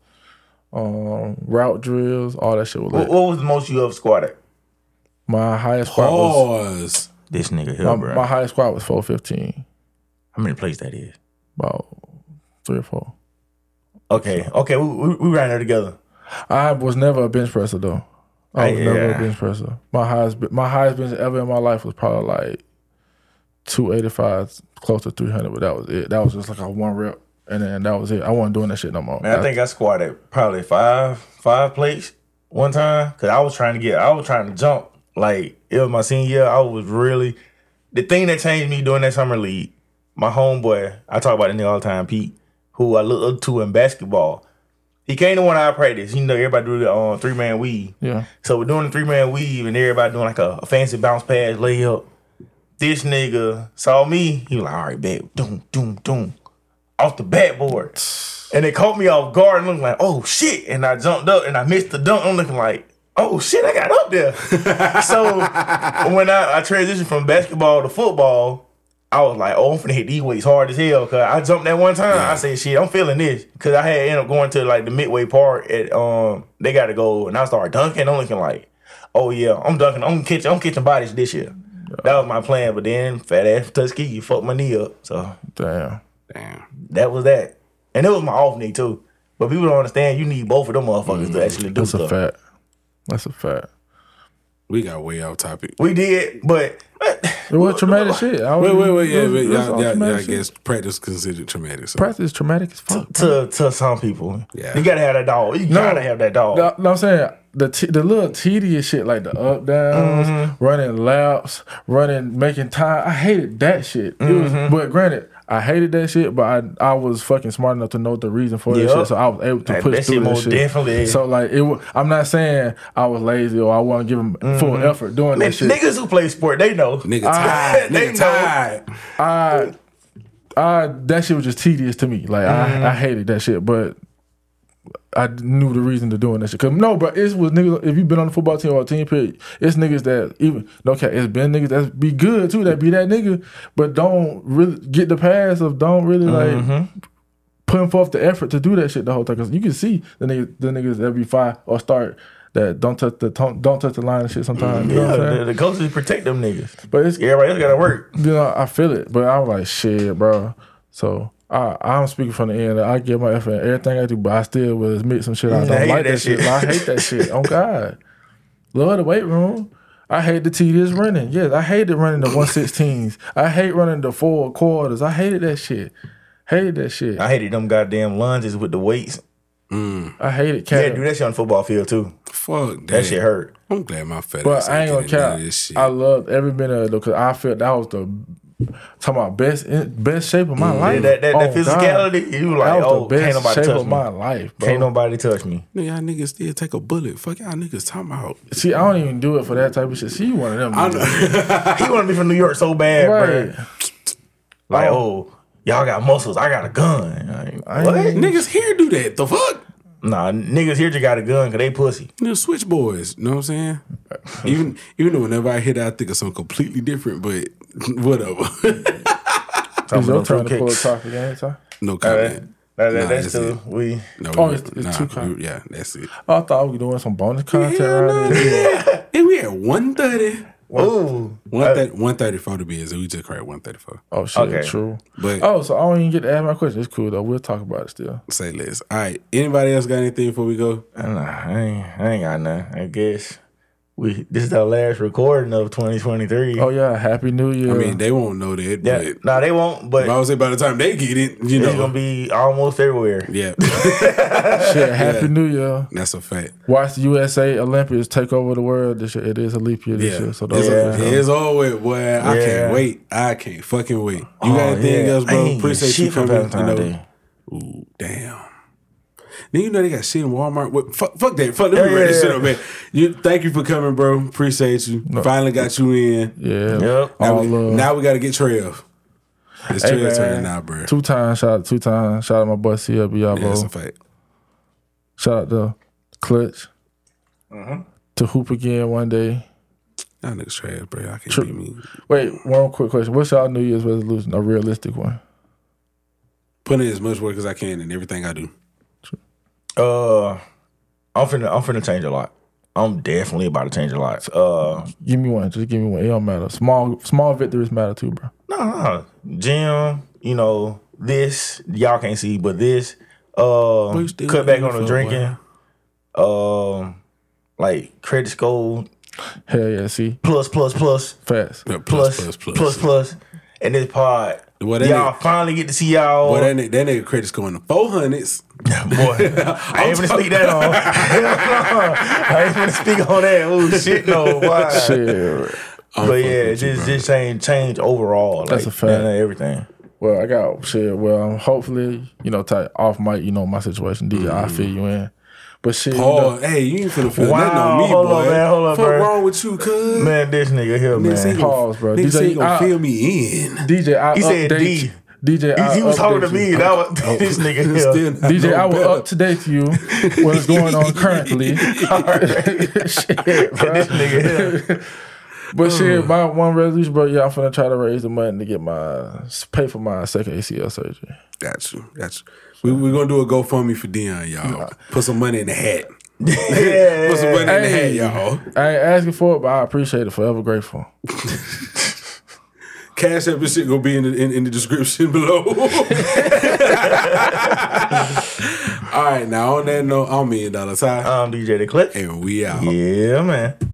S5: um, route drills, all that shit was
S3: What,
S5: lit.
S3: what was the most you up squatted?
S5: My highest squat was
S4: Pause.
S3: This nigga
S5: my,
S3: helped, bro.
S5: my highest squat was 415,
S3: How many plays that is?
S5: about three or four.
S3: Okay, okay, we we, we ran there together.
S5: I was never a bench presser though. I was
S3: Hey,
S5: never
S3: yeah.
S5: a bench presser. My highest, my highest bench ever in my life was probably like 285, close to 300, but that was it. That was just like a one rep, and then that was it. I wasn't doing that shit no more.
S3: Man, I think I squatted probably five five plates one time because I was trying to get I was trying to jump like it was my senior year. I was really the thing that changed me during that summer league. My homeboy, I talk about the nigga all the time, Pete, who I look up to in basketball. He came to one hour practice. You know, everybody do the um, three man weave.
S5: yeah.
S3: So we're doing the three man weave and everybody doing like a, a fancy bounce pass layup. This nigga saw me. He was like, all right, bet. Doom, doom, doom. Off the backboard. And they caught me off guard and looking like, oh shit. And I jumped up and I missed the dunk. I'm looking like, oh shit, I got up there. so when I, I transitioned from basketball to football, I was like, oh, I'm finna hit these weights hard as hell. Cause I jumped that one time. I said, shit, I'm feeling this. Cause I had ended up going to like the midway part at um they gotta go and I started dunking. I'm looking like, oh yeah, I'm dunking, I'm catching, I'm catching bodies this year. That was my plan, but then fat ass Tuskegee fucked my knee up. So
S5: Damn.
S4: Damn.
S3: that was that. And it was my off knee too. But people don't understand you need both of them motherfuckers to actually do
S5: Mm, That's a
S3: stuff.
S5: fact. That's a fact.
S4: We got way off topic.
S3: We did, but
S5: It was traumatic shit. I
S4: Wait,
S5: was-
S4: wait, wait.
S5: it
S4: Yeah,
S5: was-
S4: wait.
S5: it was
S4: Y'all,
S5: all
S4: y'all, y'all,
S5: traumatic
S4: I
S5: shit.
S4: guess practice considered traumatic. So.
S5: practice is traumatic as fuck.
S3: to to some people,
S4: Yeah.
S3: you gotta have that dog. You gotta have that dog.
S5: No, no, I'm saying the t- the little tedious shit like the up downs,
S4: Mm-hmm.
S5: running laps, running, making time. I hated that shit. It was-
S4: Mm-hmm.
S5: but granted, I hated that shit. But I I was fucking smart enough to know the reason for that
S3: Yup.
S5: shit, so I was able to
S3: Like,
S5: push
S3: that shit
S5: through that
S3: most
S5: shit.
S3: definitely-
S5: So like it, wa- I'm not saying I was lazy or I wasn't giving full
S4: Mm-hmm.
S5: effort doing
S3: Man,
S5: that shit.
S3: niggas who play sport, they know.
S4: Nigga
S5: Ah,
S4: tired.
S3: They
S4: Nigga
S3: know.
S4: tired.
S5: I, I that shit was just tedious to me. Like I, I hated that shit, but I knew the reason to doing that shit. Cause no, but it's was niggas. If you've been on the football team or a team period, it's niggas that even okay, it's been niggas that be good too, that be that nigga, but don't really get the pass of don't really like. Putting forth the effort to do that shit the whole time, cause you can see the niggas, the niggas that be five or start that don't touch the don't, don't touch the line and shit sometimes. You know what I'm
S3: Yeah, the,
S5: saying?
S3: the coaches protect them niggas.
S5: But it's
S3: Everybody else gotta work.
S5: you know, I feel it, but I'm like, shit, bro. So I, I'm speaking from the end. I give my effort in everything I do, but I still will admit some shit I don't
S3: hate
S5: like that,
S3: that
S5: shit.
S3: shit.
S5: I hate that shit. Oh God, love the weight room. I hate the tedious running. Yes, I hated running the 116s. I hate running the four quarters. I hated that shit. Hated that shit.
S3: I hated them goddamn lunges with the weights.
S5: I hated
S3: Yeah,
S5: Canada.
S3: do that shit on the football field too.
S4: Fuck that.
S3: That shit hurt.
S4: I'm glad my fat
S5: But
S4: ass
S5: I ain't gonna
S4: getting none of
S5: count.
S4: this shit.
S5: I loved every minute of it because I felt that was the talking about best in, best shape of my life.
S3: That that, that, that
S5: Oh, God.
S3: physicality, you
S5: That
S3: like,
S5: was
S3: oh,
S5: the
S3: can't
S5: best
S3: nobody
S5: shape
S3: touch
S5: of
S3: me.
S5: my life, bro.
S3: Can't nobody touch me.
S4: Nigga, y'all niggas still take a bullet. Fuck y'all niggas talking about.
S5: See, I don't even do it for that type of shit. See, you one of them.
S4: I know.
S3: He wanted me from New York so bad,
S5: Right.
S3: bruh. Like, oh, y'all got muscles. I got a gun. Like,
S5: I
S3: what?
S5: ain't-
S4: niggas here do that. The fuck?
S3: Nah, niggas here just got a gun because they pussy.
S4: Niggas switch boys. You know what I'm saying? even even though whenever I hear that, I think of something completely different, but whatever.
S5: It's your turn to
S3: Okay.
S5: pull a topic anytime.
S4: no
S3: That,
S4: comment.
S3: that, that,
S4: Nah,
S3: that's
S4: that's it.
S3: too. We
S4: No,
S5: Oh,
S4: we-
S5: it's- it's too kind.
S4: we- Yeah, that's it.
S5: Oh, I thought we were doing some bonus content
S4: Yeah,
S5: right there.
S4: And we at 130.
S3: ooh.
S4: 134 to be is we just cracked 134.
S5: Oh shit,
S3: Okay.
S5: true.
S4: But
S5: Oh, so I don't even get to ask my question. It's cool though. We'll talk about it still.
S4: say less. All right. Anybody else got anything before we go?
S3: Nah, I ain't, I ain't got nothing. I guess we this is our last recording of 2023.
S5: Oh yeah, happy New Year.
S4: I mean, they won't know that.
S3: yeah,
S4: But,
S3: nah, they won't. But
S4: but I would say by the time they get it, you
S3: it's
S4: know.
S3: gonna be almost everywhere.
S4: yeah.
S5: shit, happy New Year.
S4: that's a fact.
S5: Watch the USA Olympics take over the world this year. It is a leap year this
S4: Yeah.
S5: year, so
S4: it's,
S5: those
S3: Yeah.
S5: yeah.
S4: it's always, boy. I
S3: Yeah.
S4: can't wait. I can't fucking wait. You
S3: Oh,
S4: got anything
S3: yeah.
S4: else,
S3: I
S4: bro?
S3: ain't
S4: Appreciate
S3: shit
S4: you
S3: for
S4: coming. You
S3: Valentine's
S4: know.
S3: Day.
S4: Ooh, damn. Then you know they got shit in Walmart. What, fuck, fuck that. Fuck, let me
S3: Yeah,
S4: wrap
S3: yeah,
S4: this shit
S3: yeah.
S4: up, man. You, thank you for coming, bro. Appreciate you. Finally got you in.
S5: yeah.
S3: Yep.
S4: Now,
S5: All
S4: we,
S5: love.
S4: now we got to get Trev. It's
S5: Hey,
S4: Trev's
S5: man.
S4: turn now, bro.
S5: Two times shout out, two times shout out my boy CLB
S4: Yeah, that's
S5: Yabo.
S4: a fact.
S5: shout out to Clutch.
S3: Mm-hmm.
S5: To hoop again one day.
S4: Y'all niggas trash, bro. Y'all can't beat me.
S5: Wait, one quick question. What's y'all New Year's resolution? A realistic one.
S4: Put in as much work as I can in everything I do.
S3: Uh, I'm finna I'm finna change a lot. I'm definitely about to change a lot. Uh,
S5: Give me one. Just give me one. It don't matter. Small small victories matter too, bro.
S3: No, no, no. Gym, you know, this, y'all can't see, but this, uh,
S4: you still
S3: cut back
S4: in the
S3: on the
S4: NFL,
S3: drinking, um, like credit score,
S5: Hell yeah, see?
S3: plus, plus, plus,
S5: Fast.
S4: Plus,
S3: plus,
S4: plus, plus, plus.
S3: plus, plus, and this pod.
S4: Well, that
S3: y'all
S4: nigga-
S3: finally get to see y'all.
S4: Boy, that nigga, that nigga credit's going to 400s.
S3: Boy, I ain't gonna speak that on. I ain't gonna speak on that. Oh shit, no, why?
S5: Shit.
S4: I'm
S3: But
S4: fucking
S3: yeah,
S4: with you,
S3: just
S4: bro.
S3: just change change overall.
S5: That's
S3: like,
S5: a fact.
S3: and Everything.
S5: Well, I got shit. Well, hopefully, you know, type off mic, you know my situation. DJ,
S3: Mm.
S5: I feel you in. But shit, you know,
S4: Paul, hey, you ain't finna feel
S3: Wow,
S4: nothing on me,
S3: hold
S4: boy.
S3: on, man, hold on,
S4: Fuck
S3: bro.
S4: wrong with you, cuz?
S3: Man, this nigga here,
S4: Nigga said he
S3: man.
S4: gonna-
S5: Pause, bro.
S4: Nigga
S5: DJ,
S4: said he gonna
S5: I-
S4: feel me in.
S5: DJ, I
S3: He said
S5: update
S3: D.
S5: you. DJ, I
S3: He, he was talking to
S5: update
S3: me,
S5: you.
S3: and I was this nigga here.
S4: Oh, Still not
S5: DJ,
S4: no
S5: I will
S4: better.
S5: up to date you what is going on currently. shit, bro.
S3: this nigga here.
S5: But shit, my one resolution, bro. Yeah, I'm finna try to raise the money to get my pay for my second ACL surgery.
S4: Got you. Got you. We, we're going to do a GoFundMe for Dion, y'all. Put some money in the hat. Put some money
S5: Hey.
S4: in the hat, y'all.
S5: I ain't asking for it, but I appreciate it. Forever grateful.
S4: Cash App and shit going to be in the, in, in the description below. All right, now on that note, I'm Million Dollar Ty.
S3: Uh, I'm DJ The Click.
S4: And we out.
S3: Yeah, man.